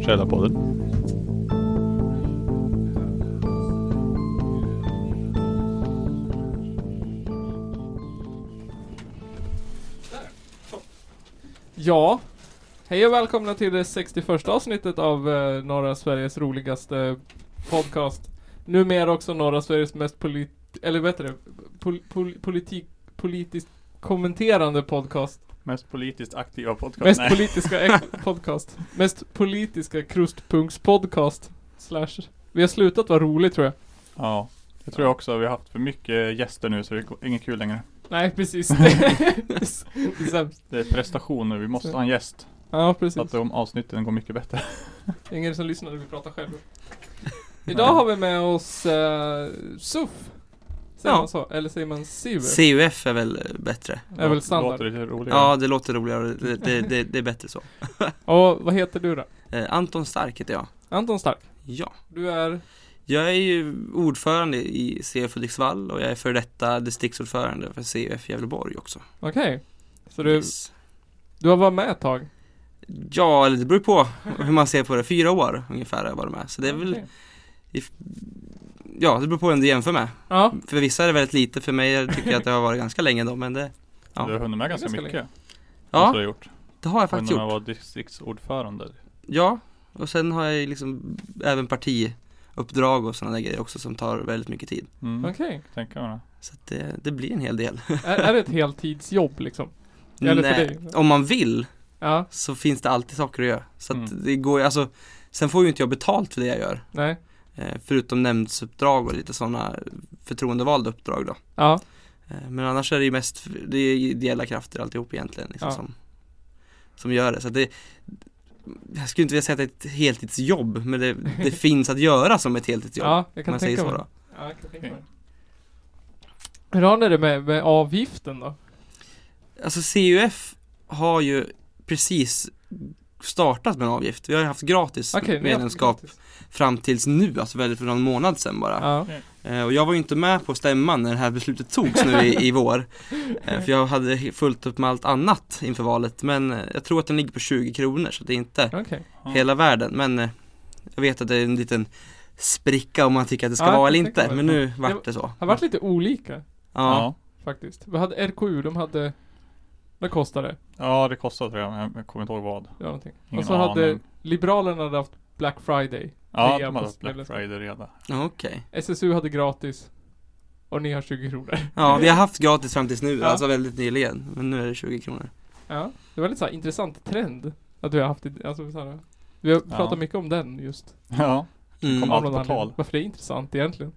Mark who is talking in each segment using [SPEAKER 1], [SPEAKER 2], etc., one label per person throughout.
[SPEAKER 1] Källarpodden.
[SPEAKER 2] Ja, hej och välkomna till det 61 avsnittet av eh, norra Sveriges roligaste podcast. Numera också norra Sveriges mest polit... Eller vet du pol, pol, politik, politiskt kommenterande podcast.
[SPEAKER 1] Mest politiskt aktiva podcast.
[SPEAKER 2] Mest
[SPEAKER 1] Nej.
[SPEAKER 2] politiska ek- podcast. Mest politiska krustpunktspodcast. Slash. Vi har slutat vara rolig tror jag.
[SPEAKER 1] ja. Jag tror också vi har haft för mycket gäster nu så det är inget kul längre.
[SPEAKER 2] Nej, precis. Det är s- det är sämst.
[SPEAKER 1] Det är prestation nu, vi måste ha en gäst.
[SPEAKER 2] Ja,
[SPEAKER 1] Så
[SPEAKER 2] precis.
[SPEAKER 1] att de avsnitten går mycket bättre.
[SPEAKER 2] Ingen som lyssnar när vi pratar själv. Idag har vi med oss eh, SUF. Säger
[SPEAKER 3] Ja.
[SPEAKER 2] man så? Eller säger man SUF?
[SPEAKER 3] CUF är väl bättre?
[SPEAKER 2] är väl standard.
[SPEAKER 1] Låter lite roligare.
[SPEAKER 3] Ja, det låter roligare, det, det, det, det är bättre så
[SPEAKER 2] Och vad heter du då?
[SPEAKER 3] eh, Anton Stark heter jag
[SPEAKER 2] Anton Stark.
[SPEAKER 3] Ja
[SPEAKER 2] Du är...
[SPEAKER 3] Jag är ju ordförande i CUF Hudiksvall och jag är före detta distriktsordförande för CUF Gävleborg också
[SPEAKER 2] Okej. Så du,
[SPEAKER 3] Yes.
[SPEAKER 2] du har varit med ett tag?
[SPEAKER 3] Ja, eller det beror på hur man ser på det, fyra år ungefär har jag varit med Så det är väl,
[SPEAKER 2] Okej.
[SPEAKER 3] ja det beror på vem du jämför med
[SPEAKER 2] Ja.
[SPEAKER 3] För vissa är det väldigt lite, för mig tycker jag att det har varit ganska länge då men det,
[SPEAKER 1] Du har hunnit med ganska,
[SPEAKER 2] Ganska
[SPEAKER 1] mycket. Ja. Du
[SPEAKER 3] ja
[SPEAKER 1] har gjort.
[SPEAKER 3] det har jag faktiskt
[SPEAKER 1] Hunnit
[SPEAKER 3] gjort
[SPEAKER 1] med att vara distriktsordförande.
[SPEAKER 3] Ja, och sen har jag ju liksom även partiuppdrag och sådana där grejer också som tar väldigt mycket tid.
[SPEAKER 1] Mm.
[SPEAKER 2] Okej.
[SPEAKER 1] Tänker man det.
[SPEAKER 3] Så att det, det blir en hel del.
[SPEAKER 2] Är, är det ett heltidsjobb liksom? Eller för dig?
[SPEAKER 3] eh, om man vill
[SPEAKER 2] Ja.
[SPEAKER 3] så finns det alltid saker att göra. Så att
[SPEAKER 1] Mm.
[SPEAKER 3] det går ju- alltså, sen får ju inte jag betalt för det jag gör.
[SPEAKER 2] Nej.
[SPEAKER 3] Eh, förutom nämndsuppdrag och lite sådana förtroendevalda uppdrag då.
[SPEAKER 2] Ja.
[SPEAKER 3] Eh, men annars är det ju mest, det är ju ideella krafter alltihop egentligen liksom,
[SPEAKER 2] Ja.
[SPEAKER 3] som, som gör det. Så att det jag skulle inte vilja säga att det är ett heltidsjobb, men det, det finns att göra som ett heltidsjobb.
[SPEAKER 2] Ja, jag
[SPEAKER 3] om
[SPEAKER 2] kan
[SPEAKER 3] man säger
[SPEAKER 2] tänka
[SPEAKER 3] så
[SPEAKER 2] mig
[SPEAKER 3] då.
[SPEAKER 2] det. Ja, jag kan tänka mig
[SPEAKER 1] Okej.
[SPEAKER 2] det. Hur har ni det med, med avgiften då?
[SPEAKER 3] Alltså CUF har ju precis startat med en avgift. Vi har ju haft gratis
[SPEAKER 2] Okej, ni har-
[SPEAKER 3] medlemskap fram tills nu, alltså väldigt för någon månad sedan bara.
[SPEAKER 2] Ja.
[SPEAKER 3] Eh, och jag var ju inte med på stämman när det här beslutet togs nu i, i vår. Eh, för jag hade he- fullt upp med allt annat inför valet. Men eh, jag tror att den ligger på 20 kronor så det är inte
[SPEAKER 2] Okej.
[SPEAKER 1] Ja.
[SPEAKER 3] hela världen. Men eh, jag vet att det är en liten spricka om man tycker att det ska
[SPEAKER 2] Ja, jag
[SPEAKER 3] vara eller
[SPEAKER 2] kan tänka
[SPEAKER 3] inte.
[SPEAKER 2] mig
[SPEAKER 3] Men
[SPEAKER 2] det.
[SPEAKER 3] nu
[SPEAKER 2] Jag-
[SPEAKER 3] vart det så.
[SPEAKER 2] Det har varit lite olika
[SPEAKER 3] Ja.
[SPEAKER 1] Ja.
[SPEAKER 2] faktiskt. Vi hade RKU, de hade... Vad kostade det?
[SPEAKER 1] ja, det kostar tror jag. men Jag kommer inte ihåg vad.
[SPEAKER 2] Det var någonting.
[SPEAKER 1] Ingen
[SPEAKER 2] och så
[SPEAKER 1] aning.
[SPEAKER 2] hade Liberalerna hade haft Black Friday.
[SPEAKER 1] Ja,
[SPEAKER 2] Rea
[SPEAKER 1] de
[SPEAKER 2] på
[SPEAKER 1] hade Black
[SPEAKER 2] medlemskap.
[SPEAKER 1] Friday redan.
[SPEAKER 3] ja, okej.
[SPEAKER 2] SSU hade gratis. Och ni har 20 kronor.
[SPEAKER 3] Ja, vi har haft gratis fram tills nu,
[SPEAKER 2] Ja.
[SPEAKER 3] alltså väldigt nyligen. Men nu är det 20 kronor.
[SPEAKER 2] Ja. Det var lite så här intressant trend. Att vi har haft i- alltså, så här, Vi har pratat
[SPEAKER 1] Ja.
[SPEAKER 2] mycket om den just.
[SPEAKER 1] Ja.
[SPEAKER 3] Mm.
[SPEAKER 1] Kom
[SPEAKER 2] av
[SPEAKER 1] allt
[SPEAKER 2] någon
[SPEAKER 1] på
[SPEAKER 2] anledning.
[SPEAKER 1] tal.
[SPEAKER 2] Varför det är intressant egentligen.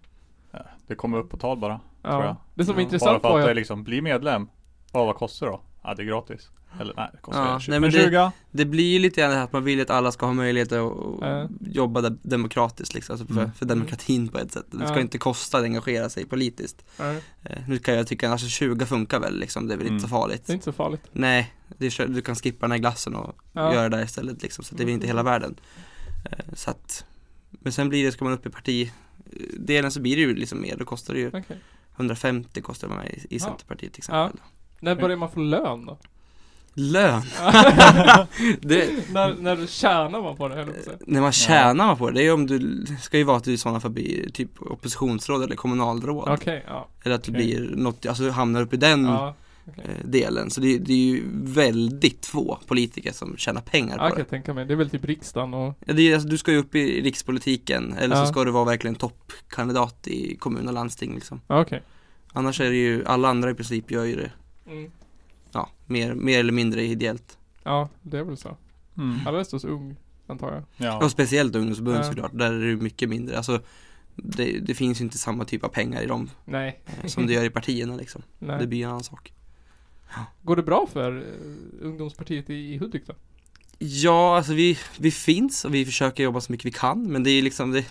[SPEAKER 1] Det kommer upp på tal bara. Tror jag.
[SPEAKER 2] Ja. Det som är
[SPEAKER 1] Bara
[SPEAKER 3] Ja.
[SPEAKER 2] intressant
[SPEAKER 1] för
[SPEAKER 2] var
[SPEAKER 1] att det
[SPEAKER 2] ju...
[SPEAKER 1] liksom, bli medlem. Ja, vad kostar det då? Ja, det är gratis. Eller nej, det kostar
[SPEAKER 3] Ja,
[SPEAKER 1] 20.
[SPEAKER 3] nej,
[SPEAKER 1] men
[SPEAKER 3] men
[SPEAKER 1] 20.
[SPEAKER 3] det- Det blir ju lite grann det här att man vill ju att alla ska ha möjlighet att att
[SPEAKER 2] Ja.
[SPEAKER 3] jobba de- demokratiskt liksom, alltså för,
[SPEAKER 1] Mm.
[SPEAKER 3] för demokratin på ett sätt. Det ska
[SPEAKER 2] Ja.
[SPEAKER 3] inte kosta att engagera sig politiskt.
[SPEAKER 2] Nej,
[SPEAKER 3] Eh, nu kan jag tycka att alltså, 20 funkar väl liksom, det är väl inte
[SPEAKER 1] Mm.
[SPEAKER 3] så farligt.
[SPEAKER 2] det är inte så farligt.
[SPEAKER 3] Nej, det är, kö- du kan skippa den här glassen och
[SPEAKER 2] Ja. Mm.
[SPEAKER 3] göra det där istället liksom, så att det är väl inte hela världen. Eh, så att, men sen blir det, ska man upp i partidelen så blir det ju liksom mer, då kostar det ju
[SPEAKER 2] Okej.
[SPEAKER 3] 150 kostar det mig i
[SPEAKER 2] Ja.
[SPEAKER 3] Centerpartiet till
[SPEAKER 2] Ja.
[SPEAKER 3] exempel.
[SPEAKER 2] När börjar man få lön då?
[SPEAKER 3] Lön! det,
[SPEAKER 2] när, när tjänar man på det? höll jag på att säga.
[SPEAKER 3] när man tjänar på det, det är ju om du, det ska ju vara att du i sådana fall blir typ oppositionsråd eller kommunalråd
[SPEAKER 2] Okej, ja.
[SPEAKER 3] Eller att du
[SPEAKER 1] Okej.
[SPEAKER 3] blir något, alltså du hamnar upp i den
[SPEAKER 2] ja.
[SPEAKER 3] eh, delen Så det, det är ju väldigt få politiker som tjänar pengar på
[SPEAKER 2] Ja, kan
[SPEAKER 3] det
[SPEAKER 2] jag tänka mig. Det är väl typ riksdagen och...
[SPEAKER 3] Ja, det är, alltså, Du ska ju upp i rikspolitiken eller
[SPEAKER 2] Ja.
[SPEAKER 3] så ska du vara verkligen toppkandidat i kommun och landsting liksom
[SPEAKER 2] Ja, Okej.
[SPEAKER 3] Annars är det ju, alla andra i princip gör ju det,
[SPEAKER 2] Mm.
[SPEAKER 3] ja, mer, mer eller mindre ideellt
[SPEAKER 2] Ja, det är väl så.
[SPEAKER 1] Mm.
[SPEAKER 2] Alldeles hos ung, antar jag.
[SPEAKER 1] Ja.
[SPEAKER 3] Och speciellt ungdomsförbund
[SPEAKER 2] Ja.
[SPEAKER 3] såklart, där är det ju mycket mindre, alltså det, det finns ju inte samma typ av pengar i dem
[SPEAKER 2] Nej.
[SPEAKER 3] eh, som det gör i partierna liksom
[SPEAKER 2] Nej.
[SPEAKER 3] Det blir ju en annan sak.
[SPEAKER 2] Går det bra för eh, ungdomspartiet i, i Hudik då?
[SPEAKER 3] Ja, alltså vi, vi finns och vi försöker jobba så mycket vi kan, men det är liksom det,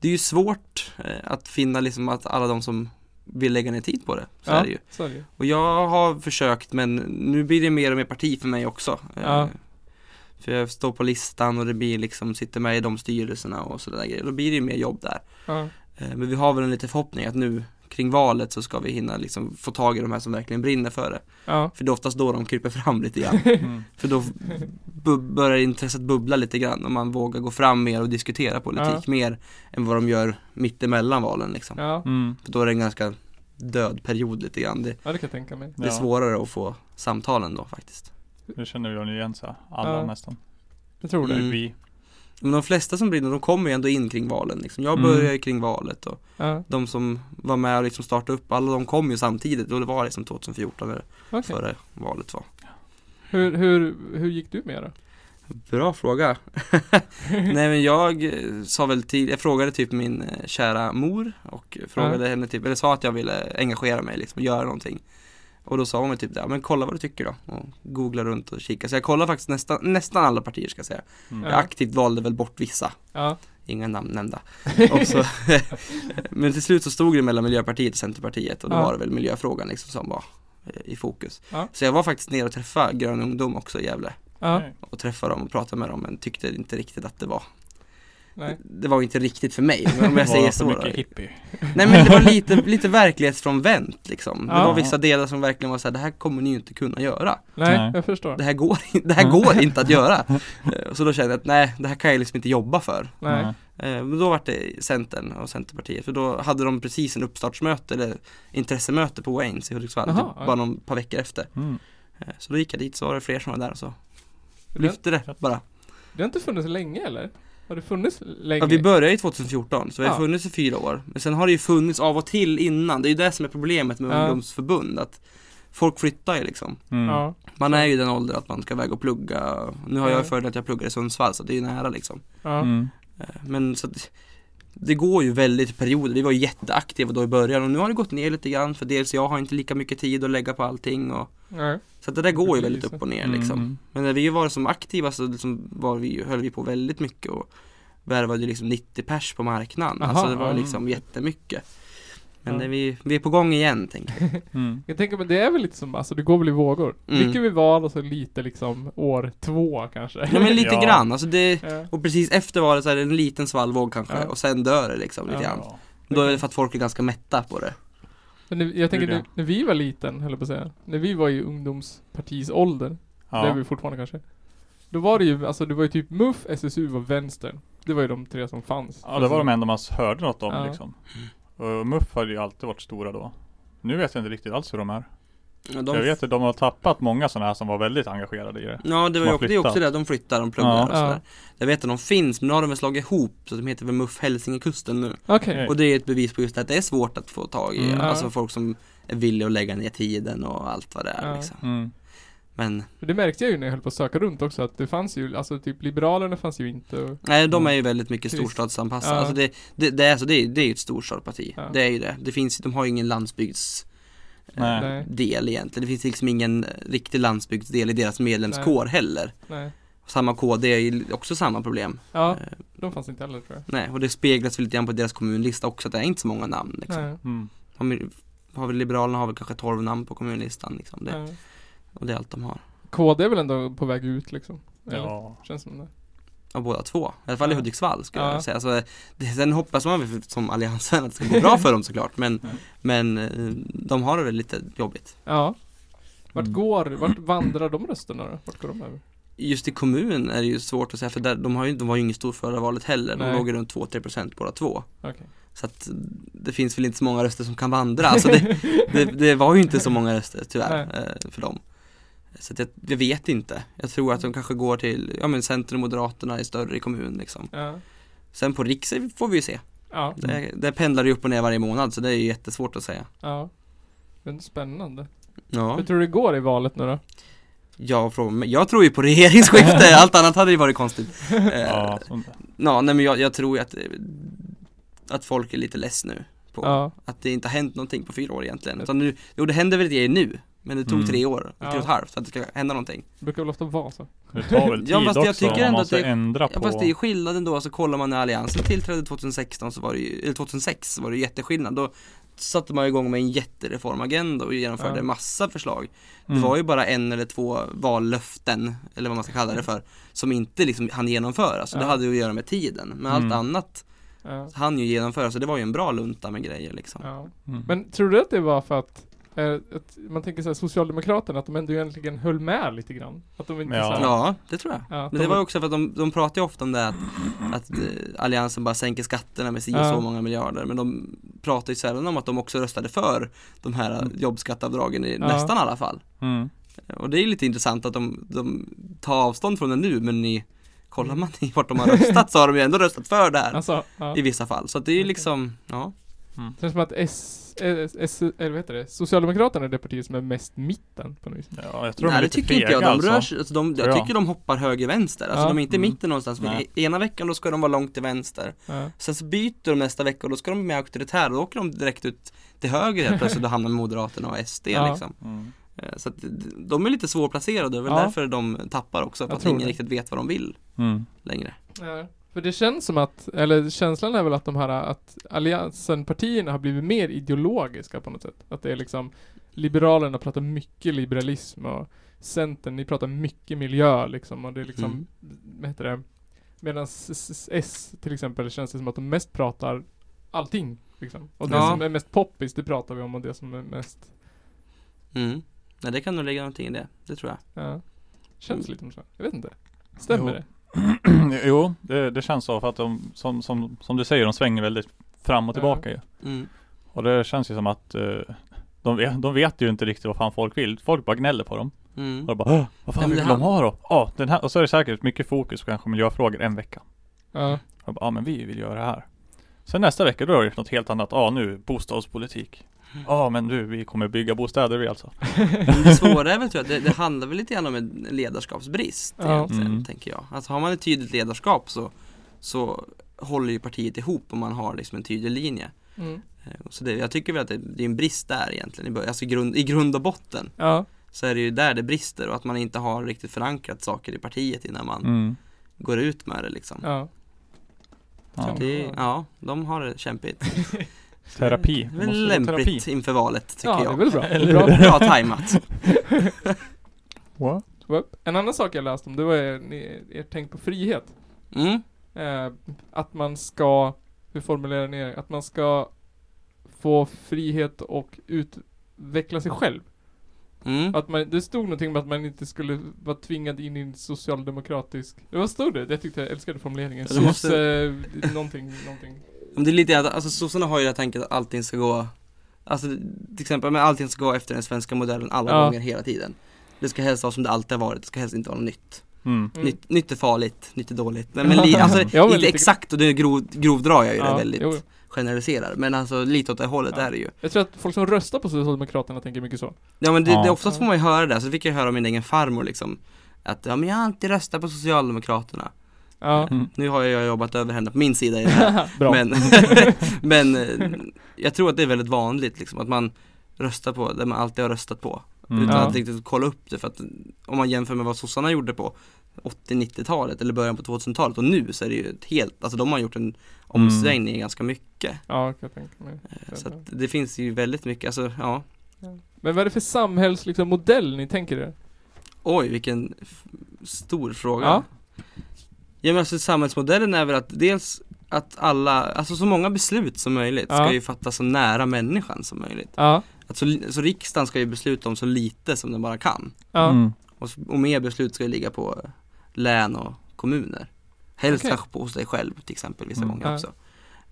[SPEAKER 3] det är ju svårt eh, att finna liksom att alla de som vill lägga ner tid på det, så
[SPEAKER 2] Ja.
[SPEAKER 3] är det ju.
[SPEAKER 2] Så är det ju.
[SPEAKER 3] Och jag har försökt, men nu blir det mer och mer parti för mig också. Eh,
[SPEAKER 2] Ja.
[SPEAKER 3] För jag står på listan och det blir liksom, sitter med i de styrelserna och sådana där grejer. Då blir det ju mer jobb där.
[SPEAKER 2] Ja.
[SPEAKER 3] Eh, Men vi har väl en liten förhoppning att nu kring valet så ska vi hinna liksom få tag i de här som verkligen brinner för det.
[SPEAKER 2] Ja.
[SPEAKER 3] För det är oftast då de kryper fram lite grann.
[SPEAKER 1] Mm.
[SPEAKER 3] För då bu- börjar intresset bubbla lite grann och man vågar gå fram mer och diskutera politik mer än vad de gör mittemellan valen liksom.
[SPEAKER 2] Ja.
[SPEAKER 1] Mm.
[SPEAKER 3] För då är det en ganska död period lite grann. Det,
[SPEAKER 2] ja, det kan jag tänka mig.
[SPEAKER 3] det är svårare att få samtalen då faktiskt.
[SPEAKER 1] Det känner vi ju igen så alla
[SPEAKER 2] Ja.
[SPEAKER 1] nästan.
[SPEAKER 2] Jag tror det.
[SPEAKER 1] Eller
[SPEAKER 3] Mm.
[SPEAKER 1] vi.
[SPEAKER 3] Men de flesta som brinner, de kommer ju ändå in kring valen liksom. Jag
[SPEAKER 1] Mm.
[SPEAKER 3] började ju kring valet och
[SPEAKER 2] Ja.
[SPEAKER 3] de som var med och liksom startade upp, alla de kom ju samtidigt. Då det var liksom 2014 eller
[SPEAKER 2] Okej.
[SPEAKER 3] före valet var.
[SPEAKER 2] Hur, hur, hur gick du med då?
[SPEAKER 3] Bra fråga. Nej men jag eh, sa väl till, jag frågade typ min eh, kära mor och frågade henne typ, eller sa att jag ville engagera mig liksom och göra någonting. Och då sa hon väl typ ja men kolla vad du tycker då och googla runt och kika. Så jag kollade faktiskt nästan, nästan alla partier ska jag säga.
[SPEAKER 1] Mm.
[SPEAKER 3] Jag aktivt valde väl bort vissa,
[SPEAKER 2] Ja.
[SPEAKER 3] inga namn nämnda. Och så, men till slut så stod det mellan Miljöpartiet och Centerpartiet och då
[SPEAKER 2] Ja.
[SPEAKER 3] var det väl miljöfrågan liksom som var eh, i fokus.
[SPEAKER 2] Ja.
[SPEAKER 3] Så jag var faktiskt nere och träffade Grön Ungdom också i Gävle
[SPEAKER 2] Ja.
[SPEAKER 1] Okej.
[SPEAKER 3] och träffade dem och pratade med dem men tyckte inte riktigt att det var
[SPEAKER 2] Nej.
[SPEAKER 3] det var ju inte riktigt för mig, men om
[SPEAKER 1] Det
[SPEAKER 3] jag säger
[SPEAKER 1] var
[SPEAKER 3] så
[SPEAKER 1] för
[SPEAKER 3] då.
[SPEAKER 1] mycket hippie.
[SPEAKER 3] Nej men det var lite, lite verklighetsfrånvänt liksom. Det
[SPEAKER 2] Ja.
[SPEAKER 3] var vissa delar som verkligen var såhär, det här kommer ni ju inte kunna göra.
[SPEAKER 2] Nej,
[SPEAKER 1] Nej.
[SPEAKER 2] jag förstår.
[SPEAKER 3] Det här går, in- det här går inte att göra. Eh, Så då kände jag att nej, det här kan jag liksom inte jobba för.
[SPEAKER 2] Nej.
[SPEAKER 1] Nej.
[SPEAKER 3] Eh, Men då var det Centern och Centerpartiet, för då hade de precis en uppstartsmöte eller intressemöte på Waynes i Hudiksvall,
[SPEAKER 2] Aha,
[SPEAKER 3] typ,
[SPEAKER 2] ja.
[SPEAKER 3] bara någon par veckor efter.
[SPEAKER 1] Mm.
[SPEAKER 3] Eh, Så då gick jag dit, så var det fler som var där och så
[SPEAKER 2] Det,
[SPEAKER 3] lyfte det bara.
[SPEAKER 2] det har inte funnits länge eller? Har det funnits länge?
[SPEAKER 3] Ja, vi började ju 2014, så det har
[SPEAKER 2] Ja.
[SPEAKER 3] funnits i fyra år. Men sen har det ju funnits av och till innan, det är ju det som är problemet med
[SPEAKER 2] Ja.
[SPEAKER 3] ungdomsförbund, att folk flyttar ju liksom.
[SPEAKER 1] Mm.
[SPEAKER 2] Ja.
[SPEAKER 3] Man är ju i den åldern att man ska väga och plugga, nu har
[SPEAKER 2] Ja.
[SPEAKER 3] jag fördelen att jag pluggar i Sundsvall, så det är ju nära liksom.
[SPEAKER 2] Ja.
[SPEAKER 1] Mm.
[SPEAKER 3] Eh, Men så att, det går ju väldigt i perioder, vi var ju jätteaktiva då i början och nu har det gått ner lite grann för dels jag har inte lika mycket tid att lägga på allting och
[SPEAKER 2] Nej.
[SPEAKER 3] så att det där går ju väldigt
[SPEAKER 2] Precis.
[SPEAKER 3] upp och ner
[SPEAKER 1] Mm.
[SPEAKER 3] liksom. Men när vi var som aktiva så liksom var vi, höll vi på väldigt mycket och värvade ju liksom 90 pers på marknaden.
[SPEAKER 2] Aha,
[SPEAKER 3] alltså det var
[SPEAKER 2] ja,
[SPEAKER 3] liksom jättemycket. Men
[SPEAKER 2] Ja.
[SPEAKER 3] när vi, vi är på gång igen tänker jag.
[SPEAKER 1] Mm.
[SPEAKER 2] Jag tänker men det är väl lite som, alltså det går väl i vågor?
[SPEAKER 3] Mm.
[SPEAKER 2] Mycket vid val och så lite liksom år två kanske.
[SPEAKER 3] Ja men lite
[SPEAKER 1] Ja.
[SPEAKER 3] grann, alltså det,
[SPEAKER 2] Ja.
[SPEAKER 3] och precis efter var det så här en liten svallvåg kanske
[SPEAKER 2] Ja.
[SPEAKER 3] och sen dör det liksom lite
[SPEAKER 2] Ja.
[SPEAKER 3] grann. Då är det för att folk är ganska mätta på det.
[SPEAKER 2] Men nu, jag tänker
[SPEAKER 1] Julia.
[SPEAKER 2] nu, när vi var liten, höll jag på att säga. När vi var i ungdomspartisåldern, det är
[SPEAKER 1] Ja.
[SPEAKER 2] vi fortfarande kanske. Då var det ju, alltså det var ju typ MUF, SSU och Vänstern. Det var ju de tre som fanns.
[SPEAKER 1] ja, det var de enda man hörde något om
[SPEAKER 2] Ja.
[SPEAKER 1] liksom. Och MUF hade ju alltid varit stora då. Nu vet jag inte riktigt alls hur de är.
[SPEAKER 3] Ja, de,
[SPEAKER 1] Jag vet att de har tappat många sådana här som var väldigt engagerade i det.
[SPEAKER 3] ja det, var
[SPEAKER 1] har
[SPEAKER 3] ju också, det är också
[SPEAKER 1] flyttat.
[SPEAKER 3] det, de flyttar, de pluggar
[SPEAKER 1] Ja.
[SPEAKER 3] och sådär. Jag vet att de finns, men nu har de väl slagit ihop så de heter väl MUF Hälsingekusten nu.
[SPEAKER 2] Okej.
[SPEAKER 1] Nej.
[SPEAKER 3] Och det är ett bevis på just att det är svårt att få tag i,
[SPEAKER 1] Mm.
[SPEAKER 3] alltså
[SPEAKER 2] Ja.
[SPEAKER 3] folk som är villiga att lägga ner tiden och allt vad det är
[SPEAKER 2] Ja.
[SPEAKER 3] liksom.
[SPEAKER 1] Mm.
[SPEAKER 3] Men
[SPEAKER 2] För det märkte jag ju när jag höll på att söka runt också att det fanns ju, alltså typ Liberalerna fanns ju inte och,
[SPEAKER 3] nej, de är ju väldigt mycket
[SPEAKER 2] Precis.
[SPEAKER 3] storstadsanpassade.
[SPEAKER 2] Ja.
[SPEAKER 3] Alltså det, det, det, är, alltså det, är, det är ju ett storstadsparti.
[SPEAKER 2] Ja.
[SPEAKER 3] Det är ju det. det finns, de har ju ingen landsbygds eh,
[SPEAKER 1] Nej.
[SPEAKER 2] Nej.
[SPEAKER 3] del egentligen. Det finns liksom ingen eh, riktig landsbygdsdel i deras medlemskår heller.
[SPEAKER 2] nej.
[SPEAKER 3] Samma KD är ju också samma problem.
[SPEAKER 2] Ja,
[SPEAKER 3] Eh,
[SPEAKER 2] de fanns inte heller tror jag.
[SPEAKER 3] Nej, och det speglas väl lite grann på deras kommunlista också, att det är inte så många namn liksom.
[SPEAKER 2] Nej.
[SPEAKER 1] Mm.
[SPEAKER 3] De är- har väl, Liberalerna har väl kanske 12 namn på kommunlistan liksom. Det,
[SPEAKER 2] nej.
[SPEAKER 3] och det är allt de har.
[SPEAKER 2] KD är väl ändå på väg ut liksom? Eller?
[SPEAKER 1] Ja.
[SPEAKER 2] Känns som det.
[SPEAKER 3] av båda två. I alla fall i
[SPEAKER 2] Ja.
[SPEAKER 3] Hudiksvall skulle
[SPEAKER 2] Ja.
[SPEAKER 3] jag säga. Så det, sen hoppas man väl som alliansen att det ska gå bra för dem såklart. Men,
[SPEAKER 1] Ja.
[SPEAKER 3] men eh, de har det väl lite jobbigt.
[SPEAKER 2] Ja. Vart
[SPEAKER 1] Mm.
[SPEAKER 2] går, vart vandrar de rösterna då? Vart går de över?
[SPEAKER 3] Just i kommun är det ju svårt att säga för där, de, har ju, de var ju ingen stor förra valet heller. De
[SPEAKER 2] Nej.
[SPEAKER 3] låg ju runt 2-3% båda två.
[SPEAKER 2] Okej.
[SPEAKER 3] Så att det finns väl inte så många röster som kan vandra. Alltså det, det, det var ju inte så många röster tyvärr eh, för dem. Så att jag, jag vet inte. Jag tror att de kanske går till, ja men Centern och Moderaterna är större i kommun liksom.
[SPEAKER 2] Ja.
[SPEAKER 3] Sen på riks får vi ju se.
[SPEAKER 2] Ja.
[SPEAKER 3] Det, det pendlar ju upp och ner varje månad så det är ju jättesvårt att säga.
[SPEAKER 2] Ja. Men spännande.
[SPEAKER 3] Ja,
[SPEAKER 2] Hur tror du det går i valet nu då?
[SPEAKER 3] jag, frågar mig- jag tror ju på regeringsskifte, allt annat hade ju varit konstigt. Eh,
[SPEAKER 1] Ja,
[SPEAKER 3] ja.
[SPEAKER 1] sånt.
[SPEAKER 3] nej men jag, jag tror ju att, eh, att folk är lite less nu. På,
[SPEAKER 2] Ja.
[SPEAKER 3] Att det inte har hänt någonting på fyra år egentligen. Utan nu, jo det händer väl det nu, men det tog
[SPEAKER 1] Mm.
[SPEAKER 3] tre år, tre och
[SPEAKER 2] Ja.
[SPEAKER 3] ett halvt, för att det ska hända någonting.
[SPEAKER 2] Det brukar väl ofta vara så?
[SPEAKER 1] det tar väl tid
[SPEAKER 3] Ja, fast jag
[SPEAKER 1] också
[SPEAKER 3] tycker
[SPEAKER 1] om
[SPEAKER 3] ändå
[SPEAKER 1] man
[SPEAKER 3] att
[SPEAKER 1] ska
[SPEAKER 3] det-
[SPEAKER 1] ändra på.
[SPEAKER 3] Ja, fast det är ju skillnaden då, alltså kollar man när Alliansen tillträdde 2016 så var det ju, eller 2006 så var det ju jätteskillnad. Då satte man igång med en jättereformagenda och genomförde
[SPEAKER 2] Ja.
[SPEAKER 3] massa förslag.
[SPEAKER 1] Mm.
[SPEAKER 3] Det var ju bara en eller två vallöften, eller vad man ska kalla det för, som inte liksom hann genomföras. Så det
[SPEAKER 2] Mm. Ja.
[SPEAKER 3] hade ju att göra med tiden. Men allt
[SPEAKER 1] Mm.
[SPEAKER 3] annat
[SPEAKER 2] Ja.
[SPEAKER 3] Han ju genomföra, så det var ju en bra lunta med grejer liksom.
[SPEAKER 2] Ja.
[SPEAKER 1] Mm.
[SPEAKER 2] Men tror du att det var för att, eh, att man tänker såhär Socialdemokraterna, att de ändå egentligen höll med lite grann? Att de inte
[SPEAKER 1] Ja.
[SPEAKER 2] såhär,
[SPEAKER 3] Ja, det tror jag.
[SPEAKER 2] ja,
[SPEAKER 3] Men
[SPEAKER 2] de-
[SPEAKER 3] det var ju också för att de, de pratar ju ofta om det här att, att eh, alliansen bara sänker skatterna med si och
[SPEAKER 2] Ja.
[SPEAKER 3] så många miljarder men de pratar ju sällan om att de också röstade för de här eh, jobbskatteavdragen i
[SPEAKER 2] Mm. Ja.
[SPEAKER 3] nästan alla fall.
[SPEAKER 1] Mm.
[SPEAKER 3] Och det är ju lite intressant att de, de tar avstånd från det nu men ni kollar man i vart de har röstat så har de ju ändå röstat för det här
[SPEAKER 2] Alltså, Mm. ja.
[SPEAKER 3] i vissa fall. Så att det är ju
[SPEAKER 2] Okej.
[SPEAKER 3] liksom, ja.
[SPEAKER 2] Det känns som att S, S, S, eller vad heter det? Socialdemokraterna är det parti som är mest mitten på något vis.
[SPEAKER 1] Ja, jag tror de
[SPEAKER 3] Nej
[SPEAKER 1] är
[SPEAKER 3] det
[SPEAKER 1] lite
[SPEAKER 3] tycker
[SPEAKER 1] fega
[SPEAKER 3] inte jag, de
[SPEAKER 1] alltså.
[SPEAKER 3] rör sig, alltså de,
[SPEAKER 1] Tror jag.
[SPEAKER 3] jag tycker de hoppar höger-vänster, alltså
[SPEAKER 2] Ja.
[SPEAKER 3] de är inte i
[SPEAKER 1] Mm.
[SPEAKER 3] mitten någonstans.
[SPEAKER 1] Nej.
[SPEAKER 3] Ena veckan då ska de vara långt till vänster
[SPEAKER 2] Ja.
[SPEAKER 3] Sen så byter de nästa vecka och då ska de bli mer auktoritära och då åker de direkt ut till höger helt plötsligt och hamnar med Moderaterna och SD
[SPEAKER 2] Ja.
[SPEAKER 3] liksom.
[SPEAKER 1] Mm.
[SPEAKER 3] Eh, Så att d- de är lite svårplacerade och väl
[SPEAKER 2] Ja.
[SPEAKER 3] därför de tappar också, för
[SPEAKER 2] Jag
[SPEAKER 3] att
[SPEAKER 2] tror
[SPEAKER 3] ingen
[SPEAKER 2] det.
[SPEAKER 3] riktigt vet vad de vill
[SPEAKER 1] Mm.
[SPEAKER 3] längre.
[SPEAKER 2] Ja. För det känns som att, eller känslan är väl att de här, att alliansenpartierna har blivit mer ideologiska på något sätt. Att det är liksom, Liberalerna pratar mycket liberalism och Centern, ni pratar mycket miljö liksom och det är liksom,
[SPEAKER 3] Mm.
[SPEAKER 2] vad heter det? Medan S till exempel känns det som att de mest pratar allting. Liksom. Och det
[SPEAKER 3] Ja.
[SPEAKER 2] som är mest poppis, det pratar vi om och det som är mest,
[SPEAKER 3] Mm. Nej det kan nog ligga någonting i det, det tror jag.
[SPEAKER 2] ja. Känns lite som så. Jag vet inte. Stämmer
[SPEAKER 1] Jo.
[SPEAKER 2] det?
[SPEAKER 1] jo, det, det känns så för att de, som, som, som du säger, de svänger väldigt fram och tillbaka ju.
[SPEAKER 3] Mm.
[SPEAKER 1] Och det känns ju som att eh, de, vet- de vet ju inte riktigt vad fan folk vill. Folk bara gnäller på dem.
[SPEAKER 3] Mm.
[SPEAKER 1] Och de bara "Åh, Vad
[SPEAKER 3] Ja,
[SPEAKER 1] fan
[SPEAKER 3] men
[SPEAKER 1] vill
[SPEAKER 3] det
[SPEAKER 1] de ha då? Ja, den här. Och så är det säkert mycket fokus på kanske miljöfrågor en vecka.
[SPEAKER 2] Ja.
[SPEAKER 1] Och de bara, ja men vi vill göra det här. Sen nästa vecka då är det något helt annat. Ja nu, bostadspolitik. Ja men du, vi kommer bygga bostäder vi alltså.
[SPEAKER 3] Men Det svåra är väl tror jag, det, det handlar väl lite grann om en ledarskapsbrist
[SPEAKER 2] Ja.
[SPEAKER 3] egentligen,
[SPEAKER 1] Mm.
[SPEAKER 3] tänker jag. Alltså har man ett tydligt ledarskap så, så håller ju partiet ihop och man har liksom en tydlig linje.
[SPEAKER 2] Mm.
[SPEAKER 3] Eh, Så det, jag tycker väl att det, det är en brist där egentligen, i bör- alltså i grund, i grund och botten
[SPEAKER 2] Ja.
[SPEAKER 3] så är det ju där det brister och att man inte har riktigt förankrat saker i partiet innan man
[SPEAKER 1] Mm.
[SPEAKER 3] går ut med det liksom.
[SPEAKER 2] Ja.
[SPEAKER 1] Ja.
[SPEAKER 3] Det, ja, de har det kämpigt.
[SPEAKER 1] Terapi.
[SPEAKER 3] Det
[SPEAKER 1] Vi måste
[SPEAKER 3] är väl
[SPEAKER 1] gå terapi.
[SPEAKER 3] lämpligt inför valet tycker
[SPEAKER 2] Ja, det är
[SPEAKER 3] jag.
[SPEAKER 2] väl bra.
[SPEAKER 1] Eller
[SPEAKER 2] bra.
[SPEAKER 1] hur?
[SPEAKER 3] Bra tajmat.
[SPEAKER 1] What?
[SPEAKER 2] Whoop. En annan sak jag läste om, det var er, ni- ert tänk på frihet.
[SPEAKER 3] Mm.
[SPEAKER 2] Eh, att man ska, hur formulerar ni er? Att man ska få frihet och utveckla sig själv.
[SPEAKER 3] Mm.
[SPEAKER 2] Att man, det stod någonting om att man inte skulle vara tvingad in i en socialdemokratisk... Det var stod det? Jag tyckte jag älskade formuleringen.
[SPEAKER 3] Ja, det måste-
[SPEAKER 2] Sosse... någonting, någonting.
[SPEAKER 3] Men det är lite, grann- alltså sossarna har ju det här tänket att allting ska gå, alltså till exempel, men allting ska gå efter den svenska modellen alla
[SPEAKER 2] Ja.
[SPEAKER 3] gånger hela tiden. Det ska helst vara som det alltid har varit, det ska helst inte vara något nytt.
[SPEAKER 1] Mm.
[SPEAKER 2] Mm.
[SPEAKER 3] Nytt, nytt är farligt, nytt är dåligt. Nej, men li, alltså,
[SPEAKER 2] Ja, men
[SPEAKER 3] inte
[SPEAKER 2] lite-
[SPEAKER 3] exakt och det är grov, grovdrar jag ju det
[SPEAKER 2] Ja,
[SPEAKER 3] väldigt
[SPEAKER 2] jo.
[SPEAKER 3] generaliserar. Men alltså lite åt det hållet
[SPEAKER 2] Ja.
[SPEAKER 3] är det ju.
[SPEAKER 2] Jag tror att folk som röstar på Socialdemokraterna tänker mycket så.
[SPEAKER 3] Ja men det,
[SPEAKER 1] Ja.
[SPEAKER 3] det, oftast får man ju höra det, så fick jag höra av min egen farmor liksom. Att ja men jag har alltid röstat på Socialdemokraterna.
[SPEAKER 2] Ja.
[SPEAKER 1] Mm.
[SPEAKER 3] Nu har jag jobbat över henne på min sida i det här.
[SPEAKER 1] Bra.
[SPEAKER 3] Men, men eh, jag tror att det är väldigt vanligt liksom att man röstar på det man alltid har röstat på.
[SPEAKER 1] Mm.
[SPEAKER 3] Utan
[SPEAKER 2] Ja.
[SPEAKER 3] att riktigt kolla upp det för att om man jämför med vad sossarna gjorde på 80-90-talet eller början på 2000-talet och nu så är det ju ett helt, alltså de har gjort
[SPEAKER 2] Mm.
[SPEAKER 3] en omsvängning ganska mycket.
[SPEAKER 2] Ja, kan jag tänka mig.
[SPEAKER 3] Eh, Så att det finns ju väldigt mycket, alltså ja,
[SPEAKER 2] Men vad är det för samhällsmodell liksom, modell ni tänker er?
[SPEAKER 3] oj vilken f- stor fråga.
[SPEAKER 2] Ja.
[SPEAKER 3] Ja. men alltså samhällsmodellen är väl att dels att alla, alltså så många beslut som möjligt
[SPEAKER 2] Ja.
[SPEAKER 3] ska ju fattas så nära människan som möjligt.
[SPEAKER 2] Ja.
[SPEAKER 3] Att så, li- så riksdagen ska ju besluta om så lite som den bara kan.
[SPEAKER 2] Ja.
[SPEAKER 1] Mm.
[SPEAKER 3] Och, s- och mer beslut ska ju ligga på län och kommuner. Helst
[SPEAKER 2] Okej.
[SPEAKER 3] kanske på hos dig själv till exempel vissa
[SPEAKER 1] Mm.
[SPEAKER 3] gånger
[SPEAKER 2] Ja.
[SPEAKER 3] också.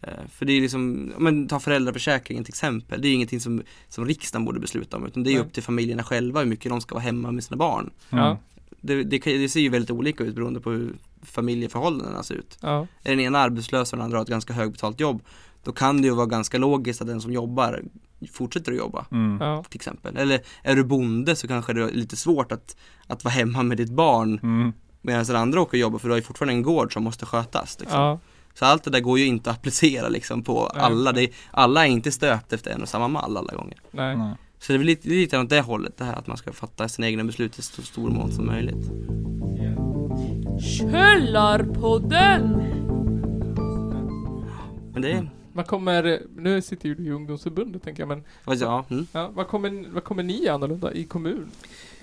[SPEAKER 3] Eh, För det är liksom, ja, men ta föräldraförsäkringen till exempel, det är ju ingenting som, som riksdagen borde besluta om utan det är ju
[SPEAKER 2] Nej.
[SPEAKER 3] upp till familjerna själva hur mycket de ska vara hemma med sina barn.
[SPEAKER 2] Ja.
[SPEAKER 3] Det, det, kan- det ser ju väldigt olika ut beroende på hur familjeförhållandena ser ut.
[SPEAKER 2] Ja.
[SPEAKER 3] Är den ena arbetslös och den andra har ett ganska högbetalt jobb, då kan det ju vara ganska logiskt att den som jobbar fortsätter att jobba
[SPEAKER 1] Mm.
[SPEAKER 2] Ja.
[SPEAKER 3] till exempel. Eller är du bonde så kanske det är lite svårt att, att vara hemma med ditt barn
[SPEAKER 1] Mm.
[SPEAKER 3] medan den andra åker och jobbar för du har ju fortfarande en gård som måste skötas. Liksom.
[SPEAKER 2] Ja.
[SPEAKER 3] Så allt det där går ju inte att applicera liksom, på
[SPEAKER 2] Nej,
[SPEAKER 3] alla.
[SPEAKER 2] nej.
[SPEAKER 3] Det, alla är inte stöpt efter en och samma mall alla gånger.
[SPEAKER 2] Nej.
[SPEAKER 1] Mm. Nej.
[SPEAKER 3] Så det är väl lite, lite åt det hållet det här att man ska fatta sina egna beslut i så stor mån som möjligt.
[SPEAKER 4] Källarpodden!
[SPEAKER 3] Men det är,
[SPEAKER 2] Vad kommer, nu sitter ju du i ungdomsförbundet tänker jag men,
[SPEAKER 3] vad- ja, mm.
[SPEAKER 2] ja, vad kommer, vad kommer ni göra annorlunda i kommun?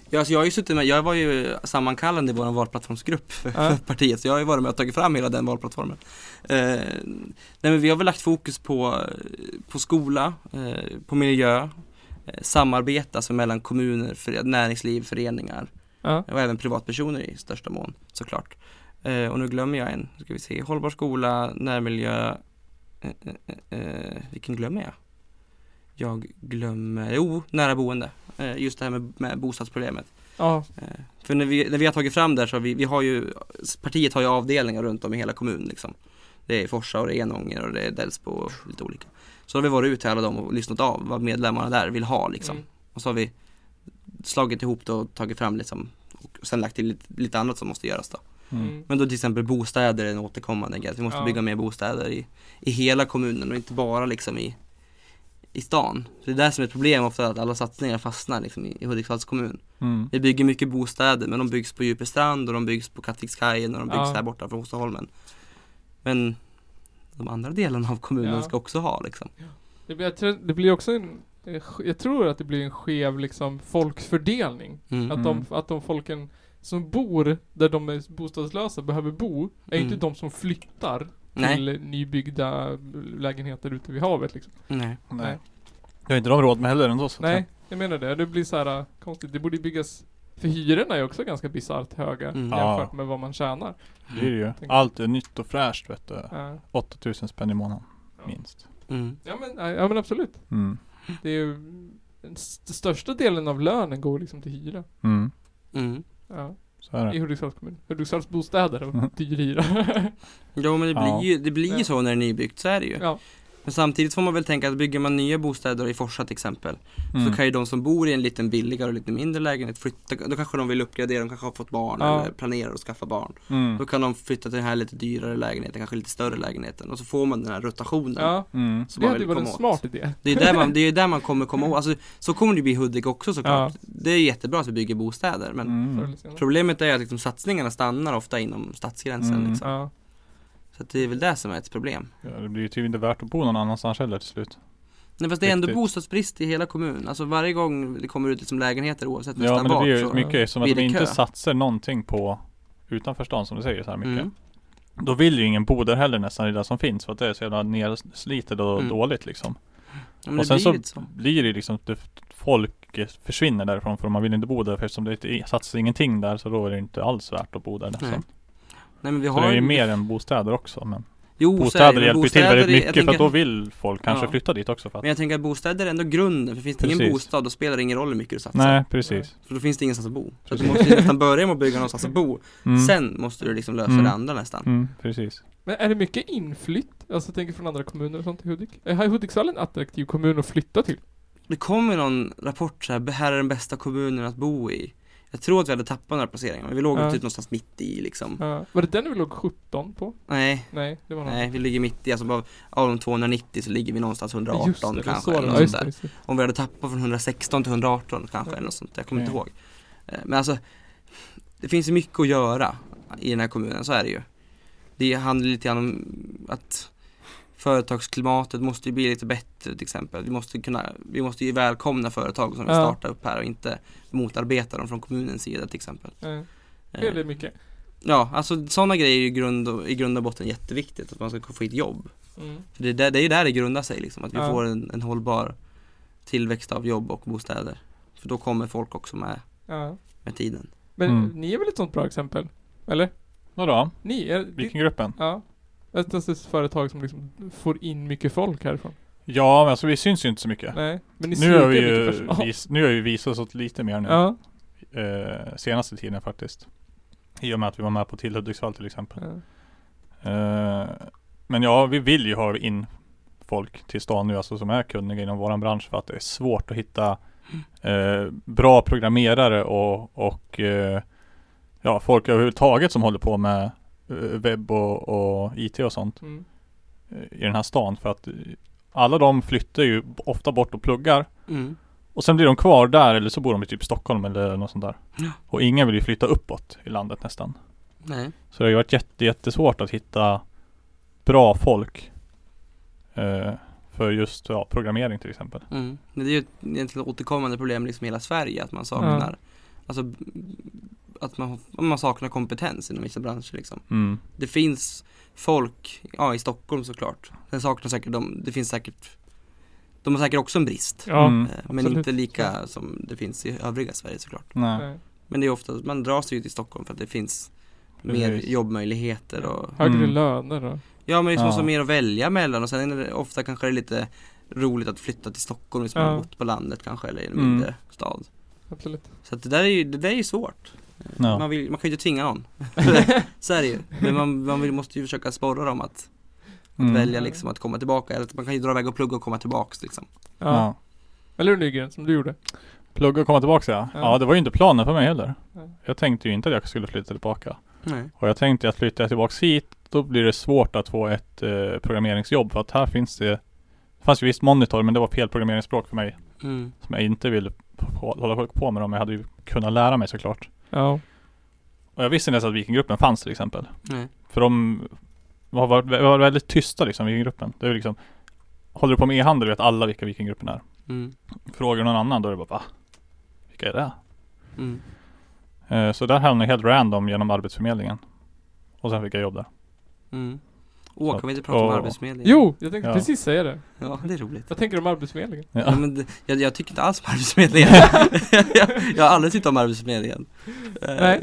[SPEAKER 3] Ja, alltså jag, har ju suttit med, jag var ju sammankallande i vår valplattformsgrupp för,
[SPEAKER 2] Ja.
[SPEAKER 3] för partiet, så jag har ju varit med och tagit fram hela den valplattformen. Eh, nej, men vi har väl lagt fokus på, på skola, eh, på miljö, eh, samarbete alltså mellan kommuner, före, näringsliv, föreningar
[SPEAKER 2] Ja.
[SPEAKER 3] och även privatpersoner i största mån såklart. Eh, och nu glömmer jag en, nu ska vi se, hållbar skola, närmiljö, eh, eh, eh, vilken glömmer jag? Jag glömmer, jo, nära boende. Eh, just det här med, med bostadsproblemet.
[SPEAKER 2] Ja.
[SPEAKER 3] Eh, För när vi, när vi har tagit fram det här så har vi, vi har ju, partiet har ju avdelningar runt om i hela kommunen liksom. Det är Forsa och det är Enånger och det är Delsbo och lite olika. Så har vi varit ut till alla dem och lyssnat av vad medlemmarna där vill ha liksom.
[SPEAKER 2] Mm.
[SPEAKER 3] Och så har vi slagit ihop det och tagit fram liksom, och sen lagt till lite, lite annat som måste göras då.
[SPEAKER 1] Mm.
[SPEAKER 3] Men då till exempel bostäder är en återkommande grej, vi måste
[SPEAKER 2] Ja.
[SPEAKER 3] bygga mer bostäder i, i hela kommunen och inte bara liksom i, i stan. Det är det som är ett problem ofta, att alla satsningar fastnar liksom i, i Hudiksvalls kommun.
[SPEAKER 1] Mm.
[SPEAKER 3] Vi bygger mycket bostäder men de byggs på Djupestrand och de byggs på Kattvikskajen och de byggs
[SPEAKER 2] Ja.
[SPEAKER 3] här borta från Hostaholmen. Men de andra delarna av kommunen
[SPEAKER 2] Ja.
[SPEAKER 3] ska också ha liksom.
[SPEAKER 2] Det blir, jag tror- det blir också en, eh, sk- jag tror att det blir en skev liksom folkfördelning.
[SPEAKER 3] Mm.
[SPEAKER 2] Att, de, att de folken som bor där de är bostadslösa behöver bo, är ju
[SPEAKER 3] Mm.
[SPEAKER 2] inte de som flyttar
[SPEAKER 3] Nej.
[SPEAKER 2] till nybyggda lägenheter ute vid havet liksom.
[SPEAKER 3] Nej.
[SPEAKER 1] Nej. Det har inte de råd med heller ändå så att
[SPEAKER 2] Nej, jag menar det. Det blir så här äh, konstigt. Det borde ju byggas för hyrorna är också ganska bisarrt höga
[SPEAKER 3] Mm.
[SPEAKER 2] jämfört
[SPEAKER 1] Ja.
[SPEAKER 2] med vad man tjänar.
[SPEAKER 1] Det är det ju.
[SPEAKER 2] Tänk-
[SPEAKER 1] Allt är nytt och fräscht vet du.
[SPEAKER 2] Äh,
[SPEAKER 1] 8000 spänn i månaden. Minst.
[SPEAKER 3] Mm.
[SPEAKER 2] Ja men, äh, ja men absolut.
[SPEAKER 1] Mm.
[SPEAKER 2] Det är ju, den st- största delen av lönen går liksom till hyra.
[SPEAKER 1] Mm.
[SPEAKER 3] Mm.
[SPEAKER 2] Ja,
[SPEAKER 1] Så är
[SPEAKER 2] I
[SPEAKER 1] det.
[SPEAKER 2] Hudiksvalls kommun. Hudiksvalls bostäder
[SPEAKER 1] Mhm.
[SPEAKER 2] och dyr hyra.
[SPEAKER 3] Jo men det blir,
[SPEAKER 1] Ja.
[SPEAKER 3] ju, det blir ju
[SPEAKER 2] Ja.
[SPEAKER 3] så när det är nybyggt, så är det ju.
[SPEAKER 2] ja.
[SPEAKER 3] Men samtidigt får man väl tänka att bygger man nya bostäder i Forsa till exempel så
[SPEAKER 1] Mm.
[SPEAKER 3] kan ju de som bor i en liten billigare och lite mindre lägenhet flytta, då kanske de vill uppgradera, de kanske har fått barn
[SPEAKER 2] Ja.
[SPEAKER 3] eller planerar att skaffa barn. Då
[SPEAKER 1] Mm.
[SPEAKER 3] kan de flytta till den här lite dyrare lägenheten, kanske lite större lägenheten och så får man den här rotationen.
[SPEAKER 2] ja.
[SPEAKER 1] Mm.
[SPEAKER 3] som
[SPEAKER 2] Det
[SPEAKER 3] man
[SPEAKER 2] hade ju
[SPEAKER 3] vill
[SPEAKER 2] varit en
[SPEAKER 3] komma åt.
[SPEAKER 2] smart idé.
[SPEAKER 3] Det är där man, det är där man kommer komma åt, alltså, så kommer det bli i Hudik också såklart. Det är jättebra att vi bygger bostäder men
[SPEAKER 2] Förr
[SPEAKER 1] Mm.
[SPEAKER 2] eller senare.
[SPEAKER 3] problemet är att liksom, satsningarna stannar ofta inom stadsgränsen.
[SPEAKER 1] Mm.
[SPEAKER 3] Liksom.
[SPEAKER 2] Ja.
[SPEAKER 3] Så att det är väl det som är ett problem.
[SPEAKER 1] Ja, det blir ju tydligen inte värt att bo någon annanstans heller till slut.
[SPEAKER 3] Nej, fast det är ändå
[SPEAKER 1] Riktigt.
[SPEAKER 3] bostadsbrist i hela kommunen, alltså varje gång det kommer ut liksom lägenheter oavsett
[SPEAKER 1] Ja men
[SPEAKER 3] nästan
[SPEAKER 1] det
[SPEAKER 3] vart
[SPEAKER 1] blir ju
[SPEAKER 3] så.
[SPEAKER 1] mycket som att
[SPEAKER 3] blir
[SPEAKER 1] de
[SPEAKER 3] det
[SPEAKER 1] inte
[SPEAKER 3] kö.
[SPEAKER 1] satsar någonting på utanför stan som du säger så här mycket.
[SPEAKER 3] Mm.
[SPEAKER 1] Då vill ju ingen bo där heller nästan i det som finns för att det är så jävla nedslitet och
[SPEAKER 3] Mm.
[SPEAKER 1] dåligt liksom.
[SPEAKER 3] Ja, men
[SPEAKER 1] och
[SPEAKER 3] det
[SPEAKER 1] sen
[SPEAKER 3] blir
[SPEAKER 1] så,
[SPEAKER 3] lite så.
[SPEAKER 1] blir det liksom att det- folk eh, försvinner därifrån för man vill inte bo där för eftersom det inte satsas ingenting där så då är det inte alls värt att bo där nästan.
[SPEAKER 3] Nej. Nej, men vi
[SPEAKER 1] Så
[SPEAKER 3] har
[SPEAKER 1] det är ju
[SPEAKER 3] en-
[SPEAKER 1] mer än bostäder också men
[SPEAKER 3] jo, så är det,
[SPEAKER 1] Bostäder
[SPEAKER 3] men
[SPEAKER 1] hjälper ju till
[SPEAKER 3] bostäder
[SPEAKER 1] väldigt
[SPEAKER 3] är- jag
[SPEAKER 1] mycket för att
[SPEAKER 3] tänker-
[SPEAKER 1] då vill folk kanske
[SPEAKER 3] Ja.
[SPEAKER 1] flytta dit också för
[SPEAKER 3] Men
[SPEAKER 1] att
[SPEAKER 3] jag tänker att bostäder är ändå grunden, för finns det ingen
[SPEAKER 1] Precis.
[SPEAKER 3] bostad då spelar det ingen roll hur mycket du satsar.
[SPEAKER 1] Nej precis
[SPEAKER 3] För då finns det ingenstans att bo. Så att du
[SPEAKER 1] Precis.
[SPEAKER 3] måste ju nästan börja med att bygga någonstans att bo.
[SPEAKER 1] mm.
[SPEAKER 3] Sen måste du liksom lösa
[SPEAKER 1] Mm.
[SPEAKER 3] det andra nästan.
[SPEAKER 1] Mm, precis
[SPEAKER 2] Men är det mycket inflytt? Alltså jag tänker från andra kommuner och sånt i Hudik? Är Hudiksvall en attraktiv kommun att flytta till?
[SPEAKER 3] Det kom ju någon rapport så här, "Det här är den bästa kommunen att bo i. Jag tror att vi hade tappat några placeringar, men vi låg
[SPEAKER 2] Ja.
[SPEAKER 3] typ någonstans mitt i liksom.
[SPEAKER 2] Ja. var det den vi låg 17 på?
[SPEAKER 3] Nej,
[SPEAKER 2] Nej, det var någon.
[SPEAKER 3] nej, vi ligger mitt i, alltså bara, av de 290 så ligger vi någonstans 118
[SPEAKER 2] Just det, det, var
[SPEAKER 3] kanske.
[SPEAKER 2] så det
[SPEAKER 3] eller
[SPEAKER 2] var.
[SPEAKER 3] något
[SPEAKER 2] Ja, just
[SPEAKER 3] sånt
[SPEAKER 2] det,
[SPEAKER 3] där.
[SPEAKER 2] just det.
[SPEAKER 3] Om vi hade tappat från 116 till 118
[SPEAKER 2] Mm.
[SPEAKER 3] kanske, eller något sånt, jag kommer inte
[SPEAKER 1] Okej.
[SPEAKER 3] ihåg. Eh, Men alltså, det finns ju mycket att göra i den här kommunen, så är det ju. Det handlar lite grann om att företagsklimatet måste ju bli lite bättre till exempel. Vi måste, kunna, vi måste ju välkomna företag som vill
[SPEAKER 2] Ja.
[SPEAKER 3] starta upp här och inte motarbeta dem från kommunens sida till exempel.
[SPEAKER 2] Nej,
[SPEAKER 3] Eh,
[SPEAKER 2] det är mycket.
[SPEAKER 3] Ja, alltså sådana grejer är ju i grund och, i grund och botten jätteviktigt, att man ska få ett jobb.
[SPEAKER 2] Mm.
[SPEAKER 3] För det, är där, det är ju där det grundar sig liksom, att vi
[SPEAKER 2] Ja.
[SPEAKER 3] får en, en hållbar tillväxt av jobb och bostäder. För då kommer folk också med,
[SPEAKER 2] Ja.
[SPEAKER 3] med tiden.
[SPEAKER 2] Men
[SPEAKER 1] Mm.
[SPEAKER 2] ni är väl ett sånt bra exempel? Eller?
[SPEAKER 1] Vadå?
[SPEAKER 2] Ni är...
[SPEAKER 1] Vilken gruppen?
[SPEAKER 2] Ja. Ett av dessa företag som liksom får in mycket folk härifrån.
[SPEAKER 1] Ja men alltså vi syns ju inte så mycket
[SPEAKER 2] Nej, men ni
[SPEAKER 1] Nu har
[SPEAKER 2] slukar
[SPEAKER 1] vi
[SPEAKER 2] mycket
[SPEAKER 1] ju
[SPEAKER 2] personal.
[SPEAKER 1] vis, nu har vi visat oss lite mer nu
[SPEAKER 2] Ja.
[SPEAKER 1] eh, senaste tiden faktiskt I och med att vi var med på till Hudiksvall till exempel
[SPEAKER 2] ja.
[SPEAKER 1] eh, Men ja vi vill ju ha in folk till stan nu alltså som är kunniga inom våran bransch för att det är svårt att hitta eh, bra programmerare och, och eh, ja, folk överhuvudtaget som håller på med eh, webb och, och IT och sånt
[SPEAKER 2] Mm.
[SPEAKER 1] eh, i den här stan för att eh, alla de flyttar ju ofta bort och pluggar
[SPEAKER 3] Mm.
[SPEAKER 1] och sen blir de kvar där eller så bor de i typ Stockholm eller något sånt där.
[SPEAKER 3] Ja.
[SPEAKER 1] Och ingen vill ju flytta uppåt i landet nästan.
[SPEAKER 3] Nej.
[SPEAKER 1] Så det har ju varit jätte, jättesvårt att hitta bra folk. Eh, för just ja, programmering till exempel.
[SPEAKER 3] Mm. Men det är ju ett egentligen återkommande problem liksom i hela Sverige, att man saknar alltså, b- att man, man saknar kompetens inom vissa branscher liksom.
[SPEAKER 1] Mm.
[SPEAKER 3] Det finns folk, ja i Stockholm såklart. Sen saknar säkert de, det finns säkert, de har säkert också en brist.
[SPEAKER 2] Ja.
[SPEAKER 1] Mm.
[SPEAKER 3] Eh, Men
[SPEAKER 2] absolut.
[SPEAKER 3] inte lika som det finns i övriga Sverige såklart.
[SPEAKER 1] Nej.
[SPEAKER 2] Nej.
[SPEAKER 3] Men det är ofta, man drar sig ju till Stockholm för att det finns mer
[SPEAKER 1] Precis.
[SPEAKER 3] jobbmöjligheter och
[SPEAKER 2] Högre
[SPEAKER 1] Mm.
[SPEAKER 2] löner och...
[SPEAKER 3] Ja men liksom
[SPEAKER 1] Ja.
[SPEAKER 3] också mer att välja mellan och sen är det, ofta kanske det är lite roligt att flytta till Stockholm liksom,
[SPEAKER 2] Ja.
[SPEAKER 3] man har bott på landet kanske eller i en
[SPEAKER 1] Mm.
[SPEAKER 3] mindre stad.
[SPEAKER 2] Absolut.
[SPEAKER 3] Så att det där är ju, det där är ju svårt.
[SPEAKER 1] Ja.
[SPEAKER 3] Man, vill, man kan ju inte tvinga någon. så är det ju. Men man, man vill, måste ju försöka sporra dem att
[SPEAKER 1] Mm.
[SPEAKER 3] välja liksom att komma tillbaka. Eller att man kan ju dra iväg och plugga och komma tillbaks liksom.
[SPEAKER 2] Ja.
[SPEAKER 1] Ja.
[SPEAKER 2] Eller hur Nygren, som du gjorde.
[SPEAKER 1] Plugga och komma tillbaka ja.
[SPEAKER 2] Ja.
[SPEAKER 1] ja. det var ju inte planen för mig heller.
[SPEAKER 2] Nej.
[SPEAKER 1] Jag tänkte ju inte att jag skulle flytta tillbaka.
[SPEAKER 3] Nej.
[SPEAKER 1] Och jag tänkte att flyttar jag tillbaks hit, då blir det svårt att få ett eh, programmeringsjobb. För att här finns det, det fanns ju visst monitor, men det var fel programmeringsspråk för mig.
[SPEAKER 3] Mm.
[SPEAKER 1] Som jag inte ville på- hålla på med dem. Jag hade ju kunnat lära mig såklart.
[SPEAKER 2] Ja.
[SPEAKER 1] Och jag visste inte ens att Vikinggruppen fanns till exempel.
[SPEAKER 3] Nej.
[SPEAKER 1] För de har varit, var väldigt tysta liksom, Vikinggruppen. Det är ju liksom Håller du på med e-handel vet alla vilka Vikinggruppen är.
[SPEAKER 3] Mm.
[SPEAKER 1] Frågar någon annan då är det bara va? Vilka är det?
[SPEAKER 3] Mm.
[SPEAKER 1] Eh, Så där hamnade jag helt random genom Arbetsförmedlingen. Och sen fick jag jobb där.
[SPEAKER 3] Mm. Åh,
[SPEAKER 1] Så
[SPEAKER 3] kan vi inte
[SPEAKER 1] att-
[SPEAKER 3] prata om
[SPEAKER 1] åh.
[SPEAKER 3] Arbetsförmedlingen?
[SPEAKER 2] Jo, jag tänkte
[SPEAKER 1] Ja.
[SPEAKER 2] precis säga det.
[SPEAKER 3] Ja, det är roligt.
[SPEAKER 2] Jag tänker om Arbetsförmedlingen.
[SPEAKER 1] Ja.
[SPEAKER 3] Ja, men det, jag, jag tycker inte alls om Arbetsförmedlingen. jag, jag har aldrig tyckt om Arbetsförmedlingen. Eh,
[SPEAKER 2] Nej.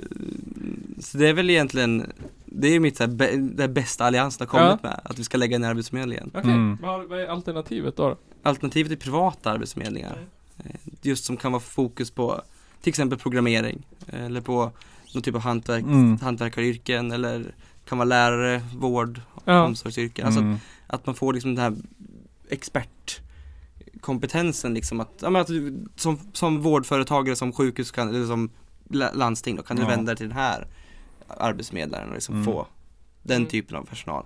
[SPEAKER 3] Så det är väl egentligen, det är mitt så här, bä- det bästa alliansen har kommit med, att vi ska lägga ner Arbetsförmedlingen.
[SPEAKER 2] Okej,
[SPEAKER 1] Mm.
[SPEAKER 2] vad, har- vad är alternativet då? då?
[SPEAKER 3] Alternativet är privata arbetsförmedlingar, eh, just som kan vara fokus på till exempel programmering eh, eller på någon typ av hantverk,
[SPEAKER 1] Mm.
[SPEAKER 3] hantverkaryrken eller kan vara lärare, vård,
[SPEAKER 2] Ja.
[SPEAKER 3] omsorgsyrken. Alltså
[SPEAKER 1] Mm.
[SPEAKER 3] att man får liksom den här expertkompetensen liksom att, ja men att du, som, som vårdföretagare, som sjukhus kan, eller som la- landsting då, kan du
[SPEAKER 1] Ja.
[SPEAKER 3] vända dig till den här arbetsförmedlaren och liksom
[SPEAKER 1] Mm.
[SPEAKER 3] få den
[SPEAKER 2] Mm.
[SPEAKER 3] typen av personal.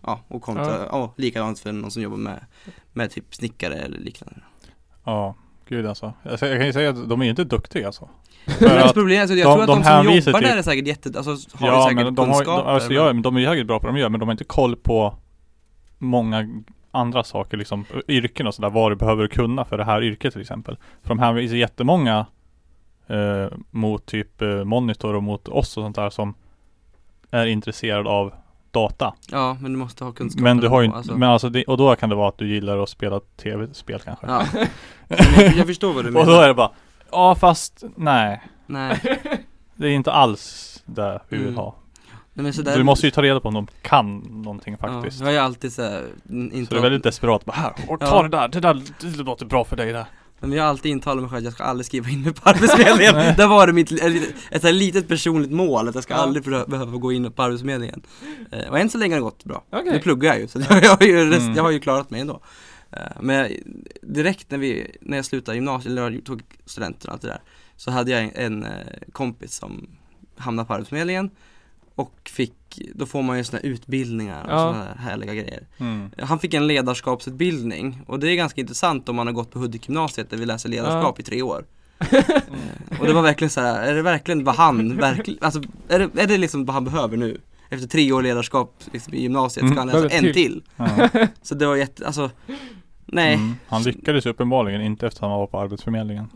[SPEAKER 3] Ja, och kontra, ja. likadant för någon som jobbar med, med typ snickare eller liknande.
[SPEAKER 1] Ja, gud alltså. Alltså, Jag kan ju säga att de är ju inte duktiga alltså.
[SPEAKER 3] Men
[SPEAKER 1] För att,
[SPEAKER 3] alltså problemet, alltså, jag
[SPEAKER 1] de-
[SPEAKER 3] tror att
[SPEAKER 1] de
[SPEAKER 3] de, som
[SPEAKER 1] hänvisar
[SPEAKER 3] jobbar
[SPEAKER 1] till-
[SPEAKER 3] där är säkert jätte, alltså har
[SPEAKER 1] ja,
[SPEAKER 3] säkert
[SPEAKER 1] men de, har, de,
[SPEAKER 3] kunskaper.
[SPEAKER 1] alltså,
[SPEAKER 3] men-
[SPEAKER 1] ja, men de är ju jäkligt bra på vad de gör, men de har inte koll på många andra saker, liksom yrken och sådär, vad du behöver kunna för det här yrket till exempel. För de hänvisar jättemånga eh, mot typ eh, monitor och mot oss och sånt där som är intresserad av data.
[SPEAKER 3] ja, men du måste ha kunskaper.
[SPEAKER 1] Men du har ju
[SPEAKER 3] då,
[SPEAKER 1] inte, men alltså det, och då kan det vara att du gillar att spela tv-spel kanske.
[SPEAKER 3] Ja. Men jag, jag förstår vad du
[SPEAKER 1] och då
[SPEAKER 3] menar.
[SPEAKER 1] är det bara, ja fast nej.
[SPEAKER 3] Nej.
[SPEAKER 1] Det är inte alls det vi vill
[SPEAKER 3] Mm.
[SPEAKER 1] ha.
[SPEAKER 3] Nej, men så där-
[SPEAKER 1] Du måste ju ta reda på om de kan någonting faktiskt.
[SPEAKER 3] Ja, jag har ju alltid så här, n-
[SPEAKER 1] så det är
[SPEAKER 3] intalat,
[SPEAKER 1] väldigt desperat. Bara, här, och ta
[SPEAKER 3] Ja.
[SPEAKER 1] det där. Det där det låter bra för dig där.
[SPEAKER 3] men jag har alltid intalat mig själv att jag ska aldrig skriva in mig på Arbetsförmedlingen. Där var det mitt, li- ett, ett så här litet personligt mål, att jag ska
[SPEAKER 2] Ja.
[SPEAKER 3] aldrig behö- behöva gå in på Arbetsförmedlingen. Eh, och än så länge har det gått bra.
[SPEAKER 2] Okej.
[SPEAKER 3] Nu pluggar jag ju, så jag, har ju rest,
[SPEAKER 1] Mm.
[SPEAKER 3] jag har ju klarat mig ändå. Eh, men jag, direkt när, vi, när jag slutade gymnasiet, eller jag tog studenten och allt det där, så hade jag en, en eh, kompis som hamnade på Arbetsförmedlingen och fick, då får man ju sådana utbildningar och
[SPEAKER 2] Ja.
[SPEAKER 3] sådana här härliga grejer.
[SPEAKER 1] Mm.
[SPEAKER 3] Han fick en ledarskapsutbildning och det är ganska intressant om man har gått på Hudik-gymnasiet där vi läser ledarskap i tre år. Eh, och det var verkligen så här, är det verkligen vad han verkligen, alltså är det, är det liksom vad han behöver nu? Efter tre år ledarskap liksom, i gymnasiet ska
[SPEAKER 1] Mm.
[SPEAKER 3] han läsa
[SPEAKER 2] Behöver
[SPEAKER 3] en
[SPEAKER 2] till.
[SPEAKER 3] till.
[SPEAKER 1] Ja.
[SPEAKER 3] Så det var jätte, alltså nej,
[SPEAKER 1] Mm. Han lyckades ju uppenbarligen inte efter att han var på Arbetsförmedlingen.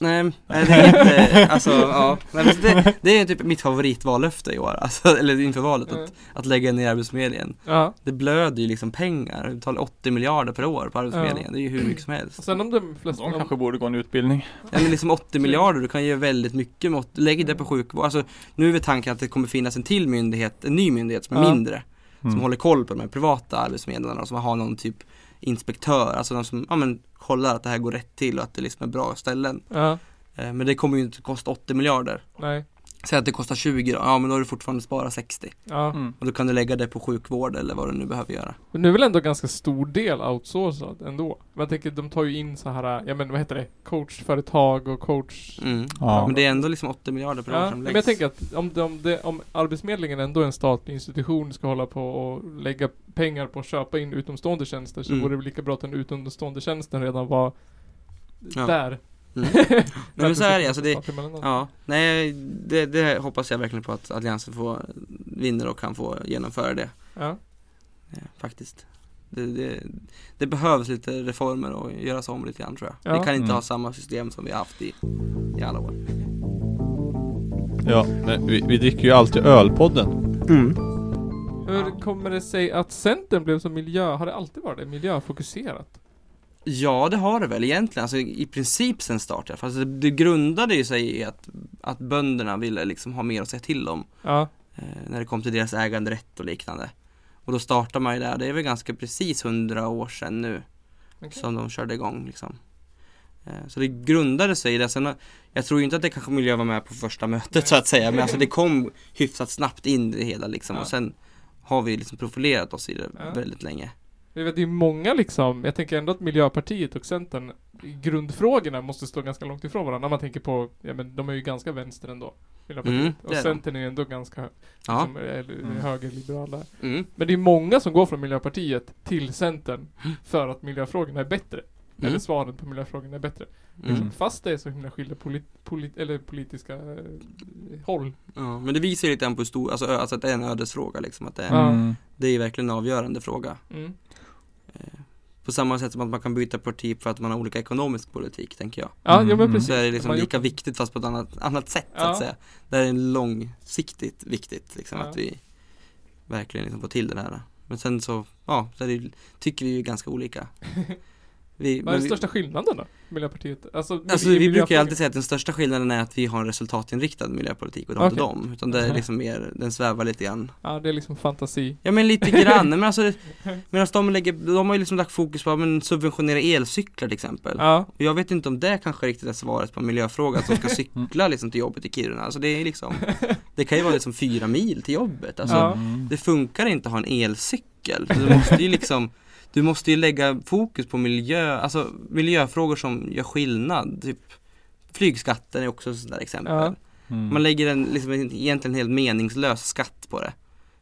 [SPEAKER 3] nej, nej det är inte, alltså ja. Nej, men så det, det är typ mitt favoritvallöfte i år, alltså, eller inför valet,
[SPEAKER 2] Mm.
[SPEAKER 3] att, att lägga ner Arbetsförmedlingen.
[SPEAKER 2] Ja.
[SPEAKER 3] Det blöder ju liksom pengar, vi betalar 80 miljarder per år på Arbetsförmedlingen, det är ju hur mycket som helst.
[SPEAKER 2] Och sen om de flesta...
[SPEAKER 1] De
[SPEAKER 2] om-
[SPEAKER 1] kanske borde gå en utbildning.
[SPEAKER 3] Ja men liksom 80 miljarder, du kan göra väldigt mycket med 80, lägg det på
[SPEAKER 2] Mm.
[SPEAKER 3] sjukvård. Alltså, nu är väl tanken att det kommer finnas en till myndighet, en ny myndighet som är
[SPEAKER 2] Ja.
[SPEAKER 3] mindre.
[SPEAKER 1] Mm.
[SPEAKER 3] Som håller koll på de här privata arbetsförmedlarna och som har någon typ inspektör, alltså någon som, ja men kollar att det här går rätt till och att det liksom är bra ställen.
[SPEAKER 2] Ja.
[SPEAKER 3] Eh, Men det kommer ju inte kosta 80 miljarder.
[SPEAKER 2] Nej.
[SPEAKER 3] Säg att det kostar 20 då, ja men då har du fortfarande sparat 60.
[SPEAKER 2] Ja.
[SPEAKER 1] Mm.
[SPEAKER 3] Och då kan du lägga det på sjukvård eller vad du nu behöver göra.
[SPEAKER 2] Men nu är väl ändå ganska stor del outsourcad ändå. Men jag tänker, de tar ju in så här, ja men vad heter det? Coachföretag och coach...
[SPEAKER 3] Mm.
[SPEAKER 1] Ja.
[SPEAKER 3] Men det är ändå liksom 80 miljarder per år
[SPEAKER 2] Ja,
[SPEAKER 3] som
[SPEAKER 2] men
[SPEAKER 3] läggs.
[SPEAKER 2] jag tänker att om, de, om, det- om Arbetsförmedlingen ändå är en statlig institution ska hålla på och lägga pengar på att köpa in utomstående tjänster så
[SPEAKER 3] Mm.
[SPEAKER 2] vore det väl lika bra att den utomstående tjänsten redan var
[SPEAKER 3] Ja.
[SPEAKER 2] där.
[SPEAKER 3] Mm. Nej, men så är det, alltså det, Ja, nej det, det hoppas jag verkligen på att Alliansen får vinner och kan få genomföra det
[SPEAKER 2] Ja.
[SPEAKER 3] eh, faktiskt. Det, det, det behövs lite reformer och göras om lite grann tror jag.
[SPEAKER 2] Ja.
[SPEAKER 3] Vi kan inte
[SPEAKER 1] Mm.
[SPEAKER 3] ha samma system som vi har haft i, i alla år.
[SPEAKER 1] Ja, men vi, vi dricker ju alltid ölpodden.
[SPEAKER 3] Mm.
[SPEAKER 2] Hur kommer det sig att Centern blev så miljö... Har det alltid varit det? Miljöfokuserat?
[SPEAKER 3] Ja, det har det väl egentligen, alltså i princip sen start i alla fall. Alltså, det, det grundade ju sig i att, att bönderna ville liksom ha mer att säga till om
[SPEAKER 2] Ja.
[SPEAKER 3] eh, när det kom till deras äganderätt och liknande. Och då startade man ju där, det är väl ganska precis hundra år sedan nu
[SPEAKER 2] Okej.
[SPEAKER 3] som de körde igång liksom. Eh, Så det grundade sig i det. Sen, har- jag tror ju inte att det kanske miljö var med på första mötet så att säga, men alltså det kom hyfsat snabbt in i det hela liksom.
[SPEAKER 2] Ja.
[SPEAKER 3] Och sen har vi liksom profilerat oss i det
[SPEAKER 2] Ja.
[SPEAKER 3] väldigt länge.
[SPEAKER 2] Jag vet, det är många liksom, jag tänker ändå att Miljöpartiet och Centern i grundfrågorna måste stå ganska långt ifrån varandra. När man tänker på, ja men de är ju ganska vänster ändå. Miljöpartiet.
[SPEAKER 3] Mm, det
[SPEAKER 2] och
[SPEAKER 3] är de.
[SPEAKER 2] Centern är ju ändå ganska
[SPEAKER 3] Ja.
[SPEAKER 2] liksom, eller-
[SPEAKER 1] Mm.
[SPEAKER 2] högerliberala.
[SPEAKER 3] Mm.
[SPEAKER 2] Men det är många som går från Miljöpartiet till Centern för att miljöfrågorna är bättre. Eller
[SPEAKER 3] Mm.
[SPEAKER 2] svaren på miljöfrågorna är bättre.
[SPEAKER 3] Mm.
[SPEAKER 2] Fast det är så himla skilda polit, polit, eller politiska eh, håll.
[SPEAKER 3] Ja, men det visar ju lite grann på hur stor, alltså, ö- alltså att det är en ödesfråga liksom. Att det, är,
[SPEAKER 2] Ja.
[SPEAKER 3] det är ju verkligen en avgörande fråga.
[SPEAKER 2] Mm.
[SPEAKER 3] På samma sätt som att man kan byta parti för att man har olika ekonomisk politik, tänker jag.
[SPEAKER 2] Ja,
[SPEAKER 1] Mm,
[SPEAKER 2] ja men
[SPEAKER 1] mm.
[SPEAKER 2] precis.
[SPEAKER 3] Så är det liksom
[SPEAKER 2] Man
[SPEAKER 3] lika
[SPEAKER 2] gjort-
[SPEAKER 3] viktigt fast på ett annat, annat sätt så
[SPEAKER 2] Ja.
[SPEAKER 3] att säga. Där är det långsiktigt viktigt liksom
[SPEAKER 2] Ja.
[SPEAKER 3] att vi verkligen liksom får till det här. Men sen så, ja, så är det, ju- tycker vi ju ganska olika.
[SPEAKER 2] Vad
[SPEAKER 3] Vi,
[SPEAKER 2] är
[SPEAKER 3] men
[SPEAKER 2] den
[SPEAKER 3] vi,
[SPEAKER 2] största skillnaden då? Miljöpartiet? Alltså, mil-
[SPEAKER 3] alltså
[SPEAKER 2] i
[SPEAKER 3] vi brukar ju
[SPEAKER 2] miljöfrågor?
[SPEAKER 3] alltid säga att den största skillnaden är att vi har en resultatinriktad miljöpolitik och de inte
[SPEAKER 2] Okej.
[SPEAKER 3] dem. Utan det är liksom mer, den svävar lite grann
[SPEAKER 2] Ja, det är liksom fantasi.
[SPEAKER 3] Ja men lite grann, men alltså Medan de lägger, de har ju liksom lagt fokus på, ja, men subventionera elcyklar till exempel
[SPEAKER 2] Ja.
[SPEAKER 3] Och jag vet inte om det kanske riktigt är svaret på miljöfrågan, att de ska cykla liksom till jobbet i Kiruna Alltså det är liksom Det kan ju vara liksom fyra mil till jobbet alltså,
[SPEAKER 2] Ja.
[SPEAKER 1] Mm.
[SPEAKER 3] Det funkar inte att ha en elcykel, för du måste ju liksom Du måste ju lägga fokus på miljö, alltså miljöfrågor som gör skillnad, typ Flygskatten är också ett sånt där exempel
[SPEAKER 2] Ja.
[SPEAKER 1] Mm.
[SPEAKER 3] man lägger en, liksom, en egentligen helt meningslös skatt på det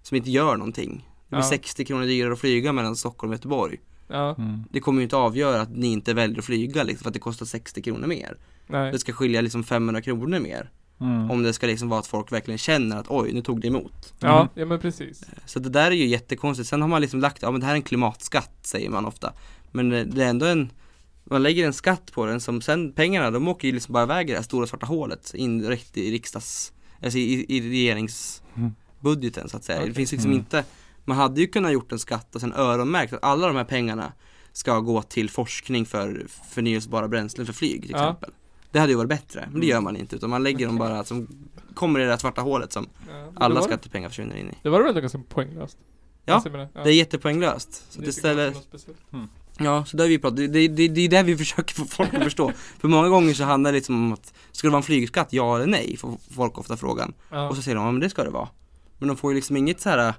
[SPEAKER 3] Som inte gör någonting Det blir
[SPEAKER 2] Ja.
[SPEAKER 3] 60 kronor dyrare att flyga mellan Stockholm och Göteborg
[SPEAKER 2] Ja.
[SPEAKER 1] Mm.
[SPEAKER 3] Det kommer ju inte avgöra att ni inte väljer att flyga liksom, för att det kostar 60 kronor mer
[SPEAKER 2] Nej.
[SPEAKER 3] Det ska skilja liksom 500 kronor mer
[SPEAKER 1] Mm.
[SPEAKER 3] Om det ska liksom vara att folk verkligen känner att oj, nu tog det emot
[SPEAKER 2] Ja, ja men precis.
[SPEAKER 3] Så det där är ju jättekonstigt Sen har man liksom lagt, ja men det här är en klimatskatt säger man ofta Men eh, det är ändå en man lägger en skatt på den som sen pengarna de åker ju liksom bara iväg i det här stora svarta hålet in direkt i riksdags, alltså i, i regerings
[SPEAKER 1] Mm.
[SPEAKER 3] budgeten så att säga.
[SPEAKER 2] Okej.
[SPEAKER 3] Det finns liksom
[SPEAKER 1] Mm.
[SPEAKER 3] inte, man hade ju kunnat gjort en skatt och sen öronmärkt att alla de här pengarna ska gå till forskning för förnyelsebara bränslen för flyg till
[SPEAKER 2] Ja. Mm.
[SPEAKER 3] exempel. Det hade ju varit bättre, men det gör man inte utan man lägger dem
[SPEAKER 2] Okej.
[SPEAKER 3] bara som kommer i det där svarta hålet som
[SPEAKER 2] Ja. Det
[SPEAKER 3] alla
[SPEAKER 2] var-
[SPEAKER 3] skattepengar försvinner in i.
[SPEAKER 2] Det var väl ändå ganska poänglöst?
[SPEAKER 3] Ja,
[SPEAKER 2] Alltså, jag menar, ja.
[SPEAKER 3] Det är jättepoänglöst. Så
[SPEAKER 2] Det är
[SPEAKER 3] det
[SPEAKER 2] inte ganska
[SPEAKER 3] ställer,
[SPEAKER 2] något speciellt.
[SPEAKER 3] ja så där har vi pratat, det, det, det, det är det vi försöker få folk att förstå. för många gånger så handlar det liksom om att, ska det vara en flygskatt, ja eller nej? Får folk ofta frågan.
[SPEAKER 2] Ja.
[SPEAKER 3] Och så säger de, ja men det ska det vara. Men de får ju liksom inget så här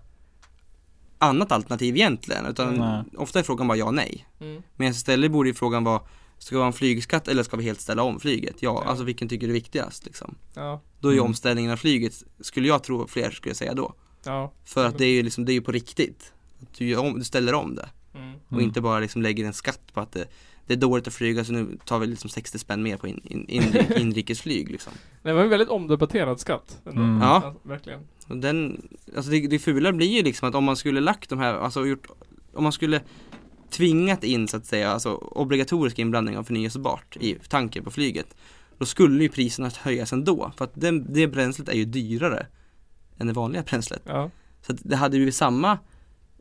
[SPEAKER 3] annat alternativ egentligen, utan
[SPEAKER 1] Nej.
[SPEAKER 3] ofta är frågan bara ja nej.
[SPEAKER 2] Mm.
[SPEAKER 3] Men istället borde ju frågan vara, ska det vara en flygskatt eller ska vi helt ställa om flyget? Ja,
[SPEAKER 2] Ja.
[SPEAKER 3] alltså vilken tycker du är viktigast liksom?
[SPEAKER 2] Ja.
[SPEAKER 3] Då är ju
[SPEAKER 1] Mm.
[SPEAKER 3] omställningen av flyget, skulle jag tro fler skulle säga då.
[SPEAKER 2] Ja.
[SPEAKER 3] För att det är ju liksom, det är ju på riktigt. Att du, gör om, du ställer om det
[SPEAKER 2] Mm.
[SPEAKER 3] och inte bara liksom lägger en skatt på att det, det är dåligt att flyga så nu tar vi liksom 60 spänn mer på in, in, inri- inrikesflyg liksom.
[SPEAKER 2] Det var en väldigt omdebatterad skatt. Ändå. Alltså,
[SPEAKER 1] Mm.
[SPEAKER 3] Ja.
[SPEAKER 2] verkligen.
[SPEAKER 3] Och Den, alltså det, det fula blir ju liksom att om man skulle lagt de här, alltså gjort, om man skulle tvingat in så att säga, alltså obligatorisk inblandning av förnyelsebart i tanken på flyget. Då skulle ju priserna höjas ändå, för att den, det bränslet är ju dyrare än det vanliga bränslet.
[SPEAKER 2] Ja.
[SPEAKER 3] Så att det hade blivit samma,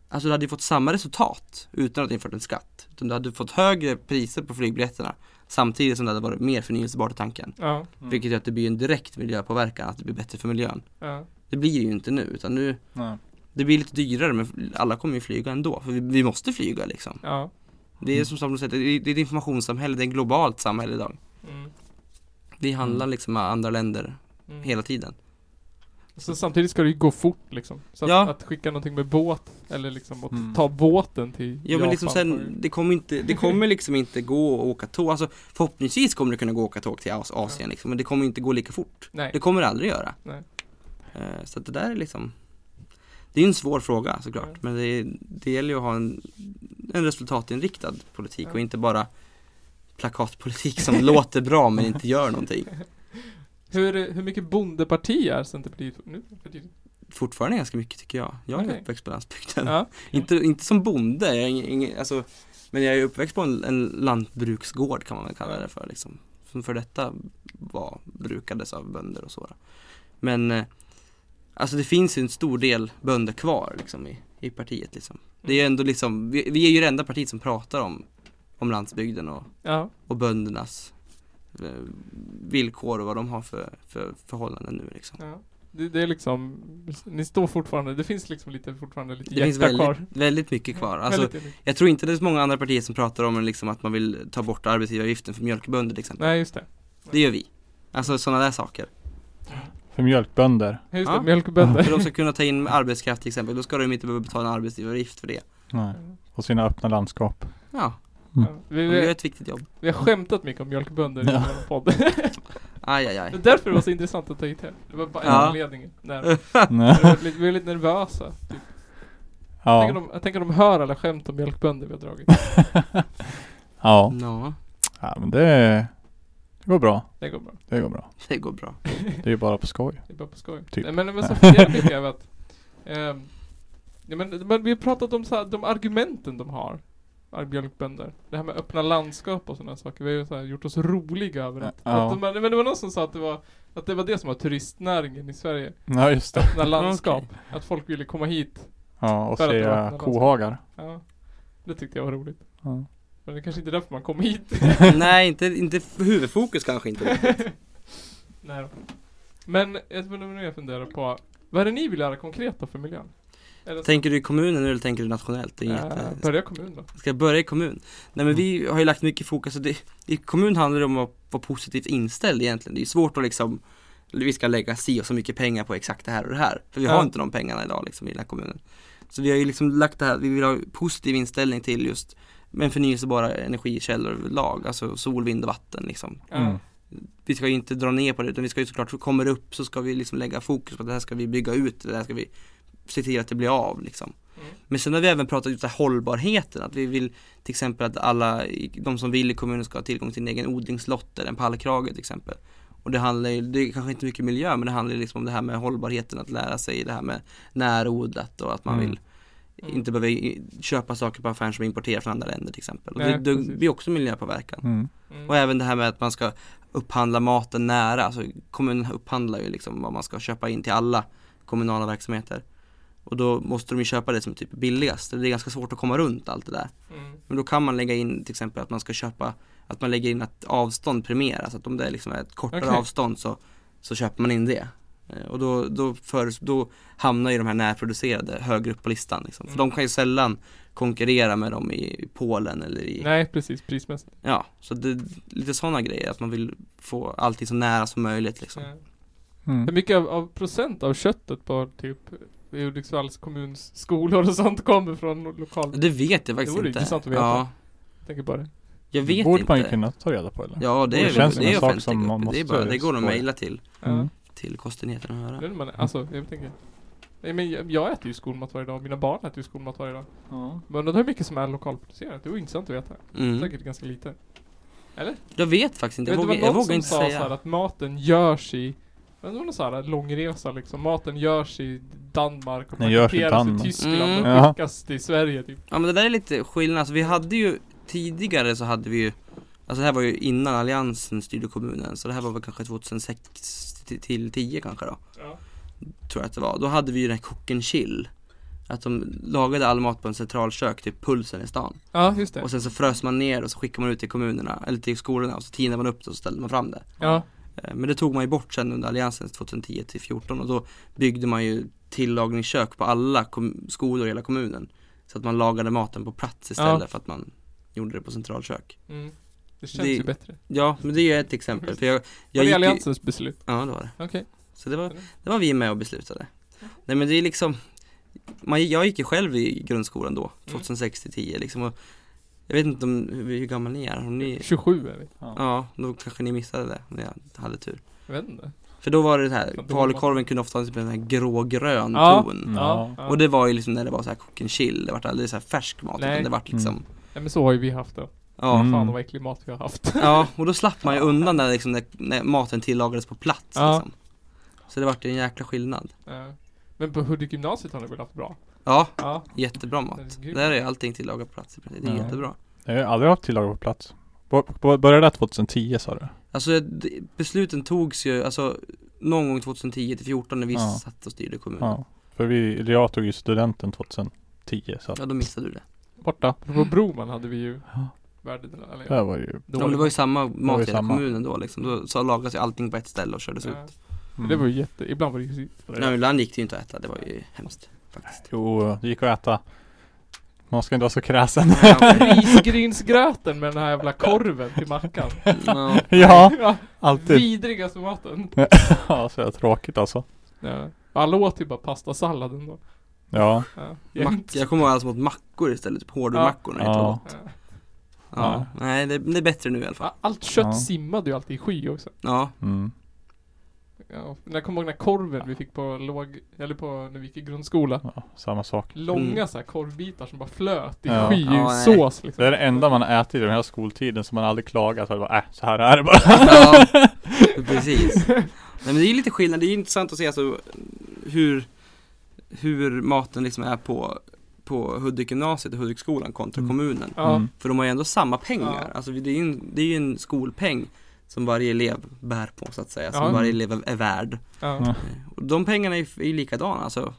[SPEAKER 3] alltså du hade ju fått samma resultat utan att infört en skatt. Utan du hade fått högre priser på flygbiljetterna samtidigt som det hade varit mer förnyelsebart i tanken.
[SPEAKER 2] Ja.
[SPEAKER 1] Mm.
[SPEAKER 3] Vilket gör att det blir en direkt miljöpåverkan, att det blir bättre för miljön.
[SPEAKER 2] Ja.
[SPEAKER 3] Det blir det ju inte nu, utan nu
[SPEAKER 1] Mm. Nej.
[SPEAKER 3] det blir lite dyrare men alla kommer ju flyga ändå för vi, vi måste flyga liksom.
[SPEAKER 2] Ja.
[SPEAKER 3] Det är som som du säger, det är det är ett informationssamhälle, det är ett globalt samhälle idag.
[SPEAKER 2] Mm.
[SPEAKER 3] Vi handlar liksom med andra länder
[SPEAKER 2] Mm.
[SPEAKER 3] hela tiden.
[SPEAKER 2] Så samtidigt ska det ju gå fort liksom. Så att,
[SPEAKER 3] Ja.
[SPEAKER 2] att skicka någonting med båt, eller liksom att
[SPEAKER 1] Mm.
[SPEAKER 2] ta båten till
[SPEAKER 3] Ja men liksom sen, det kommer inte, det kommer liksom inte gå att åka tåg, alltså förhoppningsvis kommer det kunna gå att åka tåg till As- Asien liksom, men det kommer inte gå lika fort.
[SPEAKER 2] Nej.
[SPEAKER 3] Det kommer det aldrig göra.
[SPEAKER 2] Nej.
[SPEAKER 3] Eh, Så att det där är liksom, det är ju en svår fråga såklart,
[SPEAKER 2] Ja.
[SPEAKER 3] men det, är- det gäller ju att ha en, en resultatinriktad politik
[SPEAKER 2] Ja.
[SPEAKER 3] och inte bara plakatpolitik som låter bra men inte gör någonting.
[SPEAKER 2] Hur, hur mycket bondeparti är Centerpartiet nu för tiden?
[SPEAKER 3] Fortfarande ganska mycket tycker jag. Jag är
[SPEAKER 2] Okej.
[SPEAKER 3] uppväxt på landsbygden.
[SPEAKER 2] Ja.
[SPEAKER 3] Inte, inte som bonde, jag är ing, ing, alltså, men jag är uppväxt på en, en lantbruksgård kan man väl kalla det för liksom. Som för detta var, brukades av bönder och så. då. Men eh, alltså det finns ju en stor del bönder kvar liksom i, i partiet liksom. Det
[SPEAKER 2] Mm.
[SPEAKER 3] är ju ändå liksom, vi, vi är ju det enda partiet som pratar om, om landsbygden och,
[SPEAKER 2] Ja.
[SPEAKER 3] och böndernas eh, villkor och vad de har för, för förhållanden nu liksom.
[SPEAKER 2] ja. Det, det är liksom, ni står fortfarande, det finns liksom lite fortfarande lite
[SPEAKER 3] Det finns
[SPEAKER 2] hjärta kvar.
[SPEAKER 3] väldigt, väldigt mycket kvar. Alltså,
[SPEAKER 2] Väldigt enligt.
[SPEAKER 3] jag tror inte det är så många andra partier som pratar om liksom, att man vill ta bort arbetsgivaravgiften för mjölkbönder till exempel.
[SPEAKER 2] Nej just det.
[SPEAKER 3] Det gör vi. Alltså sådana där saker.
[SPEAKER 1] För mjölkbönder.
[SPEAKER 2] Ja, Just det,
[SPEAKER 3] Ja.
[SPEAKER 2] mjölkbönder.
[SPEAKER 3] För de ska kunna ta in arbetskraft till exempel, då ska de inte behöva betala en arbetsgivaravgift för det.
[SPEAKER 1] Nej. Och sina öppna landskap.
[SPEAKER 3] Ja,
[SPEAKER 2] Ja. Vi,
[SPEAKER 3] de gör
[SPEAKER 2] vi,
[SPEAKER 3] ett viktigt jobb.
[SPEAKER 2] vi har skämtat mycket om mjölkbönder i
[SPEAKER 1] Mm. Ja.
[SPEAKER 2] vår podd.
[SPEAKER 3] Aj, aj,
[SPEAKER 2] Det är
[SPEAKER 3] aj.
[SPEAKER 2] därför det var så intressant att ta hit här. Det var bara en
[SPEAKER 3] Ja.
[SPEAKER 2] anledning. När,
[SPEAKER 1] Nej.
[SPEAKER 2] vi var lite- vi var lite nervösa. Typ. Tänk, om
[SPEAKER 1] Ja.
[SPEAKER 2] de, jag tänker om de hör alla skämt om mjölkbönder vi har dragit.
[SPEAKER 1] ja.
[SPEAKER 3] Nå,
[SPEAKER 1] Ja men det, det går bra.
[SPEAKER 2] Det går bra.
[SPEAKER 1] Det går bra.
[SPEAKER 3] det går bra.
[SPEAKER 1] Det är ju bara på skoj.
[SPEAKER 2] Det är bara på skoj.
[SPEAKER 1] Typ.
[SPEAKER 2] Nej, men, men så fungerar mycket av att... ehm, ja, men, men vi har pratat om så här, de argumenten de har. ar- Mjölkbönder. Det här med öppna landskap och sådana saker. Vi har ju så här, gjort oss roliga över
[SPEAKER 1] Ja.
[SPEAKER 2] att, att de, men det var någon som sa att det var att det var det som var turistnäringen i Sverige.
[SPEAKER 1] Ja just det.
[SPEAKER 2] Öppna landskap. Att folk ville komma hit.
[SPEAKER 1] Ja och
[SPEAKER 2] För att det var
[SPEAKER 1] se eh,
[SPEAKER 2] öppna
[SPEAKER 1] kohagar.
[SPEAKER 2] Ja. Det tyckte jag var roligt.
[SPEAKER 1] Ja.
[SPEAKER 2] Men det kanske inte är därför man kom hit.
[SPEAKER 3] Nej, inte, inte huvudfokus kanske inte.
[SPEAKER 2] Nej då. Men jag undrar nu jag funderar på, vad är det ni vill göra konkret då för miljön? Är det så-
[SPEAKER 3] Tänker du i kommunen nu eller tänker du nationellt? Det är eh,
[SPEAKER 2] Äh,
[SPEAKER 3] jätte...
[SPEAKER 2] börja kommun då.
[SPEAKER 3] Ska jag börja i kommun? Nej men vi har ju lagt mycket fokus, och det, i kommun handlar det om att vara positivt inställd egentligen. Det är ju svårt att liksom, vi ska lägga si och så mycket pengar på exakt det här och det här. För vi har
[SPEAKER 2] Ja.
[SPEAKER 3] inte de pengarna idag liksom i den här kommunen. Så vi har ju liksom lagt det här, vi vill ha positiv inställning till just men förnyelsebara energikällor överlag, alltså sol, vind och vatten liksom.
[SPEAKER 2] Ja.
[SPEAKER 1] Mm.
[SPEAKER 3] Vi ska ju inte dra ner på det utan vi ska ju såklart, så kommer det upp så ska vi liksom lägga fokus på att det här ska vi bygga ut, det här ska vi se till att det blir av liksom.
[SPEAKER 2] Mm.
[SPEAKER 3] Men sen har vi även pratat just om hållbarheten, att vi vill till exempel att alla, i- de som vill i kommunen ska ha tillgång till en egen odlingslott eller en pallkrage till exempel. Och det handlar ju, det är kanske inte mycket miljö, men det handlar ju liksom om det här med hållbarheten, att lära sig det här med närodlat och att man
[SPEAKER 1] Mm.
[SPEAKER 3] vill
[SPEAKER 2] Mm.
[SPEAKER 3] inte behöva i- köpa saker på affären som importeras från andra länder till exempel. Och
[SPEAKER 2] Nej,
[SPEAKER 3] det, det
[SPEAKER 2] precis.
[SPEAKER 3] blir också miljöpåverkan.
[SPEAKER 1] Mm.
[SPEAKER 2] Mm.
[SPEAKER 3] Och även det här med att man ska upphandla maten nära, alltså kommunen upphandlar ju liksom vad man ska köpa in till alla kommunala verksamheter. Och då måste de ju köpa det som typ är billigast, det är ganska svårt att komma runt allt det där.
[SPEAKER 2] Mm.
[SPEAKER 3] Men då kan man lägga in till exempel att man ska köpa, att man lägger in att avstånd premieras, att om det liksom är ett kortare
[SPEAKER 2] Okej.
[SPEAKER 3] avstånd så, så köper man in det. Eh, Och då, då, föres- då hamnar ju de här närproducerade högre upp på listan liksom. För
[SPEAKER 2] Mm.
[SPEAKER 3] de kan ju sällan konkurrera med dem i Polen eller i
[SPEAKER 2] Nej precis, prismässigt.
[SPEAKER 3] Ja, så det, lite sådana grejer, att man vill få allting så nära som möjligt liksom.
[SPEAKER 2] Ja. Hur
[SPEAKER 1] Mm.
[SPEAKER 2] mycket av, av procent av köttet på typ Hudiksvalls kommuns skolor och sånt kommer från lo- lokal...
[SPEAKER 3] Det vet jag faktiskt
[SPEAKER 2] Det vore
[SPEAKER 3] inte.
[SPEAKER 2] intressant att veta.
[SPEAKER 3] Ja,
[SPEAKER 2] Jag tänker bara det.
[SPEAKER 3] jag vet
[SPEAKER 1] Borde
[SPEAKER 3] inte.
[SPEAKER 1] man ju kunna ta reda på eller?
[SPEAKER 3] Ja, det,
[SPEAKER 1] Det
[SPEAKER 3] är,
[SPEAKER 1] känns
[SPEAKER 3] det,
[SPEAKER 1] som
[SPEAKER 3] det är
[SPEAKER 1] en sak
[SPEAKER 3] offentlig
[SPEAKER 1] som man
[SPEAKER 3] grupp. Det, är
[SPEAKER 1] måste
[SPEAKER 3] bara, det går att
[SPEAKER 1] spåra.
[SPEAKER 3] mejla till,
[SPEAKER 2] Ja.
[SPEAKER 1] Mm.
[SPEAKER 3] till kostenheten och
[SPEAKER 2] Det
[SPEAKER 3] höra.
[SPEAKER 2] är man, alltså, jag tänker. Nej men jag, jag äter ju skolmat varje dag, mina barn äter ju skolmat varje dag. Men undrar hur mycket som är lokalproducerat? Det vore intressant att veta.
[SPEAKER 3] Mm.
[SPEAKER 2] Säkert ganska lite.
[SPEAKER 3] Jag vet faktiskt inte, jag
[SPEAKER 2] Men
[SPEAKER 3] vågar,
[SPEAKER 2] det
[SPEAKER 3] jag
[SPEAKER 2] var någon
[SPEAKER 3] vågar
[SPEAKER 2] som
[SPEAKER 3] inte
[SPEAKER 2] sa så här
[SPEAKER 3] säga.
[SPEAKER 2] att maten görs i men det var någon sån här långresa liksom. Maten görs i Danmark och
[SPEAKER 1] Den görs i
[SPEAKER 2] paketeras
[SPEAKER 1] Danmark.
[SPEAKER 2] i Tyskland
[SPEAKER 3] Mm.
[SPEAKER 1] Ja.
[SPEAKER 2] och skickas till Sverige typ.
[SPEAKER 3] Ja men det där är lite skillnad, alltså, vi hade ju tidigare så hade vi ju Alltså det här var ju innan alliansen styrde kommunen, så det här var väl kanske 2006 till- till 10 kanske då.
[SPEAKER 2] Ja.
[SPEAKER 3] tror jag att det var, då hade vi ju den här cook and chill Att de lagade all mat på en centralkök, typ pulsen i stan
[SPEAKER 2] just det.
[SPEAKER 3] Och sen så frös man ner och så skickade man ut till kommunerna, eller till skolorna och så tinade man upp det och så ställde man fram det
[SPEAKER 2] Ja.
[SPEAKER 3] Eh, Men det tog man ju bort sen under alliansen 2010 till 14 och då byggde man ju tillagningskök på alla kom- skolor i hela kommunen Så att man lagade maten på plats istället för att man gjorde det på centralkök
[SPEAKER 2] Mm. Det känns
[SPEAKER 3] Det-
[SPEAKER 2] ju bättre.
[SPEAKER 3] Ja, men det är ju ett exempel för jag,
[SPEAKER 2] Var
[SPEAKER 3] jag
[SPEAKER 2] det
[SPEAKER 3] gick ju-
[SPEAKER 2] Alliansens beslut?
[SPEAKER 3] Ja, det var det
[SPEAKER 2] Okej.
[SPEAKER 3] Så det var, det var vi med och beslutade. Nej men det är liksom, man, jag gick ju själv i grundskolan då,
[SPEAKER 2] Mm.
[SPEAKER 3] 2006 till 10 liksom och jag vet inte om, hur, hur gammal ni är, om ni,
[SPEAKER 2] 27 är vi.
[SPEAKER 3] ja, då kanske ni missade det när jag hade tur.
[SPEAKER 2] Jag vet inte.
[SPEAKER 3] För då var det det här,
[SPEAKER 2] Fan, då var man-
[SPEAKER 3] falukorven kunde ofta ha typ en sån här grågrön
[SPEAKER 2] Ja.
[SPEAKER 3] ton.
[SPEAKER 1] Mm.
[SPEAKER 2] Ja.
[SPEAKER 1] Ja.
[SPEAKER 2] ja.
[SPEAKER 3] Och det var ju liksom när det var så här cook and chill, det vart aldrig så här färsk mat
[SPEAKER 2] Nej.
[SPEAKER 3] utan det vart liksom,
[SPEAKER 2] Nej, men så har ju vi haft det.
[SPEAKER 3] ja.
[SPEAKER 1] Mm.
[SPEAKER 2] Fan vad äcklig mat vi har haft.
[SPEAKER 3] Ja, och då slapp man ju undan när, liksom, när, när maten tillagades på plats
[SPEAKER 2] Ja.
[SPEAKER 3] liksom. Så det vart ju en jäkla skillnad.
[SPEAKER 2] Ja. men på Hudik-gymnasiet har ni väl haft bra?
[SPEAKER 3] Ja,
[SPEAKER 2] Ja.
[SPEAKER 3] Jättebra mat.
[SPEAKER 2] Herregud.
[SPEAKER 3] Där är allting tillagat på plats. i princip. Det är
[SPEAKER 1] Ja.
[SPEAKER 3] jättebra.
[SPEAKER 1] Jag har aldrig haft tillagat på plats. Bo- bo- Började det 2010 sa du?
[SPEAKER 3] Alltså det- besluten togs ju, alltså någon gång 2010 till 14 när vi
[SPEAKER 1] Ja.
[SPEAKER 3] satt och styrde kommunen. Ja.
[SPEAKER 1] Ja. För vi, eller jag tog ju studenten 2010 så att,
[SPEAKER 3] då missade du det.
[SPEAKER 1] borta.
[SPEAKER 2] På Broman hade vi ju
[SPEAKER 1] Ja.
[SPEAKER 2] värdedelar, eller
[SPEAKER 1] Där var det ju.
[SPEAKER 3] Ja, men det var ju samma mat i hela
[SPEAKER 1] samma.
[SPEAKER 3] kommunen då liksom. Då så lagades ju allting på ett ställe och kördes ut.
[SPEAKER 2] Ja. Det var ju jätte, ibland var det ju skit.
[SPEAKER 3] Nej men ibland gick det ju inte att äta, det var ju hemskt faktiskt.
[SPEAKER 1] Mm. Jo, det gick att äta. Man ska inte vara så kräsen.
[SPEAKER 3] Ja, okej.
[SPEAKER 2] Risgrynsgröten med den här jävla korven till mackan.
[SPEAKER 3] Ja. Typ.
[SPEAKER 1] ja, alltid.
[SPEAKER 2] Vidrigaste maten.
[SPEAKER 1] Ja, så jävla tråkigt alltså.
[SPEAKER 2] Ja. Alla åt ju bara pastasalladen då.
[SPEAKER 1] Ja,
[SPEAKER 2] Ja.
[SPEAKER 3] Mack, jag kommer ihåg alltså mot mackor istället, typ hårdmackor när jag inte
[SPEAKER 1] ja.
[SPEAKER 3] åt. Ja. Nej det, det är bättre nu i alla fall.
[SPEAKER 2] Ja. Allt kött
[SPEAKER 1] Ja.
[SPEAKER 2] simmade ju alltid i sky också.
[SPEAKER 3] Ja,
[SPEAKER 1] Mm.
[SPEAKER 2] Ja. Men Jag kommer ihåg den här korven vi fick på låg, eller på när vi gick i grundskola.
[SPEAKER 1] ja, samma sak.
[SPEAKER 2] Långa
[SPEAKER 3] Mm.
[SPEAKER 2] så här korvbitar som bara flöt i
[SPEAKER 1] Ja.
[SPEAKER 2] sky
[SPEAKER 3] Ja,
[SPEAKER 2] i
[SPEAKER 3] nej.
[SPEAKER 2] sås liksom.
[SPEAKER 1] Det är det enda man har ätit i den här skoltiden som man aldrig klagat för. Bara, äh, så här är det bara.
[SPEAKER 3] ja precis. Nej men det är ju lite skillnad, det är ju intressant att se alltså hur, hur maten liksom är på, på Hudik-gymnasiet och Hudik-skolan kontra
[SPEAKER 1] Mm.
[SPEAKER 3] kommunen.
[SPEAKER 2] Ja.
[SPEAKER 1] Mm.
[SPEAKER 3] För de har ju ändå samma pengar.
[SPEAKER 2] Ja.
[SPEAKER 3] Alltså det är, ju en, det är ju en skolpeng som varje elev bär på så att säga, som
[SPEAKER 2] Ja.
[SPEAKER 3] varje elev är värd.
[SPEAKER 2] Ja.
[SPEAKER 1] Mm.
[SPEAKER 3] Eh, Och de pengarna är ju är ju likadana alltså,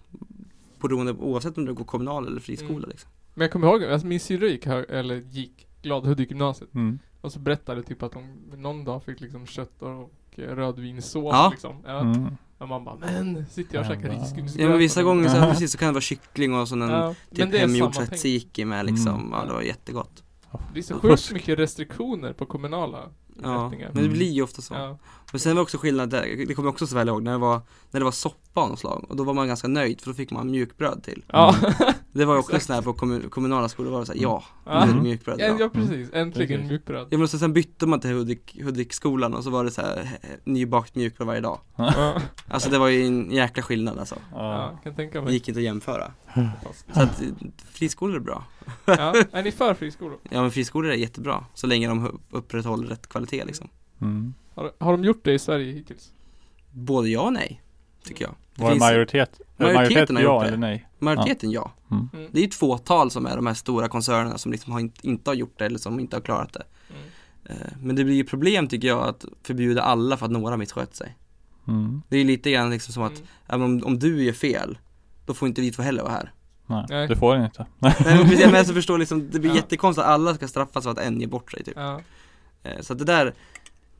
[SPEAKER 3] beroende, oavsett om du går kommunal eller friskola
[SPEAKER 2] Mm.
[SPEAKER 3] liksom.
[SPEAKER 2] Men jag kommer ihåg, alltså min syrra gick, hö- eller gick Gladhudikgymnasiet.
[SPEAKER 1] Mm.
[SPEAKER 2] Och så berättade typ att de någon dag fick liksom kött och eh, rödvinssås
[SPEAKER 3] Ja.
[SPEAKER 2] liksom. Ja.
[SPEAKER 1] Mm.
[SPEAKER 2] Och man bara men, sitter jag och käkar
[SPEAKER 1] Men va?
[SPEAKER 2] risgrynsgröt?
[SPEAKER 3] Ja men vissa gånger så,
[SPEAKER 1] Ja.
[SPEAKER 3] precis, så kan det vara kyckling och sån en
[SPEAKER 2] Ja, men
[SPEAKER 3] typ
[SPEAKER 2] det är samma
[SPEAKER 3] hemgjord så här
[SPEAKER 2] pengar.
[SPEAKER 3] tzatziki med liksom,
[SPEAKER 1] Mm.
[SPEAKER 3] ja det var jättegott.
[SPEAKER 2] Det är så
[SPEAKER 1] Och
[SPEAKER 2] sjukt
[SPEAKER 1] fusk.
[SPEAKER 2] mycket restriktioner på kommunala
[SPEAKER 3] Ja,
[SPEAKER 2] rättningar.
[SPEAKER 3] men det
[SPEAKER 1] Mm.
[SPEAKER 3] blir ju ofta så.
[SPEAKER 2] Ja.
[SPEAKER 3] Men sen var det också skillnad där, det kommer jag också så väl ihåg, när det var, när det var soppa av något slag och då var man ganska nöjd för då fick man mjukbröd till.
[SPEAKER 2] Ja.
[SPEAKER 3] Det var ju också
[SPEAKER 2] Exakt.
[SPEAKER 3] sån här på kommun, kommunala skolor, var det så här, ja,
[SPEAKER 2] Ja.
[SPEAKER 3] nu är det mjukbröd
[SPEAKER 2] ja,
[SPEAKER 3] idag.
[SPEAKER 2] ja precis, äntligen
[SPEAKER 1] Precis.
[SPEAKER 2] mjukbröd.
[SPEAKER 3] Ja men så sen bytte man till Hudik, Hudikskolan och så var det så här eh, nybakt mjukbröd varje dag
[SPEAKER 2] Ja.
[SPEAKER 3] Alltså det var ju en jäkla skillnad alltså
[SPEAKER 1] Ja.
[SPEAKER 2] ja, kan tänka
[SPEAKER 3] Det
[SPEAKER 2] mig.
[SPEAKER 3] gick inte att jämföra
[SPEAKER 2] Fast.
[SPEAKER 3] Så att eh, friskolor är bra
[SPEAKER 2] Ja. Är ni för friskolor?
[SPEAKER 3] Ja men friskolor är jättebra Så länge de hu- upprätthåller rätt kvalitet liksom
[SPEAKER 1] Mm.
[SPEAKER 2] Har, har de gjort det i Sverige hittills?
[SPEAKER 3] Både ja och nej Tycker jag Det
[SPEAKER 1] Var det
[SPEAKER 3] finns-
[SPEAKER 1] majoritet? Majoriteten majoritet
[SPEAKER 3] Majoriteten har gjort
[SPEAKER 1] ja
[SPEAKER 3] det.
[SPEAKER 1] eller nej?
[SPEAKER 3] Majoriteten ja
[SPEAKER 1] Mm.
[SPEAKER 2] Mm.
[SPEAKER 3] Det är ju ett fåtal som är de här stora koncernerna som liksom har inte, inte har gjort det eller som inte har klarat det
[SPEAKER 2] Mm.
[SPEAKER 3] Eh, Men det blir ju problem tycker jag att förbjuda alla för att några misskött sig
[SPEAKER 1] Mm.
[SPEAKER 3] Det är ju lite grann liksom som att
[SPEAKER 2] Mm.
[SPEAKER 3] ja, men om, om du gör fel Då får inte vi två heller vara här
[SPEAKER 1] Nej.
[SPEAKER 2] Nej.
[SPEAKER 1] du får den inte.
[SPEAKER 3] Nej men precis, men jag förstår liksom, det blir
[SPEAKER 2] Ja.
[SPEAKER 3] jättekonstigt att alla ska straffas för att en ger bort sig typ.
[SPEAKER 2] Ja.
[SPEAKER 3] Eh, Så att det där,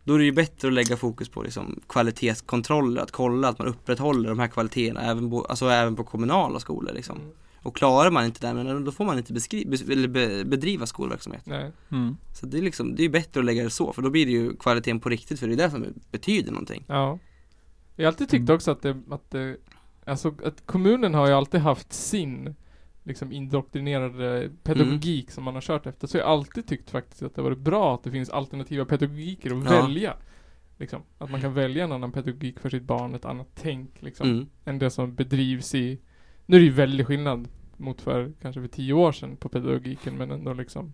[SPEAKER 3] då är det ju bättre att lägga fokus på liksom kvalitetskontroller, att kolla att man upprätthåller de här kvaliteterna även på, alltså även på kommunala skolor liksom.
[SPEAKER 2] Mm.
[SPEAKER 3] Och klarar man inte det, men då får man inte beskri- bes- eller be- bedriva skolverksamhet.
[SPEAKER 2] Nej.
[SPEAKER 1] Mm.
[SPEAKER 3] Så det är liksom, det är ju bättre att lägga det så, för då blir det ju kvaliteten på riktigt, för det är det som betyder någonting.
[SPEAKER 2] Ja. Jag har alltid tyckt
[SPEAKER 1] Mm.
[SPEAKER 2] också att det, att det, alltså att kommunen har ju alltid haft sin liksom indoktrinerade pedagogik
[SPEAKER 3] Mm.
[SPEAKER 2] som man har kört efter. Så jag har alltid tyckt faktiskt att det har varit bra att det finns alternativa pedagogiker att
[SPEAKER 3] Ja.
[SPEAKER 2] välja. Liksom, att man kan välja en annan pedagogik för sitt barn, ett annat tänk liksom,
[SPEAKER 3] Mm.
[SPEAKER 2] än det som bedrivs i... Nu är det ju väldigt skillnad mot för kanske för tio år sedan på pedagogiken men ändå liksom.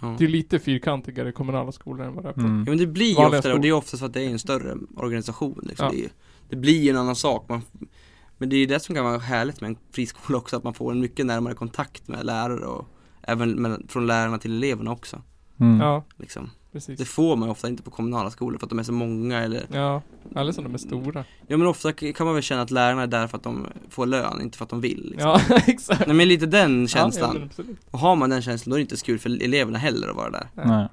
[SPEAKER 3] Ja.
[SPEAKER 2] Det är lite fyrkantigare i kommunala skolor än vad det är på.
[SPEAKER 1] Mm.
[SPEAKER 3] Ja men det blir ju
[SPEAKER 2] Vanliga
[SPEAKER 3] ofta det, och
[SPEAKER 2] skol-
[SPEAKER 3] det är ofta så att det är en större organisation liksom.
[SPEAKER 2] Ja.
[SPEAKER 3] det, är, ju- det blir ju en annan sak man, Men det är ju det som kan vara härligt med en friskola också Att man får en mycket närmare kontakt med lärare och Även med, från lärarna till eleverna också
[SPEAKER 1] Mm.
[SPEAKER 2] Ja,
[SPEAKER 3] liksom. Det
[SPEAKER 2] precis.
[SPEAKER 3] får man ju ofta inte på kommunala skolor för att de är så många eller
[SPEAKER 2] Ja, eller som de är stora.
[SPEAKER 3] Ja men ofta k- kan man väl känna att lärarna är där för att de får lön, inte för att de vill liksom.
[SPEAKER 2] Ja, exakt.
[SPEAKER 3] Nej men lite den
[SPEAKER 2] Ja, ja,
[SPEAKER 3] känslan
[SPEAKER 2] men absolut.
[SPEAKER 3] Och har man den känslan då är det inte så kul för eleverna heller att vara där
[SPEAKER 1] Nej.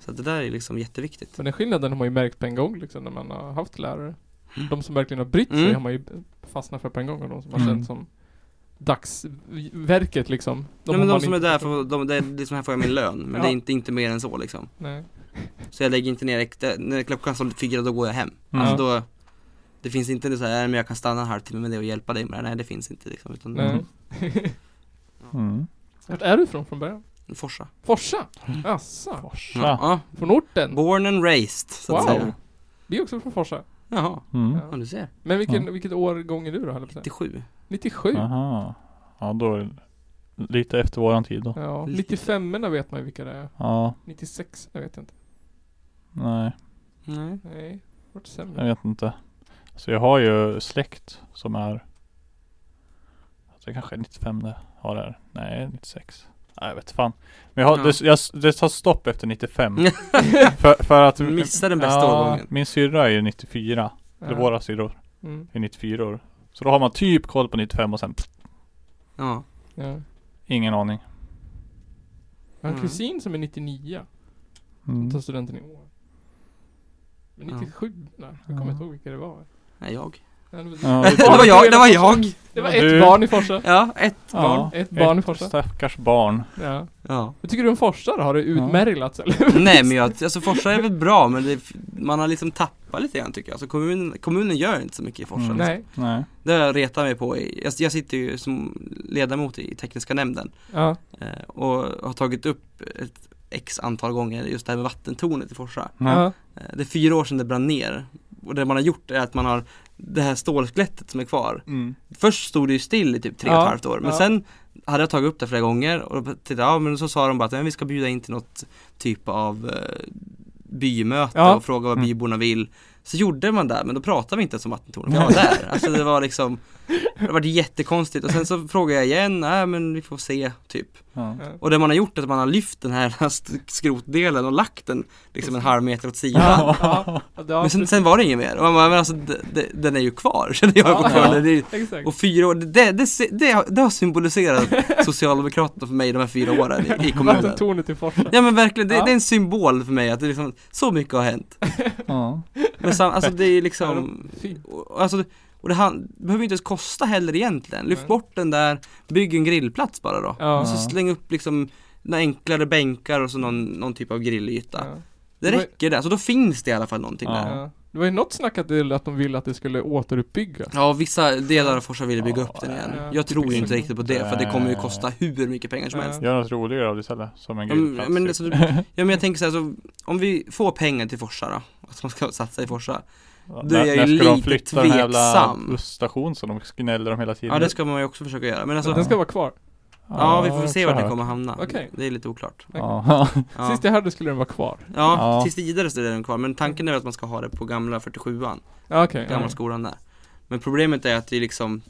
[SPEAKER 3] Så att det där är liksom jätteviktigt
[SPEAKER 2] Så den skillnaden har man ju märkt på en gång liksom när man har haft lärare.
[SPEAKER 3] Mm.
[SPEAKER 2] De som verkligen har brytt sig
[SPEAKER 3] Mm.
[SPEAKER 2] har man ju fastnat för på en gång och de som har
[SPEAKER 1] Mm.
[SPEAKER 2] känt som dagsverket liksom.
[SPEAKER 3] Nej men
[SPEAKER 2] har
[SPEAKER 3] de
[SPEAKER 2] man
[SPEAKER 3] som är
[SPEAKER 2] inte
[SPEAKER 3] där
[SPEAKER 2] fått-
[SPEAKER 3] för, de, det är liksom här får jag min lön, men
[SPEAKER 2] Ja.
[SPEAKER 3] det är inte, inte mer än så liksom
[SPEAKER 2] Nej.
[SPEAKER 3] Så jag lägger inte ner, äkta- när klockan slår fyra då går jag hem
[SPEAKER 1] Mm.
[SPEAKER 3] Alltså då, det finns inte det så här, "Nej, men jag kan stanna en halvtimme med det och hjälpa dig med det, nej det finns inte liksom utan
[SPEAKER 2] Nej.
[SPEAKER 1] Mm.
[SPEAKER 2] Vart är du ifrån från början?
[SPEAKER 3] Forsa
[SPEAKER 2] Forsa?
[SPEAKER 3] Mm.
[SPEAKER 2] Asså?
[SPEAKER 1] Ja.
[SPEAKER 3] ja.
[SPEAKER 2] Från orten?
[SPEAKER 3] Born and raised, så att
[SPEAKER 2] Wow.
[SPEAKER 3] säga
[SPEAKER 2] Vi är också från Forsa.
[SPEAKER 3] Jaha,
[SPEAKER 1] Mm.
[SPEAKER 3] ja
[SPEAKER 2] Ja.
[SPEAKER 3] du ser,
[SPEAKER 2] Men vilken, vilket årgång är du då höll jag på att säga?
[SPEAKER 3] 97
[SPEAKER 2] 97?
[SPEAKER 1] Aha. Ja då är det lite efter våran tid då.
[SPEAKER 2] Ja, 95 erna vet man ju vilka det är.
[SPEAKER 1] Ja,
[SPEAKER 2] 96 jag vet jag inte.
[SPEAKER 1] nej,
[SPEAKER 3] Nej,
[SPEAKER 2] Nej, vart
[SPEAKER 1] jag
[SPEAKER 2] sämre.
[SPEAKER 1] vet inte. Så jag har ju släkt som är, alltså det kanske är 95 det har det här. Nej, 96. Nej, jag vet fan. Men jag har,
[SPEAKER 3] Ja.
[SPEAKER 1] det, jag, det tar stopp efter 95. för, för att...
[SPEAKER 3] Du missade den bästa årgången.
[SPEAKER 1] Min syrra är ju 94. Eller våra syrror
[SPEAKER 2] Mm,
[SPEAKER 1] är 94 år. Så då har man typ koll på 95 och sen pff,
[SPEAKER 3] Ja.
[SPEAKER 2] ja.
[SPEAKER 1] ingen aning.
[SPEAKER 2] Jag har en
[SPEAKER 3] Mm.
[SPEAKER 2] kusin som är 99.
[SPEAKER 1] Mm.
[SPEAKER 2] Tar studenten i år. Men
[SPEAKER 3] Ja.
[SPEAKER 2] 97? Nej, jag kommer
[SPEAKER 1] Ja.
[SPEAKER 2] inte ihåg vilka det var.
[SPEAKER 3] Nej, jag.
[SPEAKER 2] Det var-
[SPEAKER 1] Ja,
[SPEAKER 3] Det var jag, det var jag!
[SPEAKER 2] Det var
[SPEAKER 1] Ja,
[SPEAKER 2] ett
[SPEAKER 1] du-
[SPEAKER 2] barn i Forsa.
[SPEAKER 3] Ja, ett
[SPEAKER 1] Ja.
[SPEAKER 3] barn.
[SPEAKER 2] Ett barn i Forsa.
[SPEAKER 1] Stackars barn.
[SPEAKER 2] Ja.
[SPEAKER 3] Ja.
[SPEAKER 2] Vad tycker du om Forsa då? Har det utmärglats eller?
[SPEAKER 3] Nej men jag, alltså Forsa är väl bra men det, man har liksom tappat lite grann tycker jag. Alltså kommunen, kommunen gör inte så mycket i Forsa.
[SPEAKER 1] Mm.
[SPEAKER 3] Liksom.
[SPEAKER 2] Nej.
[SPEAKER 1] Nej.
[SPEAKER 3] Det har jag retat mig på. i- Jag, jag sitter ju som ledamot i tekniska nämnden
[SPEAKER 2] Ja.
[SPEAKER 3] eh, och har tagit upp ett x antal gånger just det här med vattentornet i Forsa.
[SPEAKER 2] Ja.
[SPEAKER 3] Eh, det är fyra år sedan det brann ner och det man har gjort är att man har det här stålskelettet som är kvar.
[SPEAKER 1] Mm.
[SPEAKER 3] Först stod det ju still i typ tre och
[SPEAKER 2] Ja,
[SPEAKER 3] ett halvt år men
[SPEAKER 2] ja.
[SPEAKER 3] sen hade jag tagit upp det flera gånger och då tittade jag, ja men så sa de bara att "Nej, vi ska bjuda in till något typ av eh, bymöte
[SPEAKER 2] Ja.
[SPEAKER 3] och fråga vad
[SPEAKER 1] Mm.
[SPEAKER 3] byborna vill. Så gjorde man det men då pratade vi inte ens om vattentornet, jag var där. Alltså det var liksom Det var jättekonstigt och sen så frågade jag igen, nej men vi får se typ.
[SPEAKER 1] Ja.
[SPEAKER 3] Och det man har gjort är att man har lyft den här sk- skrotdelen och lagt den liksom en halv meter åt sidan.
[SPEAKER 2] Ja. ja. ja.
[SPEAKER 3] Men sen, sen var det inget mer. Och man bara, men alltså d- d- den är ju kvar känner jag
[SPEAKER 2] Ja.
[SPEAKER 3] fortfarande. Det är-
[SPEAKER 2] Exakt.
[SPEAKER 3] Och fyra år, det, det, se- det, har- det har symboliserat Socialdemokraterna för mig de här fyra åren i, i kommunen.
[SPEAKER 2] Vattentornet i Forsa.
[SPEAKER 3] Ja men verkligen, det,
[SPEAKER 2] Ja.
[SPEAKER 3] det är en symbol för mig att det är liksom, så mycket har hänt.
[SPEAKER 1] Ja.
[SPEAKER 3] Men sam, alltså det är
[SPEAKER 2] Ja,
[SPEAKER 3] liksom,
[SPEAKER 2] de- Fint.
[SPEAKER 3] och, alltså, och det han, det behöver ju inte ens kosta heller egentligen. Lyft
[SPEAKER 2] Nej.
[SPEAKER 3] bort den där, bygg en grillplats bara då.
[SPEAKER 2] Ja.
[SPEAKER 3] Och så släng upp liksom några enklare bänkar och så någon, någon typ av grillyta.
[SPEAKER 2] Ja.
[SPEAKER 3] Det räcker där, så då finns det i alla fall någonting
[SPEAKER 1] Ja.
[SPEAKER 3] där.
[SPEAKER 2] Ja. Det var ju något snack att det- att de ville att det skulle återuppbyggas.
[SPEAKER 3] Ja, vissa delar av Forsa ville bygga upp den igen.
[SPEAKER 2] Ja. Liksom
[SPEAKER 3] Jag tror ju inte riktigt på det, för det kommer ju kosta hur mycket pengar som
[SPEAKER 2] Ja.
[SPEAKER 3] helst.
[SPEAKER 1] Gör något roligare av det istället. Som en
[SPEAKER 3] Ja, men-
[SPEAKER 1] grillplats. typ.
[SPEAKER 3] men alltså, Ja men jag tänker såhär, så om vi får pengar till Forsa då, att man ska satsa i Forsa.
[SPEAKER 1] Ja,
[SPEAKER 3] Du,
[SPEAKER 1] när-
[SPEAKER 3] jag
[SPEAKER 1] när
[SPEAKER 3] är ju
[SPEAKER 1] ska de
[SPEAKER 3] lite
[SPEAKER 1] flytta den här jävla
[SPEAKER 3] tveksam.
[SPEAKER 1] bussstationen som de gnäller om hela tiden?
[SPEAKER 3] Ja det ska man ju också försöka göra, men alltså
[SPEAKER 2] Den ska vara kvar.
[SPEAKER 3] Ja vi får se var den
[SPEAKER 1] klart.
[SPEAKER 3] kommer hamna.
[SPEAKER 2] Okej.
[SPEAKER 3] Det är lite oklart.
[SPEAKER 1] Ja.
[SPEAKER 3] Ja,
[SPEAKER 2] Sist jag hörde skulle den vara kvar.
[SPEAKER 3] ja,
[SPEAKER 1] Ja.
[SPEAKER 3] tills vidare så är den kvar, men tanken är att man ska ha det på gamla 47an,
[SPEAKER 2] Ja, Okej.
[SPEAKER 3] gamla skolan där. Men problemet är att det är liksom,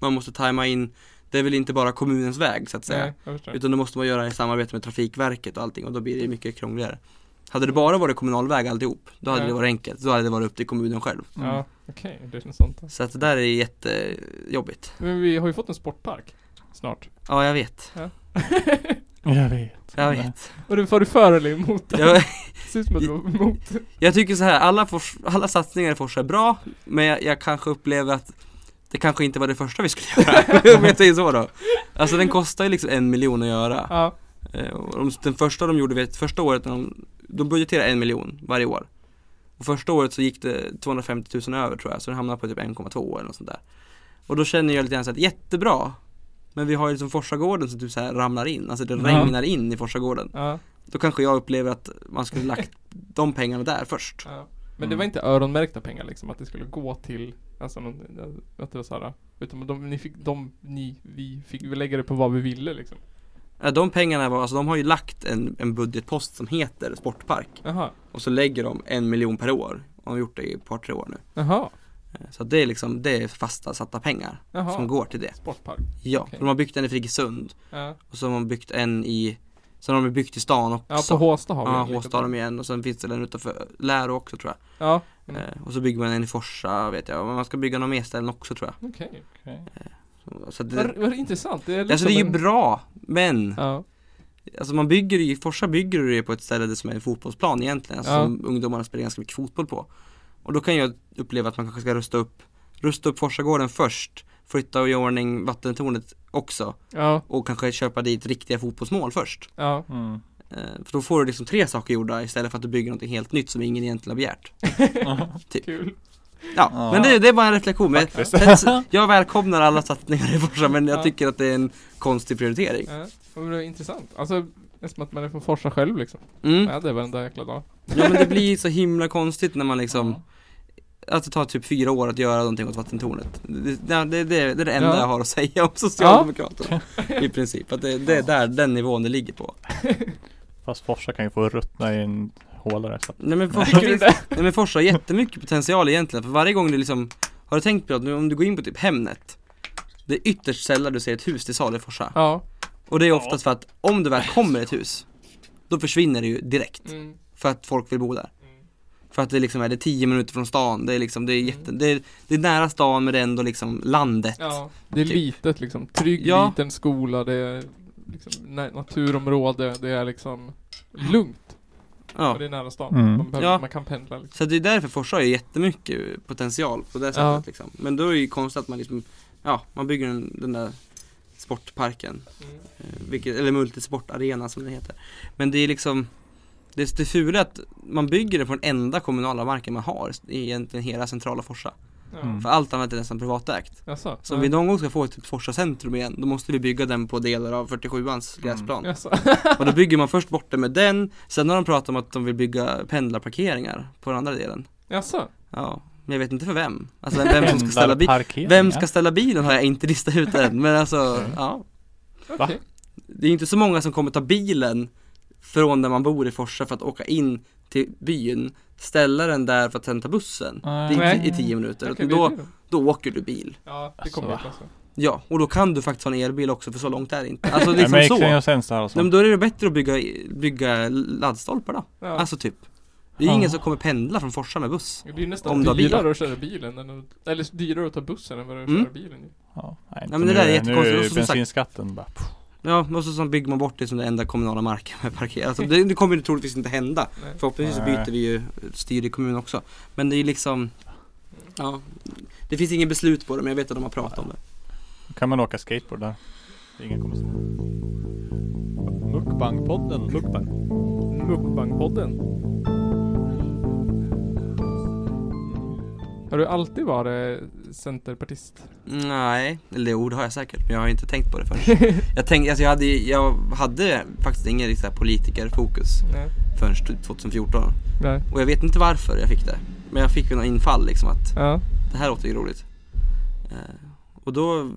[SPEAKER 3] man måste tajma in, det är väl inte bara kommunens väg så att säga.
[SPEAKER 2] Nej, jag förstår.
[SPEAKER 3] Utan det måste man göra i samarbete med Trafikverket och allting och då blir det mycket krångligare. Hade det bara varit kommunal väg alltihop, då hade
[SPEAKER 2] Ja.
[SPEAKER 3] det varit enkelt. Då hade det varit upp till kommunen själv.
[SPEAKER 2] Ja, okej. Det är något sånt.
[SPEAKER 3] Så att det där är jättejobbigt.
[SPEAKER 2] Men vi har ju fått en sportpark. Snart.
[SPEAKER 3] Ja, jag vet.
[SPEAKER 1] Jag vet.
[SPEAKER 3] Jag vet.
[SPEAKER 2] Och det var du för eller emot? Det
[SPEAKER 3] Jag,
[SPEAKER 2] ser ut som att du var emot.
[SPEAKER 3] jag tycker så här, alla, fors, alla satsningar i Forsa är bra, men jag, jag kanske upplever att det kanske inte var det första vi skulle göra, om jag säger så då. Alltså den kostar ju liksom en miljon att göra.
[SPEAKER 2] Ja.
[SPEAKER 3] Eh, och de, den första de gjorde, vet, första året, när de, de budgeterade en miljon varje år. Och första året så gick det 250 000 över tror jag, så det hamnade på typ 1,2 eller något sånt där. Och då känner jag lite grann så att jättebra, men vi har ju liksom Forsagården som typ så här ramlar in, alltså det
[SPEAKER 1] Ja.
[SPEAKER 3] regnar in i Forsagården.
[SPEAKER 2] Ja.
[SPEAKER 3] Då kanske jag upplever att man skulle lagt de pengarna där först.
[SPEAKER 2] ja. Men det var inte öronmärkta pengar liksom, att det skulle gå till, alltså någon, att det var såhär. Utan de, ni fick, de, ni, vi fick väl lägga det på vad vi ville liksom.
[SPEAKER 3] Ja, de pengarna var, alltså de har ju lagt en, en budgetpost som heter Sportpark.
[SPEAKER 2] Jaha.
[SPEAKER 3] Och så lägger de en miljon per år. Och de har gjort det i ett par tre år nu.
[SPEAKER 2] Jaha.
[SPEAKER 3] Eh, Så att det är liksom, det är fasta satta pengar
[SPEAKER 2] Jaha.
[SPEAKER 3] som går till det.
[SPEAKER 2] Sportpark.
[SPEAKER 3] Ja,
[SPEAKER 2] Okej.
[SPEAKER 3] de har byggt en i Friggesund
[SPEAKER 2] Ja.
[SPEAKER 3] och så har man byggt en i Sen har de byggt i stan också.
[SPEAKER 2] Ja, på Håsta har vi
[SPEAKER 3] Ja,
[SPEAKER 2] en likadan.
[SPEAKER 3] Håstad har de igen och sen finns det den utanför Lärå också tror jag.
[SPEAKER 2] Ja. Mm.
[SPEAKER 3] Eh, och så bygger man en i Forsa vet jag, och man ska bygga några mer ställen också tror jag.
[SPEAKER 2] Okej.
[SPEAKER 1] Okej.
[SPEAKER 3] Så, så att det,
[SPEAKER 2] Vad, vad intressant. Det är liksom
[SPEAKER 3] alltså det är ju
[SPEAKER 2] en-
[SPEAKER 3] bra, men
[SPEAKER 2] Ja.
[SPEAKER 3] alltså man bygger ju, Forsa bygger du det på ett ställe där som är en fotbollsplan egentligen, alltså
[SPEAKER 2] Ja.
[SPEAKER 3] som ungdomarna spelar ganska mycket fotboll på. Och då kan jag uppleva att man kanske ska rusta upp, rusta upp Forsagården först, flytta och göra i ordning vattentornet också
[SPEAKER 2] Ja.
[SPEAKER 3] och kanske köpa dit riktiga fotbollsmål först.
[SPEAKER 2] Ja.
[SPEAKER 1] Mm.
[SPEAKER 3] Eh, För då får du liksom tre saker gjorda istället för att du bygger någonting helt nytt som ingen egentligen har begärt.
[SPEAKER 2] Kul.
[SPEAKER 3] Ja,
[SPEAKER 1] Ja.
[SPEAKER 3] men det, det är bara en reflektion. Men sen så- jag välkomnar alla satsningar i Forsa men jag
[SPEAKER 2] Ja.
[SPEAKER 3] tycker att det är en konstig prioritering.
[SPEAKER 2] Ja. Men det var intressant. Alltså, det är som att man är från Forsa själv liksom.
[SPEAKER 3] Mm.
[SPEAKER 2] Ja, det är varenda jäkla dag.
[SPEAKER 3] Ja men det blir så himla konstigt när man liksom att det tar typ fyra år att göra någonting åt vattentornet. Det, det, det, det, det är det enda
[SPEAKER 2] Ja.
[SPEAKER 3] jag har att säga om Socialdemokraterna. I princip, att det, det är där den nivån det ligger på.
[SPEAKER 1] Fast Forsa kan ju få ruttna i en håla där. Så. att-
[SPEAKER 3] Nej men Forsa,
[SPEAKER 2] Tycker du
[SPEAKER 3] finns,
[SPEAKER 2] det?
[SPEAKER 3] nej, men Forsa har jättemycket potential egentligen för varje gång du liksom Har du tänkt på att nu om du går in på typ Hemnet Det är ytterst sällan du ser ett hus till salu i Forsa
[SPEAKER 2] Ja.
[SPEAKER 3] Och det är oftast för att om du väl kommer i ett hus, då försvinner det ju direkt.
[SPEAKER 2] Mm.
[SPEAKER 3] För att folk vill bo där.
[SPEAKER 2] Mm.
[SPEAKER 3] För att det liksom är, det är 10 minuter från stan, det är liksom, det är
[SPEAKER 2] Mm.
[SPEAKER 3] jätte, det är, det är nära stan men det är ändå liksom landet.
[SPEAKER 2] Ja, det är
[SPEAKER 3] Typ.
[SPEAKER 2] litet liksom. Trygg
[SPEAKER 3] Ja.
[SPEAKER 2] liten skola, det är liksom na- naturområde, det är liksom lugnt.
[SPEAKER 3] Ja.
[SPEAKER 2] Och det är nära stan.
[SPEAKER 1] Mm.
[SPEAKER 2] Man, behöver,
[SPEAKER 3] Ja.
[SPEAKER 2] man kan pendla liksom.
[SPEAKER 3] Så det är därför Forsa har ju jättemycket potential på det sättet
[SPEAKER 2] Ja.
[SPEAKER 3] liksom. Men då är det ju konstigt att man liksom, ja, man bygger den, den där sportparken,
[SPEAKER 2] Mm.
[SPEAKER 3] eh, vilket, eller multisportarena som den heter. Men det är liksom, det, är- det fula är att man bygger den på den enda kommunala marken man har i egentligen hela centrala Forsa.
[SPEAKER 2] Ja.
[SPEAKER 1] Mm.
[SPEAKER 3] För allt annat är nästan privatägt.
[SPEAKER 2] Jaså?
[SPEAKER 3] Så om vi någon gång ska få ett typ Forsa centrum igen, då måste vi bygga den på delar av 47ans
[SPEAKER 1] Mm.
[SPEAKER 3] gräsplan.
[SPEAKER 2] Jaså?
[SPEAKER 3] Och då bygger man först bort den med den, sen har de pratat om att de vill bygga pendlarparkeringar på den andra delen.
[SPEAKER 2] Jaså?
[SPEAKER 3] Ja, men jag vet inte för vem. Alltså vem som ska ställa bilen.
[SPEAKER 1] Pendlarparkeringar.
[SPEAKER 3] Vem ska ställa bilen har jag inte listat ut än, men alltså, ja.
[SPEAKER 2] Okej.
[SPEAKER 1] Mm. Va?
[SPEAKER 3] Det är inte så många som kommer ta bilen från där man bor i Forsa för att åka in till byn, ställa den där för att sen ta bussen. Det är
[SPEAKER 1] Nej.
[SPEAKER 3] inte i tio minuter,
[SPEAKER 2] Okej,
[SPEAKER 3] utan
[SPEAKER 2] det är
[SPEAKER 3] då,
[SPEAKER 2] det då.
[SPEAKER 3] då åker du bil.
[SPEAKER 2] Ja, det kommer
[SPEAKER 1] Alltså,
[SPEAKER 2] alltså, alltså.
[SPEAKER 3] Ja, och då kan du faktiskt ha en elbil också för så långt är det inte. Alltså
[SPEAKER 1] Nej,
[SPEAKER 3] liksom
[SPEAKER 1] men
[SPEAKER 3] så.
[SPEAKER 1] extrema
[SPEAKER 3] Nej,
[SPEAKER 1] sense där alltså.
[SPEAKER 3] men då är det bättre att bygga, bygga laddstolpar då.
[SPEAKER 2] Ja.
[SPEAKER 3] Alltså typ. Det är
[SPEAKER 1] Ja.
[SPEAKER 3] ingen som kommer pendla från Forsa med buss.
[SPEAKER 2] det blir
[SPEAKER 3] om
[SPEAKER 2] nästan
[SPEAKER 3] du har bil,
[SPEAKER 2] dyrare att köra bilen än att, eller dyrare att ta bussen än vad det är att
[SPEAKER 3] Mm.
[SPEAKER 2] köra bilen ju.
[SPEAKER 1] Ja, nej,
[SPEAKER 3] men det där är jättekonstigt.
[SPEAKER 1] Nu
[SPEAKER 3] Och
[SPEAKER 1] är
[SPEAKER 3] som
[SPEAKER 1] ju
[SPEAKER 3] sagt-
[SPEAKER 1] bensinskatten bara pff,
[SPEAKER 3] Ja, och så, så bygger man bort det som den enda kommunala marken med parkering. Alltså, det, det kommer ju troligtvis inte hända.
[SPEAKER 2] Nej.
[SPEAKER 3] Förhoppningsvis så
[SPEAKER 1] Nej.
[SPEAKER 3] byter vi ju styr i kommun också. Men det är ju liksom, ja. Det finns ingen beslut på det men jag vet att de har pratat om det.
[SPEAKER 1] då kan man åka skateboard där. Ingen kommer stå. Mukbangpodden. Mukbang.
[SPEAKER 2] Mukbangpodden. Har du alltid varit centerpartist?
[SPEAKER 3] Nej, eller ord har jag säkert men jag har inte tänkt på det förrän. jag, tänkte, alltså, jag, hade, jag hade faktiskt ingen riktigt så här politikerfokus
[SPEAKER 2] Nej.
[SPEAKER 3] förrän typ 2014.
[SPEAKER 2] Nej.
[SPEAKER 3] Och jag vet inte varför jag fick det. Men jag fick ju något infall liksom att
[SPEAKER 2] Ja.
[SPEAKER 3] det här låter ju roligt. Eh, och då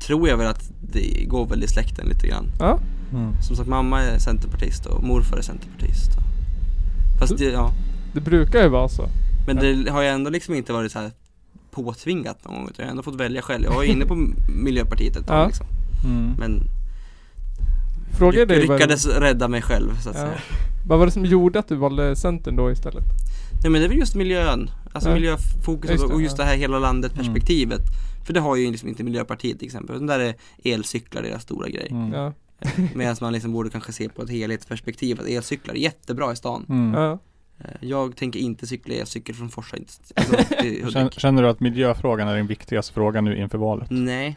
[SPEAKER 3] tror jag väl att det går väl i släkten lite grann.
[SPEAKER 2] Ja.
[SPEAKER 1] Mm.
[SPEAKER 3] Som sagt, mamma är centerpartist och morfar är centerpartist. Fast
[SPEAKER 2] Mm.
[SPEAKER 3] det, ja.
[SPEAKER 2] Det brukar ju vara så.
[SPEAKER 3] Men det har ju ändå liksom inte varit så här påtvingat någon gång utan jag har ändå fått välja själv. Jag var ju inne på Miljöpartiet ett tag
[SPEAKER 2] Ja.
[SPEAKER 3] liksom.
[SPEAKER 1] Mm.
[SPEAKER 3] Men
[SPEAKER 2] Fråga dig
[SPEAKER 3] lyck-
[SPEAKER 2] vad,
[SPEAKER 3] lyckades rädda mig själv så att
[SPEAKER 2] Ja.
[SPEAKER 3] säga.
[SPEAKER 2] vad var det som gjorde att du valde centern då istället?
[SPEAKER 3] Nej men det är väl just miljön. Alltså
[SPEAKER 2] Ja.
[SPEAKER 3] miljöfokuset
[SPEAKER 2] Just det,
[SPEAKER 3] och just
[SPEAKER 2] ja. Mm.
[SPEAKER 3] det här hela landet perspektivet. För det har ju liksom inte Miljöpartiet till exempel. Utan där är elcyklar deras stora grej.
[SPEAKER 1] Mm.
[SPEAKER 2] Ja.
[SPEAKER 3] Medan man liksom borde kanske se på ett helhetsperspektiv att elcyklar är jättebra i stan.
[SPEAKER 1] Mm.
[SPEAKER 2] Ja.
[SPEAKER 3] Eh, Jag tänker inte cykla elcykel från Forsa in- alltså, till
[SPEAKER 1] Känner,
[SPEAKER 3] Hudik.
[SPEAKER 1] känner du att miljöfrågan är din viktigaste fråga nu inför valet?
[SPEAKER 3] Nej,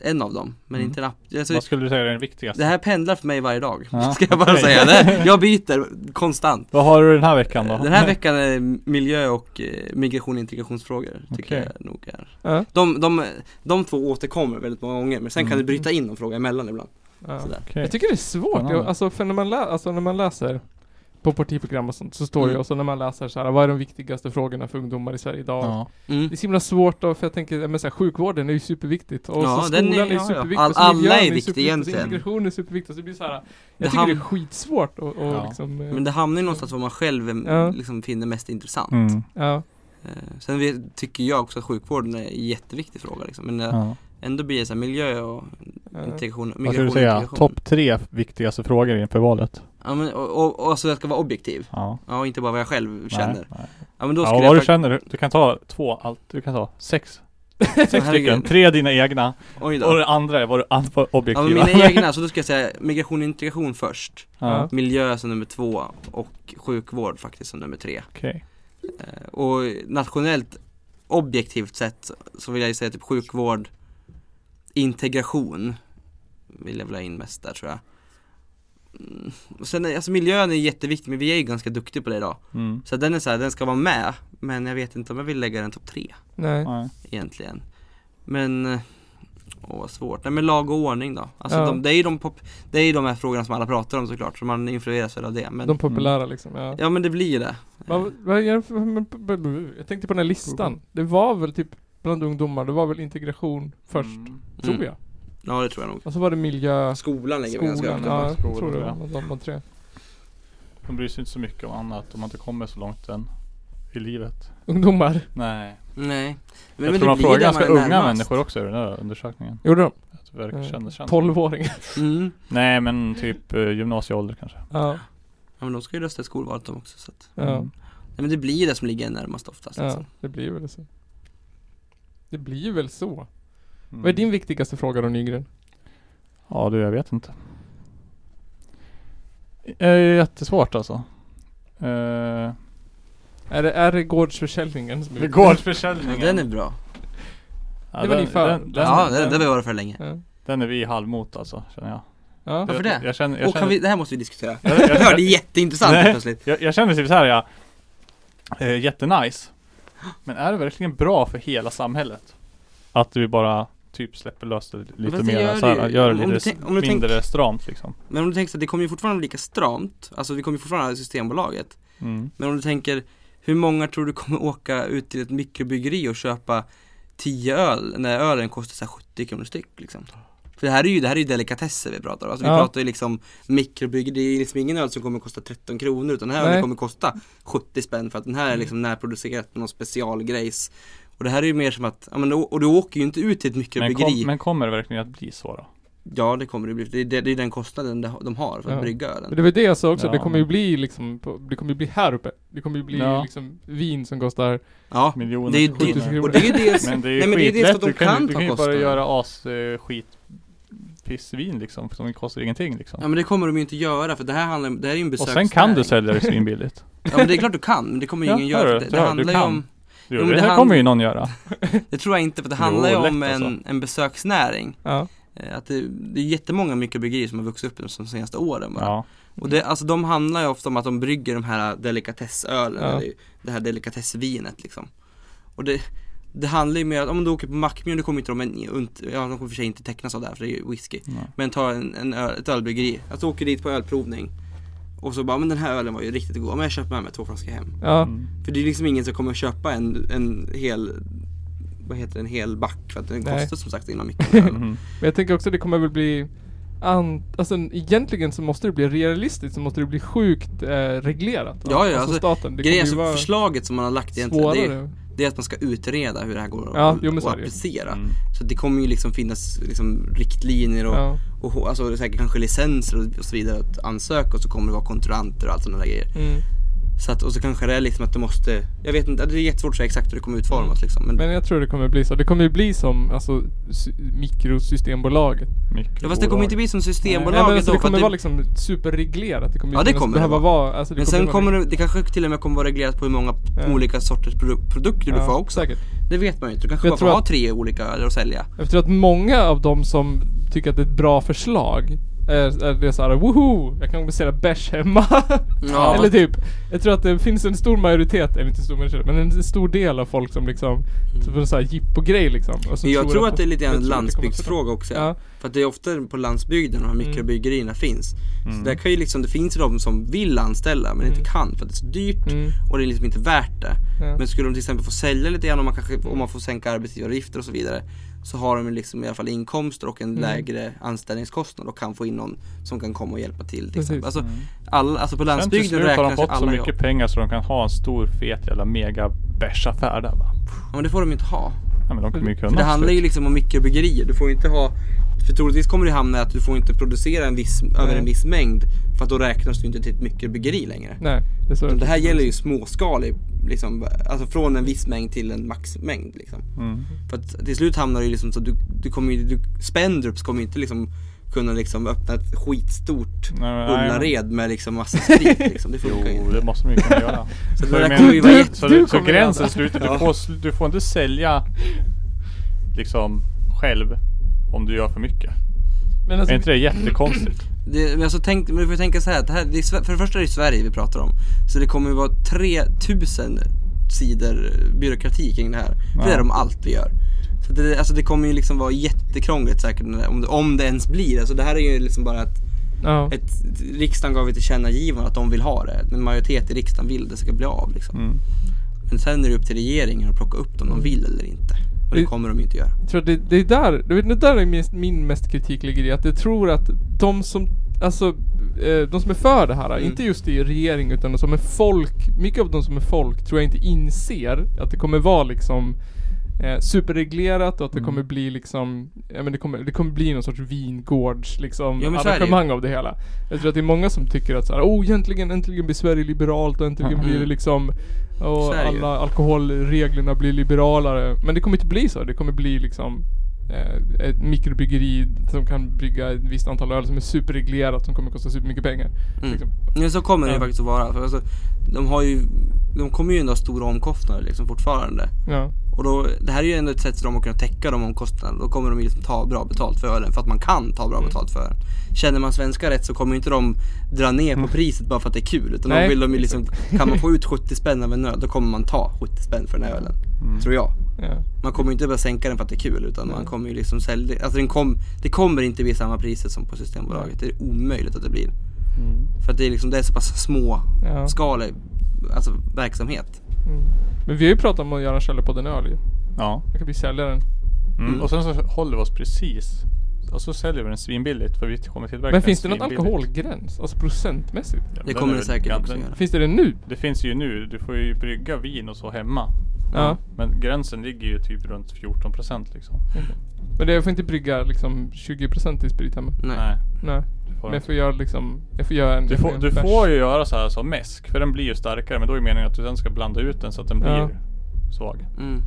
[SPEAKER 3] en av dem, men
[SPEAKER 1] Mm.
[SPEAKER 3] inte en app. Alltså,
[SPEAKER 1] Vad skulle du säga är den viktigaste?
[SPEAKER 3] det här pendlar för mig varje dag,
[SPEAKER 1] Ja,
[SPEAKER 3] ska jag bara
[SPEAKER 1] okej.
[SPEAKER 3] säga. Det här, jag byter konstant.
[SPEAKER 1] Vad har du den här veckan då?
[SPEAKER 3] Den här veckan är miljö och eh, migration och integrationsfrågor, tycker
[SPEAKER 1] Okej.
[SPEAKER 3] jag nog är.
[SPEAKER 2] Ja.
[SPEAKER 3] De, de, de två återkommer väldigt många gånger, men sen kan du
[SPEAKER 1] Mm.
[SPEAKER 3] bryta in någon fråga emellan ibland.
[SPEAKER 2] Ja.
[SPEAKER 3] Sådär.
[SPEAKER 1] Okej.
[SPEAKER 2] Jag tycker det är svårt.
[SPEAKER 1] Spännande.
[SPEAKER 2] Jag, alltså, för när man, lä- alltså, när man läser på partiprogram och sånt så står det ju,
[SPEAKER 3] Mm.
[SPEAKER 2] och så när man läser så här, vad är de viktigaste frågorna för ungdomar i Sverige idag?
[SPEAKER 1] Ja.
[SPEAKER 3] Mm.
[SPEAKER 2] Det är så himla svårt då, för jag tänker, ja, men så här, sjukvården är ju superviktigt och
[SPEAKER 3] Ja,
[SPEAKER 2] så
[SPEAKER 3] den är-
[SPEAKER 2] skolan är, ju
[SPEAKER 3] ja, ja.
[SPEAKER 2] superviktigt
[SPEAKER 3] All-
[SPEAKER 2] och så
[SPEAKER 3] alla
[SPEAKER 2] miljön
[SPEAKER 3] är
[SPEAKER 2] ju
[SPEAKER 3] viktig
[SPEAKER 2] superviktigt, och så
[SPEAKER 3] egentligt.
[SPEAKER 2] Integration är superviktigt, så det blir så här, jag
[SPEAKER 3] Det
[SPEAKER 2] tycker det är
[SPEAKER 3] ham-
[SPEAKER 2] skitsvårt och, och
[SPEAKER 1] Ja.
[SPEAKER 2] liksom, eh,
[SPEAKER 3] Men det hamnar ju någonstans vad man själv eh,
[SPEAKER 2] Ja.
[SPEAKER 3] liksom, finner mest intressant.
[SPEAKER 1] Mm.
[SPEAKER 2] ja,
[SPEAKER 3] Eh, Sen vet- tycker jag också att sjukvården är en jätteviktig fråga liksom. Men eh,
[SPEAKER 1] Ja.
[SPEAKER 3] ändå blir det så här miljö och
[SPEAKER 2] ja.
[SPEAKER 3] integration, migration
[SPEAKER 1] Vad skulle du
[SPEAKER 3] och
[SPEAKER 1] säga?
[SPEAKER 3] integration.
[SPEAKER 1] Topp tre viktigaste frågor inför valet?
[SPEAKER 3] Ja men och, och, och alltså jag ska vara objektiv.
[SPEAKER 1] Ja.
[SPEAKER 3] Ja och inte bara vad jag själv
[SPEAKER 1] Nej,
[SPEAKER 3] känner.
[SPEAKER 1] nej.
[SPEAKER 3] Ja men då
[SPEAKER 1] Ja,
[SPEAKER 3] skulle
[SPEAKER 1] och vad
[SPEAKER 3] jag
[SPEAKER 1] du
[SPEAKER 3] faktiskt,
[SPEAKER 1] känner, du kan ta två, allt, du kan ta sex. Sex
[SPEAKER 3] herregud.
[SPEAKER 1] stycken, tre dina egna
[SPEAKER 3] oj
[SPEAKER 1] och
[SPEAKER 3] då.
[SPEAKER 1] det andra är vad du an- vad
[SPEAKER 3] Ja
[SPEAKER 1] objektiva.
[SPEAKER 3] men mina egna, så då ska jag säga migration och integration först.
[SPEAKER 1] ja,
[SPEAKER 3] Miljö som nummer två och sjukvård faktiskt som nummer tre.
[SPEAKER 1] okej.
[SPEAKER 3] Eh, Och nationellt objektivt sett så vill jag ju säga typ sjukvård, integration vill jag väl ha in mest där tror jag. Mm. Och sen, är- alltså miljön är jätteviktig men vi är ju ganska duktiga på det idag.
[SPEAKER 1] Mm.
[SPEAKER 3] Så den är så här, den ska vara med men jag vet inte om jag vill lägga den topp tre
[SPEAKER 2] Nej.
[SPEAKER 1] Nej.
[SPEAKER 3] egentligen. Men, eh, åh vad svårt. Nej men lag och ordning då. Alltså
[SPEAKER 2] Ja.
[SPEAKER 3] de, det, är ju de pop, det är ju de här frågorna som alla pratar om såklart så man influeras väl av det. Men, Mm.
[SPEAKER 2] De populära liksom, ja.
[SPEAKER 3] Ja men det blir ju det.
[SPEAKER 2] Vad, vad är det för- jag tänkte på den här listan.
[SPEAKER 3] Mm.
[SPEAKER 2] Det var väl typ bland ungdomar, det var väl integration först, tror
[SPEAKER 3] Mm.
[SPEAKER 2] jag.
[SPEAKER 3] Ja det tror jag nog.
[SPEAKER 2] Och så var det miljö,
[SPEAKER 3] Skolan lägger vi ganska
[SPEAKER 2] skolan,
[SPEAKER 3] högt
[SPEAKER 2] ja,
[SPEAKER 3] upp.
[SPEAKER 2] jag
[SPEAKER 1] Skolan,
[SPEAKER 2] tror det
[SPEAKER 1] ja.
[SPEAKER 2] var de, de tre.
[SPEAKER 1] De bryr sig inte så mycket om annat om man inte kommer så långt än i livet.
[SPEAKER 2] Ungdomar,
[SPEAKER 1] Nej.
[SPEAKER 3] Nej. Men,
[SPEAKER 1] Jag
[SPEAKER 3] men
[SPEAKER 1] tror
[SPEAKER 3] det
[SPEAKER 1] de
[SPEAKER 3] blir
[SPEAKER 1] frågar
[SPEAKER 3] där
[SPEAKER 1] ganska
[SPEAKER 3] man är
[SPEAKER 1] unga
[SPEAKER 3] närmast.
[SPEAKER 1] människor också i den här undersökningen.
[SPEAKER 2] gjorde de?
[SPEAKER 1] Jag
[SPEAKER 2] Eh,
[SPEAKER 1] nätverk kändes kändes.
[SPEAKER 2] 12-åringar.
[SPEAKER 3] Mm.
[SPEAKER 1] Nej men typ eh, gymnasieålder kanske.
[SPEAKER 2] ja,
[SPEAKER 3] Ja men de ska ju rösta i skolvalet de också så att,
[SPEAKER 2] ja,
[SPEAKER 1] Mm.
[SPEAKER 3] Nej men det blir ju det som ligger närmast oftast
[SPEAKER 2] ja,
[SPEAKER 3] alltså.
[SPEAKER 2] det blir väl så. Det blir väl så.
[SPEAKER 1] Mm.
[SPEAKER 2] Vad är din viktigaste fråga då Nygren?
[SPEAKER 1] Ja du, jag vet inte. Eh, Det är jättesvårt alltså. Eh,
[SPEAKER 2] Är det, är det gårdsförsäljningen som är viktig?
[SPEAKER 3] Mm. ja,
[SPEAKER 1] Gårdsförsäljningen.
[SPEAKER 3] Den är bra
[SPEAKER 1] ja,
[SPEAKER 2] det var
[SPEAKER 1] den-
[SPEAKER 2] ni för.
[SPEAKER 1] Den, den,
[SPEAKER 3] Ja, det,
[SPEAKER 1] den,
[SPEAKER 3] det var det för länge
[SPEAKER 2] Ja.
[SPEAKER 1] den är vi halvmot alltså, känner jag.
[SPEAKER 2] Ja.
[SPEAKER 3] Varför
[SPEAKER 1] jag,
[SPEAKER 3] det?
[SPEAKER 1] Jag känner, jag
[SPEAKER 3] Och
[SPEAKER 1] känner,
[SPEAKER 3] kan vi, det här måste vi diskutera
[SPEAKER 1] jag, jag,
[SPEAKER 3] Jag
[SPEAKER 1] jag,
[SPEAKER 3] hörde jätteintressant
[SPEAKER 1] Nej.
[SPEAKER 3] helt plötsligt
[SPEAKER 1] jag, jag känner typ såhär ja, eh, jättenice. Men är det verkligen bra för hela samhället? Att vi bara typ släpper lös det lite
[SPEAKER 3] fast det
[SPEAKER 1] mer,
[SPEAKER 3] gör
[SPEAKER 1] gör så här,
[SPEAKER 3] det ju.
[SPEAKER 1] gör
[SPEAKER 3] Om
[SPEAKER 1] det
[SPEAKER 3] du
[SPEAKER 1] lite
[SPEAKER 3] tänk- om du tänk-
[SPEAKER 1] mindre stramt liksom.
[SPEAKER 3] Men om du tänker så att det kommer ju fortfarande vara lika stramt Alltså vi kommer ju fortfarande ha Systembolaget
[SPEAKER 1] Mm.
[SPEAKER 3] Men om du tänker Hur många tror du kommer åka ut till ett mikrobryggeri och köpa 10 öl när ölen kostar så här 70 kronor styck liksom? För det här är ju, det här är ju delikatesser vi pratar om, alltså
[SPEAKER 2] Ja.
[SPEAKER 3] vi pratar ju liksom mikrobryggeri, det är liksom ingen öl som kommer kosta 13 kronor utan den här
[SPEAKER 2] Nej. Mm.
[SPEAKER 3] ölen kommer kosta 70 spänn för att den här är liksom närproducerat med någon specialgrejs Och det här är ju mer som att, ja men då- och du åker ju inte ut till ett
[SPEAKER 1] Men,
[SPEAKER 3] mikrobryggeri
[SPEAKER 1] kom, men kommer det verkligen att bli så då?
[SPEAKER 3] Ja det kommer det bli, det är, det, det är den kostnaden de de har för att
[SPEAKER 2] Ja.
[SPEAKER 3] brygga ölen
[SPEAKER 2] Men det var det jag sa också,
[SPEAKER 1] Ja,
[SPEAKER 2] det kommer ju
[SPEAKER 1] men-
[SPEAKER 2] bli liksom, på- det kommer ju bli här uppe. Det kommer ju bli
[SPEAKER 1] Ja.
[SPEAKER 2] liksom vin som kostar,
[SPEAKER 3] Ja,
[SPEAKER 1] Miljoner
[SPEAKER 3] det är ju
[SPEAKER 1] kronor.
[SPEAKER 2] dyrt.
[SPEAKER 3] det, och det är ju dels
[SPEAKER 1] Men det är ju
[SPEAKER 3] Nej, men det är ju dels för
[SPEAKER 1] skitlätt,
[SPEAKER 3] att de
[SPEAKER 1] du kan,
[SPEAKER 3] kan
[SPEAKER 1] ju-
[SPEAKER 3] ta
[SPEAKER 1] du kan ju bara
[SPEAKER 3] kostnaden.
[SPEAKER 1] göra as eh, skit pissvin liksom, för de kostar ingenting liksom.
[SPEAKER 3] Ja men det kommer de ju inte göra för det här handlar det här är ju en
[SPEAKER 1] och sen
[SPEAKER 3] besöksnäring
[SPEAKER 1] kan du sälja det svinbilligt.
[SPEAKER 3] Ja men det är klart du kan, men det kommer ju
[SPEAKER 1] Ja,
[SPEAKER 3] ingen
[SPEAKER 1] hör
[SPEAKER 3] göra för
[SPEAKER 1] du?
[SPEAKER 3] det, det
[SPEAKER 1] Ja, du
[SPEAKER 3] handlar ju
[SPEAKER 1] kan.
[SPEAKER 3] om
[SPEAKER 1] Jo,
[SPEAKER 3] Jo, men
[SPEAKER 1] det,
[SPEAKER 3] det
[SPEAKER 1] här
[SPEAKER 3] hand-
[SPEAKER 1] kommer ju någon göra.
[SPEAKER 3] Det tror jag inte för det handlar ju
[SPEAKER 1] Jo, lätt
[SPEAKER 3] om en,
[SPEAKER 1] alltså.
[SPEAKER 3] en besöksnäring
[SPEAKER 2] ja.
[SPEAKER 3] Eh, Att det, det är jättemånga mikrobryggerier som har vuxit upp de senaste åren bara.
[SPEAKER 1] Ja.
[SPEAKER 3] Och det, alltså de handlar ju ofta om att de brygger de här delikatessölen,
[SPEAKER 2] Ja.
[SPEAKER 3] eller det här delikatessvinet liksom. Och det, det handlar ju mer om, om du åker på Mackmjöln, då kommer inte de, en, unt- ja de kommer i och för sig inte tecknas av det här för det är ju whisky.
[SPEAKER 1] Nej.
[SPEAKER 3] Men ta en, en öl, ett ölbryggeri, att du åker dit på ölprovning och så bara, men den här ölen var ju riktigt god, men jag köper med mig två flaskor hem.
[SPEAKER 2] ja.
[SPEAKER 1] Mm.
[SPEAKER 3] För det är liksom ingen som kommer köpa en, en hel, vad heter det, en hel back för att den
[SPEAKER 2] Nej.
[SPEAKER 3] kostar som sagt innan mycket. öl.
[SPEAKER 1] Mhm.
[SPEAKER 2] Men jag tänker också det kommer väl bli an, alltså egentligen så måste det bli realistiskt, så måste det bli sjukt eh, reglerat. va?
[SPEAKER 3] Ja, ja,
[SPEAKER 2] alltså
[SPEAKER 3] alltså,
[SPEAKER 2] staten. Det
[SPEAKER 3] Grejen,
[SPEAKER 2] kommer ju
[SPEAKER 3] alltså,
[SPEAKER 2] vara
[SPEAKER 3] förslaget som man har lagt egentligen, det är, ju-
[SPEAKER 2] svårare.
[SPEAKER 3] det är att man ska utreda hur det här går att,
[SPEAKER 2] Ja,
[SPEAKER 3] att,
[SPEAKER 2] jo, men så är det ju.
[SPEAKER 3] applicera.
[SPEAKER 1] Mm.
[SPEAKER 3] Så det kommer ju liksom finnas liksom riktlinjer och,
[SPEAKER 2] Ja.
[SPEAKER 3] och alltså, säkert kanske licenser och, och så vidare att ansöka och så kommer det vara kontrollanter och allt sådana där grejer.
[SPEAKER 2] Mm.
[SPEAKER 3] Så att, och så kanske det är liksom att det måste, jag vet inte, det är jättesvårt att säga exakt hur det kommer utformas liksom. Men,
[SPEAKER 2] Mm. Men jag tror det kommer bli så. Det kommer ju bli som alltså, sy- mikrosystembolaget.
[SPEAKER 3] ja, fast det kommer inte bli som Systembolaget
[SPEAKER 2] Nej, men alltså,
[SPEAKER 3] då,
[SPEAKER 2] det
[SPEAKER 3] för att
[SPEAKER 2] kommer vara liksom superreglerat. Det kommer, ju
[SPEAKER 3] Ja, det
[SPEAKER 2] finnas-
[SPEAKER 3] kommer det
[SPEAKER 2] behöva
[SPEAKER 3] vara.
[SPEAKER 2] vara. Alltså, det
[SPEAKER 3] Men
[SPEAKER 2] kommer
[SPEAKER 3] sen
[SPEAKER 2] vara-
[SPEAKER 3] kommer det, det kanske till och med kommer vara reglerat på hur många
[SPEAKER 2] Ja.
[SPEAKER 3] olika sorters produ- produkter du
[SPEAKER 2] Ja,
[SPEAKER 3] får också.
[SPEAKER 2] Säkert.
[SPEAKER 3] Det vet man ju inte, du kanske
[SPEAKER 2] Jag
[SPEAKER 3] bara får
[SPEAKER 2] tror
[SPEAKER 3] ha
[SPEAKER 2] att-
[SPEAKER 3] tre olika öler att sälja.
[SPEAKER 2] Jag tror att många av de som tycker att det är ett bra förslag är, är det såhär woho, jag kan sälja bärs hemma.
[SPEAKER 3] Ja.
[SPEAKER 2] Eller typ, jag tror att det finns en stor majoritet, eller inte en stor majoritet, men en stor del av folk som liksom, typ en sån här jippo-grej liksom. Och så
[SPEAKER 3] Men Mm. jag tror att det är lite grann
[SPEAKER 2] jag
[SPEAKER 3] en
[SPEAKER 2] tror att det kommer att-
[SPEAKER 3] landsbygdsfråga också.
[SPEAKER 2] Ja,
[SPEAKER 3] För att det är ofta på landsbygden de här
[SPEAKER 2] Mm.
[SPEAKER 3] mikrobryggerierna finns. Så
[SPEAKER 1] Mm.
[SPEAKER 3] där kan ju liksom, det finns ju de som vill anställa men
[SPEAKER 2] Mm.
[SPEAKER 3] inte kan för att det är så dyrt
[SPEAKER 2] mm,
[SPEAKER 3] och det är liksom inte värt det.
[SPEAKER 2] ja.
[SPEAKER 3] Men skulle de till exempel få sälja lite grann om man, kanske, om man får sänka arbetsgivaravgifter och så vidare så har de ju liksom i alla fall inkomster och en
[SPEAKER 2] Mm.
[SPEAKER 3] lägre anställningskostnad och kan få in någon som kan komma och hjälpa till. till
[SPEAKER 2] Precis.
[SPEAKER 3] exempel. Alltså,
[SPEAKER 1] Mm.
[SPEAKER 3] alla, alltså
[SPEAKER 1] Sen
[SPEAKER 3] på
[SPEAKER 1] till
[SPEAKER 3] landsbygden
[SPEAKER 1] slut har de
[SPEAKER 3] räknas ju
[SPEAKER 1] fått så
[SPEAKER 3] alla
[SPEAKER 1] mycket
[SPEAKER 3] jobb.
[SPEAKER 1] pengar så de kan ha en stor fet jävla mega bärsaffär där va.
[SPEAKER 3] Ja, men det får de ju inte ha.
[SPEAKER 1] Ja, men de kommer ju kunna.
[SPEAKER 3] Mm. För det handlar ju
[SPEAKER 1] slut.
[SPEAKER 3] liksom om mikrobryggerier. Du får ju inte ha för troligtvis kommer det hamna i att du får inte producera en viss, över
[SPEAKER 2] Nej.
[SPEAKER 3] en viss mängd för att då räknas du inte till ett mikrobryggeri längre.
[SPEAKER 2] Nej, det är så.
[SPEAKER 3] Utan Det här gäller ju småskalig, liksom, alltså från en viss mängd till en maxmängd. Liksom.
[SPEAKER 1] Mm.
[SPEAKER 3] För att till slut hamnar det ju liksom så att du, du kommer ju, du, Spendrups kommer ju inte liksom kunna liksom öppna ett skitstort
[SPEAKER 1] Nej, men- nej, men-
[SPEAKER 3] Ullared med liksom massa sprit liksom. Det funkar ju
[SPEAKER 1] Jo,
[SPEAKER 3] inte.
[SPEAKER 1] det måste de ju kunna göra.
[SPEAKER 3] Så
[SPEAKER 1] Så,
[SPEAKER 3] det där
[SPEAKER 1] men-
[SPEAKER 3] kommer ju vara
[SPEAKER 2] du-
[SPEAKER 3] jätte...
[SPEAKER 1] så, du, så
[SPEAKER 2] kommer
[SPEAKER 1] gränsen
[SPEAKER 2] göra.
[SPEAKER 1] slutar,
[SPEAKER 3] Ja.
[SPEAKER 1] du, får, sl- du får inte sälja liksom själv om du gör för mycket.
[SPEAKER 2] Men alltså,
[SPEAKER 1] Är inte det jättekonstigt?
[SPEAKER 3] Det, men alltså tänk, men du får tänka så här, att det här det är, Sve- för det första är det Sverige vi pratar om. Så det kommer ju vara 3000 sidor byråkrati kring det här. För det
[SPEAKER 1] Ja.
[SPEAKER 3] är de allt vi gör. Så det, alltså det kommer ju liksom vara jättekrångligt säkert när- om det, om det ens blir. Alltså det här är ju liksom bara att
[SPEAKER 2] ja.
[SPEAKER 3] ett, riksdagen gav ett tillkännagivande att de vill ha det. En majoritet i riksdagen vill det ska bli av liksom.
[SPEAKER 1] Mm.
[SPEAKER 3] Men sen är det upp till regeringen att plocka upp dem de vill eller inte. Och det
[SPEAKER 2] Det-
[SPEAKER 3] kommer de ju inte göra.
[SPEAKER 2] Jag tror att det, det är där, du vet, det där är min, min mest kritik ligger i att jag tror att de som, alltså, eh, de som är för det här,
[SPEAKER 3] Mm.
[SPEAKER 2] inte just i regering utan de som är folk, mycket av de som är folk tror jag inte inser att det kommer vara liksom eh, superreglerat och att det
[SPEAKER 1] Mm.
[SPEAKER 2] kommer bli liksom, ja men det kommer, det kommer bli någon sorts vingårds liksom
[SPEAKER 3] Ja, men så är det ju.
[SPEAKER 2] arrangemang av det hela. Jag tror att det är många som tycker att så här, oh äntligen, äntligen blir Sverige liberalt och äntligen
[SPEAKER 1] Mm.
[SPEAKER 2] blir det liksom och
[SPEAKER 3] Så är det ju.
[SPEAKER 2] alla alkoholreglerna blir liberalare. Men det kommer inte bli så. Det kommer bli liksom eh, ett mikrobryggeri som kan brygga ett visst antal öl som är superreglerat som kommer kosta supermycket pengar.
[SPEAKER 3] Mm.
[SPEAKER 2] Liksom.
[SPEAKER 3] Ja, så kommer det ju
[SPEAKER 2] Ja.
[SPEAKER 3] faktiskt att vara. För alltså, de, har ju, de kommer ju ändå ha stora omkostnader liksom fortfarande.
[SPEAKER 2] Ja.
[SPEAKER 3] Och då, det här är ju ändå ett sätt för dem att kunna täcka de omkostnaderna. Då kommer de ju liksom ta bra betalt för ölen, för att man kan ta bra
[SPEAKER 2] Mm.
[SPEAKER 3] betalt för ölen. Känner man svenskar rätt så kommer ju inte de dra ner på priset bara för att det är kul. Utan
[SPEAKER 2] Mm. Nej,
[SPEAKER 3] de vill de ju liksom, kan man få ut 70 spänn av en öl, då kommer man ta 70 spänn för den här ölen. Tror jag.
[SPEAKER 2] Ja.
[SPEAKER 3] Man kommer ju inte bara sänka den för att det är kul, utan man
[SPEAKER 2] Mm. Nej.
[SPEAKER 3] kommer ju liksom sälja. Alltså den kom, det kommer inte bli samma priser som på Systembolaget. Det är omöjligt att det blir. För att det är liksom, det är så pass små
[SPEAKER 2] Ja.
[SPEAKER 3] skalig alltså verksamhet.
[SPEAKER 2] Mm. Men vi har ju pratat om att göra en källarpodden öl ju.
[SPEAKER 1] Ja.
[SPEAKER 2] Jag kan bli säljaren.
[SPEAKER 1] Mm.
[SPEAKER 3] Mm.
[SPEAKER 1] Och sen så håller vi oss precis. Och så säljer vi den svinbilligt för vi kommer tillverka
[SPEAKER 2] Men
[SPEAKER 1] den
[SPEAKER 2] finns det någon
[SPEAKER 1] svinbilligt.
[SPEAKER 2] alkoholgräns? Alltså procentmässigt?
[SPEAKER 1] Ja,
[SPEAKER 3] Det
[SPEAKER 1] den
[SPEAKER 3] kommer
[SPEAKER 1] är
[SPEAKER 3] det
[SPEAKER 1] väl
[SPEAKER 3] säkert också
[SPEAKER 1] ganska-
[SPEAKER 3] göra.
[SPEAKER 2] Finns det det nu?
[SPEAKER 1] Det finns ju nu. Du får ju brygga vin och så hemma.
[SPEAKER 2] Ja.
[SPEAKER 1] Men gränsen ligger ju typ runt 14 procent liksom.
[SPEAKER 2] Mm. Men det, jag får inte brygga liksom 20% i sprit hemma.
[SPEAKER 3] Nej.
[SPEAKER 2] Nej.
[SPEAKER 1] du får
[SPEAKER 2] Men jag
[SPEAKER 1] inte.
[SPEAKER 2] får göra liksom, jag får göra en
[SPEAKER 1] Du
[SPEAKER 2] jag
[SPEAKER 1] får,
[SPEAKER 2] göra en
[SPEAKER 1] du
[SPEAKER 2] bärs.
[SPEAKER 1] får ju göra så här som mäsk, för den blir ju starkare. Men då är ju meningen att du sen ska blanda ut den så att den blir
[SPEAKER 2] Ja.
[SPEAKER 1] svag.
[SPEAKER 3] Mm.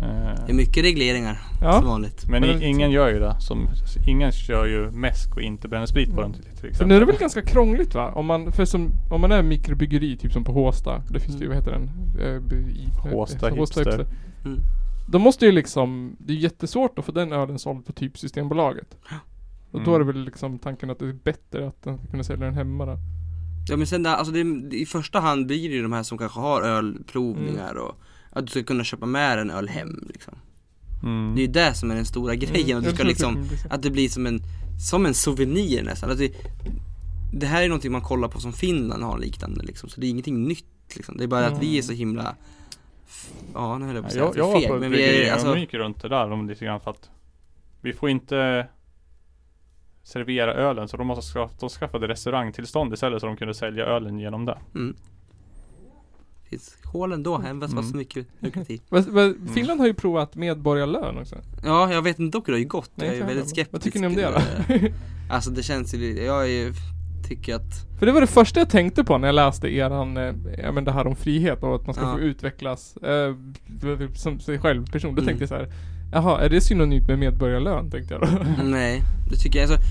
[SPEAKER 1] Eh,
[SPEAKER 3] Det är mycket regleringar som
[SPEAKER 2] Ja.
[SPEAKER 3] vanligt.
[SPEAKER 1] Men
[SPEAKER 2] Men-
[SPEAKER 1] i- ingen gör ju det. Som, ingen kör ju mäsk och inte bränner sprit på den till, till
[SPEAKER 2] Mm. För
[SPEAKER 1] exempel.
[SPEAKER 2] nu är det väl ganska krångligt va? Om man, för som, om man är mikrobryggeri, typ som på Håsta. Det finns det ju, vad heter den? Eh, b- i-
[SPEAKER 1] Håsta
[SPEAKER 2] eh,
[SPEAKER 1] Hipster.
[SPEAKER 3] Mm.
[SPEAKER 2] De måste ju liksom, det är jättesvårt att få den ölen såld på typ Systembolaget. Och då är det
[SPEAKER 1] Mm.
[SPEAKER 2] väl liksom tanken att det är bättre att den ska kunna sälja den hemma då.
[SPEAKER 3] Ja men sen där, alltså det, i första hand blir det ju de här som kanske har ölprovningar
[SPEAKER 2] Mm.
[SPEAKER 3] och att du ska kunna köpa med en öl hem liksom.
[SPEAKER 1] Mm.
[SPEAKER 3] Det är ju det som är den stora grejen,
[SPEAKER 2] Mm, jag
[SPEAKER 3] att du ska
[SPEAKER 2] tror att det
[SPEAKER 3] liksom,
[SPEAKER 2] kommer bli så.
[SPEAKER 3] att det blir som en, som en souvenir nästan. Att det, det här är någonting man kollar på som Finland har liknande liksom, så det är ingenting nytt liksom. Det är bara
[SPEAKER 2] Mm.
[SPEAKER 3] att vi är så himla, f- ja nu höll jag på att säga
[SPEAKER 1] Jag,
[SPEAKER 3] att vi
[SPEAKER 1] jag
[SPEAKER 3] är
[SPEAKER 1] var
[SPEAKER 3] feg,
[SPEAKER 1] på ett
[SPEAKER 3] men vi
[SPEAKER 1] bryggeri
[SPEAKER 3] är
[SPEAKER 1] och
[SPEAKER 3] alltså,
[SPEAKER 1] de gick runt det där om lite grann för att vi får inte servera ölen så de, måste skaffa, de skaffade restaurangtillstånd istället så de kunde sälja ölen genom det.
[SPEAKER 3] Mm. finns hål ändå, även fast det var så
[SPEAKER 1] Mm.
[SPEAKER 3] mycket lukrativ.
[SPEAKER 2] Vad- vad- Finland har ju provat medborgarlön också.
[SPEAKER 3] Ja, jag vet inte dock hur det har ju gått.
[SPEAKER 2] Nej,
[SPEAKER 3] jag är
[SPEAKER 2] inte
[SPEAKER 3] väldigt
[SPEAKER 2] jag heller.
[SPEAKER 3] skeptisk.
[SPEAKER 2] Vad tycker ni om det
[SPEAKER 3] då? alltså det känns ju, jag är, ju- tycker att,
[SPEAKER 2] För det var det första jag tänkte på när jag läste eran, eh, ja men det här om frihet och att man ska
[SPEAKER 3] Ja.
[SPEAKER 2] få utvecklas eh, som sig själv person. Då
[SPEAKER 3] Mm.
[SPEAKER 2] tänkte jag så här. Jaha, är det synonymt med medborgarlön? Tänkte jag då.
[SPEAKER 3] nej, det tycker jag. Alltså,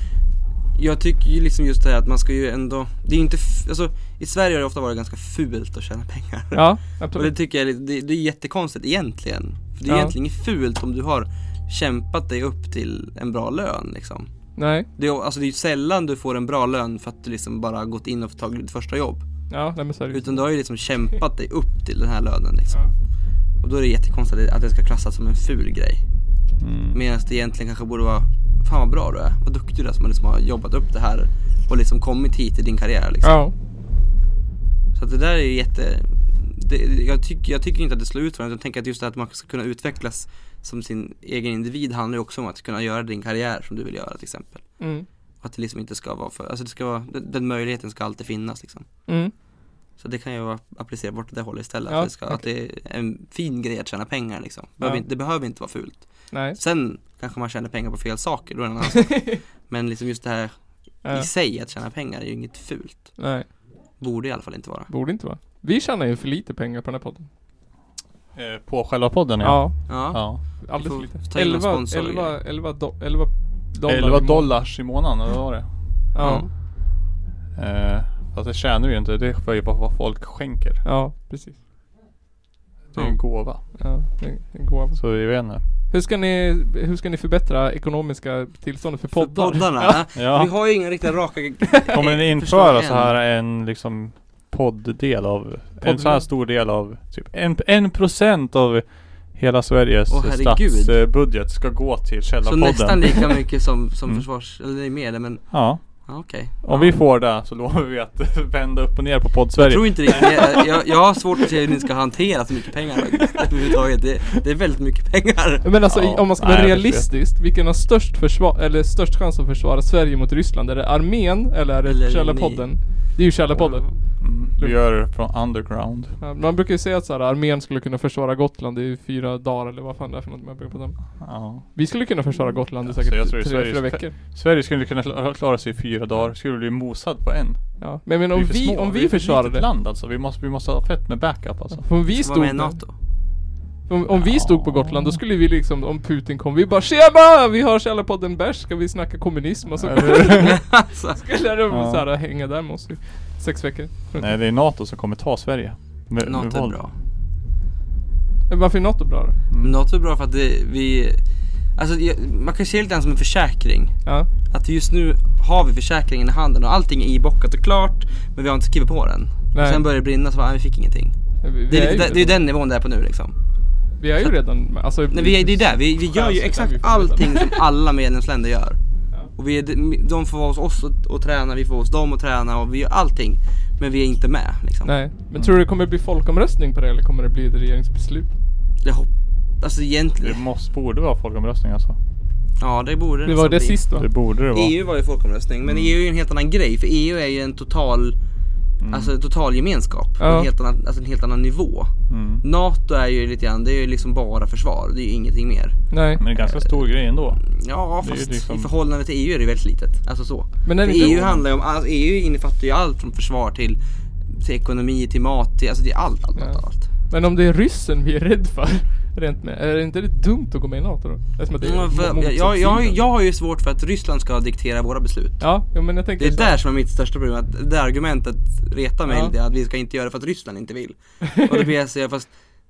[SPEAKER 3] jag tycker ju liksom just det här att man ska ju ändå, det är ju inte, f- alltså i Sverige har det ofta varit ganska fult att tjäna pengar.
[SPEAKER 2] ja,
[SPEAKER 3] Och det
[SPEAKER 2] absolut.
[SPEAKER 3] tycker jag, är lite- det, det är jättekonstigt egentligen. För det är
[SPEAKER 2] Ja.
[SPEAKER 3] egentligen inget fult om du har kämpat dig upp till en bra lön liksom.
[SPEAKER 2] Nej,
[SPEAKER 3] Det är, alltså det är ju sällan du får en bra lön för att du liksom bara har gått in och tagit ditt första jobb.
[SPEAKER 2] ja, nej men så är det ju.
[SPEAKER 3] Utan du har ju liksom kämpat dig upp till den här lönen liksom.
[SPEAKER 2] Ja.
[SPEAKER 3] Och då är det jättekonstigt att det ska klassas som en ful grej.
[SPEAKER 1] Mm.
[SPEAKER 3] Medan det egentligen kanske borde vara, fan vad bra du är, vad duktig du är som har liksom har jobbat upp det här och liksom kommit hit i din karriär liksom.
[SPEAKER 2] Ja.
[SPEAKER 3] Så att det där är ju jätte, det, jag, tycker, jag tycker inte att det slår ut varandra, jag tänker att just det här att man ska kunna utvecklas som sin egen individ handlar ju också om att kunna göra din karriär som du vill göra till exempel.
[SPEAKER 2] Mm.
[SPEAKER 3] Och att det liksom inte ska vara för, alltså det ska vara, den, den möjligheten ska alltid finnas liksom.
[SPEAKER 2] Mm.
[SPEAKER 3] Så det kan ju vara applicerbart åt det hållet istället.
[SPEAKER 2] Ja,
[SPEAKER 3] att, det ska, att det är en fin grej att tjäna pengar liksom. Behöver
[SPEAKER 2] Ja.
[SPEAKER 3] inte, det behöver inte vara fult.
[SPEAKER 2] Nej.
[SPEAKER 3] Sen kanske man tjänar pengar på fel saker, då är det en annan sak. Men liksom just det här
[SPEAKER 2] Ja.
[SPEAKER 3] i sig, att tjäna pengar, är ju inget fult.
[SPEAKER 2] Eh, Nej,
[SPEAKER 3] Borde i alla fall inte vara.
[SPEAKER 2] borde inte vara. Vi tjänar ju för lite pengar på den här podden.
[SPEAKER 1] Eh, på själva podden ja.
[SPEAKER 2] Ja,
[SPEAKER 3] Ja,
[SPEAKER 1] ja.
[SPEAKER 2] alldeles för
[SPEAKER 3] Vi får
[SPEAKER 2] lite.
[SPEAKER 3] ta in någon
[SPEAKER 2] 11,
[SPEAKER 3] sponsor och
[SPEAKER 2] 11,
[SPEAKER 3] grejer.
[SPEAKER 2] 11, do, 11
[SPEAKER 1] 11
[SPEAKER 2] dollar. i månaden.
[SPEAKER 1] Eh, dollars i månaden, eller vad var det?
[SPEAKER 2] Ja,
[SPEAKER 1] Eh, fast det tjänar vi ju inte. Det är ju bara vad folk skänker.
[SPEAKER 2] ja precis.
[SPEAKER 1] Det är ju en gåva.
[SPEAKER 2] Ja, det det går.
[SPEAKER 1] Så vi vet inte.
[SPEAKER 2] Hur ska ni, hur ska ni förbättra ekonomiska tillståndet för
[SPEAKER 3] För
[SPEAKER 2] poddar?
[SPEAKER 3] poddarna.
[SPEAKER 2] Ja.
[SPEAKER 3] Vi
[SPEAKER 1] Ja.
[SPEAKER 3] har ju inga riktigt raka
[SPEAKER 1] Kommer ni
[SPEAKER 3] förslag
[SPEAKER 1] införa
[SPEAKER 3] än.
[SPEAKER 1] så här en liksom podddel av, en så här stor del av, typ en, en procent av hela Sveriges
[SPEAKER 3] Åh, herregud.
[SPEAKER 1] statsbudget ska gå till
[SPEAKER 3] Så
[SPEAKER 1] Källarpodden.
[SPEAKER 3] nästan lika mycket som, som
[SPEAKER 1] Mm.
[SPEAKER 3] försvars, eller det är mer det, men
[SPEAKER 1] Ja,
[SPEAKER 3] ja, okej.
[SPEAKER 1] om vi får det så lovar vi att vända upp och ner på
[SPEAKER 3] Jag
[SPEAKER 1] poddsverige.
[SPEAKER 3] tror inte riktigt, jag, jag, jag har svårt att se hur ni ska hantera så mycket pengar faktiskt, överhuvudtaget. Det, det är väldigt mycket pengar.
[SPEAKER 2] Men alltså
[SPEAKER 1] Ja.
[SPEAKER 2] i- om man ska
[SPEAKER 1] Nej,
[SPEAKER 2] vara
[SPEAKER 1] jag
[SPEAKER 2] realistisk, vilken har störst, försvar, eller störst chans att försvara Sverige mot Ryssland? Är det armén eller är
[SPEAKER 3] Eller är
[SPEAKER 2] det
[SPEAKER 3] det
[SPEAKER 2] Källarpodden? Det är ju Källarpodden.
[SPEAKER 1] Mm. Vi gör det från underground.
[SPEAKER 2] Ja, Man brukar ju säga att så här, armén skulle kunna försvara Gotland i fyra dagar eller vad fan det är för något man brukar prata om.
[SPEAKER 1] Ja.
[SPEAKER 2] Vi skulle kunna försvara Gotland i
[SPEAKER 1] Ja,
[SPEAKER 2] säkert
[SPEAKER 1] så jag tror det är
[SPEAKER 2] tre, fyra
[SPEAKER 1] Sveriges-
[SPEAKER 2] veckor.
[SPEAKER 1] Sverige skulle kunna kla- klara sig i fyra dagar. Skulle bli mosad på en.
[SPEAKER 2] Ja. Men, men om
[SPEAKER 1] är för
[SPEAKER 2] vi,
[SPEAKER 1] små.
[SPEAKER 2] om
[SPEAKER 1] är
[SPEAKER 2] vi
[SPEAKER 1] för
[SPEAKER 2] försvarade...
[SPEAKER 1] litet land alltså. Vi måste, vi måste ha fett med backup alltså.
[SPEAKER 2] Om vi,
[SPEAKER 3] Som
[SPEAKER 2] stod,
[SPEAKER 3] var med i NATO.
[SPEAKER 2] om, om vi stod på Gotland då skulle vi liksom, om Putin kom, vi bara Tjena! Vi har Källarpodden bärs, ska vi snacka kommunism? Och så
[SPEAKER 3] alltså,
[SPEAKER 2] skulle de
[SPEAKER 1] Ja.
[SPEAKER 2] så här, hänga där med oss i sex veckor.
[SPEAKER 1] Nej det är NATO som kommer ta Sverige. Med, med
[SPEAKER 3] NATO är
[SPEAKER 1] våld.
[SPEAKER 3] bra.
[SPEAKER 2] Men Varför är NATO bra då?
[SPEAKER 1] Mm.
[SPEAKER 3] NATO är bra för att det, vi... Alltså, jag- man kan se lite grann som en försäkring.
[SPEAKER 2] Ja.
[SPEAKER 3] Att just nu har vi försäkringen i handen och allting är ibockat och klart men vi har inte skrivit på den. Och
[SPEAKER 2] Nej.
[SPEAKER 3] sen börjar det brinna så bara, "Ah, vi fick ingenting.
[SPEAKER 2] Vi, vi
[SPEAKER 3] Det är,
[SPEAKER 2] ju
[SPEAKER 3] lite, det, det är
[SPEAKER 2] redan-
[SPEAKER 3] den nivån det är på nu liksom.
[SPEAKER 2] Vi är ju redan, alltså...
[SPEAKER 3] Nej, vi, är- det är där, vi, vi gör ju
[SPEAKER 2] Självklart är
[SPEAKER 3] exakt
[SPEAKER 2] vi för
[SPEAKER 3] allting som alla medlemsländer gör.
[SPEAKER 2] Ja.
[SPEAKER 3] Och vi är, de får vara hos oss och, och träna, vi får vara hos dem och träna och vi gör allting. Men vi är inte med liksom.
[SPEAKER 2] Nej, men tror du det kommer bli folkomröstning på det eller kommer det bli ett regeringsbeslut?
[SPEAKER 3] Jag hopp, alltså
[SPEAKER 1] Det
[SPEAKER 3] egentligen,
[SPEAKER 1] måste, borde vara folkomröstning alltså.
[SPEAKER 3] ja det borde
[SPEAKER 2] Det var
[SPEAKER 3] nästan
[SPEAKER 2] det Mm.
[SPEAKER 3] bli.
[SPEAKER 2] sist va?
[SPEAKER 1] Det borde det vara.
[SPEAKER 3] EU var ju folkomröstning, men EU är ju en helt annan grej för EU är ju en total, alltså en total gemenskap. på
[SPEAKER 2] Mm. Ja.
[SPEAKER 3] En, helt annan, alltså en helt annan nivå.
[SPEAKER 1] Mm.
[SPEAKER 3] NATO är ju lite grann, det är ju liksom bara försvar, det är ju ingenting mer.
[SPEAKER 2] Nej.
[SPEAKER 1] Men det är en ganska stor grej ändå.
[SPEAKER 3] Ja
[SPEAKER 1] Det är ju
[SPEAKER 3] fast
[SPEAKER 1] liksom-
[SPEAKER 3] i förhållande till EU är det väldigt litet, alltså så.
[SPEAKER 2] Men är
[SPEAKER 3] För
[SPEAKER 2] det inte
[SPEAKER 3] EU handlar ju om, all, EU innefattar ju allt från försvar till, till ekonomi, till mat, till, alltså det är allt, allt, allt,
[SPEAKER 2] Ja.
[SPEAKER 3] allt.
[SPEAKER 2] Men om det är ryssen vi är rädd för, rent med, är det inte lite dumt att gå med i NATO då? Eftersom att det är
[SPEAKER 3] Ja, för-
[SPEAKER 2] mot-
[SPEAKER 3] Mm, jag, jag, jag,
[SPEAKER 2] motsatsen.
[SPEAKER 3] jag har ju svårt för att Ryssland ska diktera våra beslut.
[SPEAKER 2] Ja, ja, men jag
[SPEAKER 3] Det
[SPEAKER 2] tänker
[SPEAKER 3] är
[SPEAKER 2] så.
[SPEAKER 3] där som är mitt största problem, att det argumentet retar mig
[SPEAKER 2] Ja.
[SPEAKER 3] lite, att vi ska inte göra det för att Ryssland inte vill. Och då blir jag så här, fast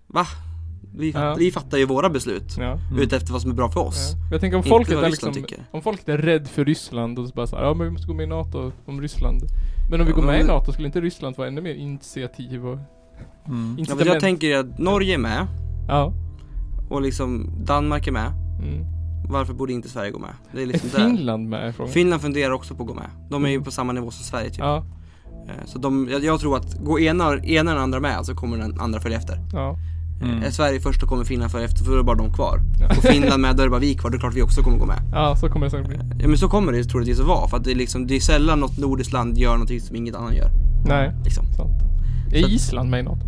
[SPEAKER 3] va? Vi, fatt,
[SPEAKER 2] Ja.
[SPEAKER 3] vi fattar ju våra beslut
[SPEAKER 2] Ja.
[SPEAKER 3] utefter vad som är bra för oss.
[SPEAKER 2] Ja. Jag tänker om
[SPEAKER 3] Inte
[SPEAKER 2] folket
[SPEAKER 3] vad
[SPEAKER 2] är
[SPEAKER 3] Ryssland
[SPEAKER 2] liksom,
[SPEAKER 3] tycker.
[SPEAKER 2] om folket är rädd för Ryssland och så bara såhär, ja men vi måste gå med i NATO om Ryssland. Men om vi
[SPEAKER 3] Ja,
[SPEAKER 2] går med i
[SPEAKER 3] men-
[SPEAKER 2] NATO skulle inte Ryssland vara ännu mer initiativ och
[SPEAKER 1] Mm.
[SPEAKER 3] Ja,
[SPEAKER 2] incitament?
[SPEAKER 3] men jag tänker ju att Norge är med
[SPEAKER 2] Ja.
[SPEAKER 3] och liksom Danmark är med.
[SPEAKER 2] Mm.
[SPEAKER 3] Varför borde inte Sverige gå med? Det är
[SPEAKER 2] Är
[SPEAKER 3] liksom där.
[SPEAKER 2] Finland med i frågan?
[SPEAKER 3] Finland funderar också på att gå med. De är ju på samma nivå som Sverige typ.
[SPEAKER 2] Ja,
[SPEAKER 3] Eh, Så de, jag, jag tror att går ena, ena och den andra med så kommer den andra följa efter.
[SPEAKER 2] ja.
[SPEAKER 1] Mm.
[SPEAKER 3] Är Sverige först så kommer Finland följa efter för då är det bara de kvar.
[SPEAKER 2] Ja.
[SPEAKER 3] Och Finland med då är det bara vi kvar, då är det klart vi också kommer gå med. Eh,
[SPEAKER 2] Ja, så kommer det säkert bli.
[SPEAKER 3] Ja men så kommer det troligtvis att vara för att det är liksom, det är sällan något nordiskt land gör någonting som inget annat gör.
[SPEAKER 2] Nej,
[SPEAKER 3] Liksom.
[SPEAKER 2] sant. Är
[SPEAKER 3] Så att-
[SPEAKER 2] Island med i NATO?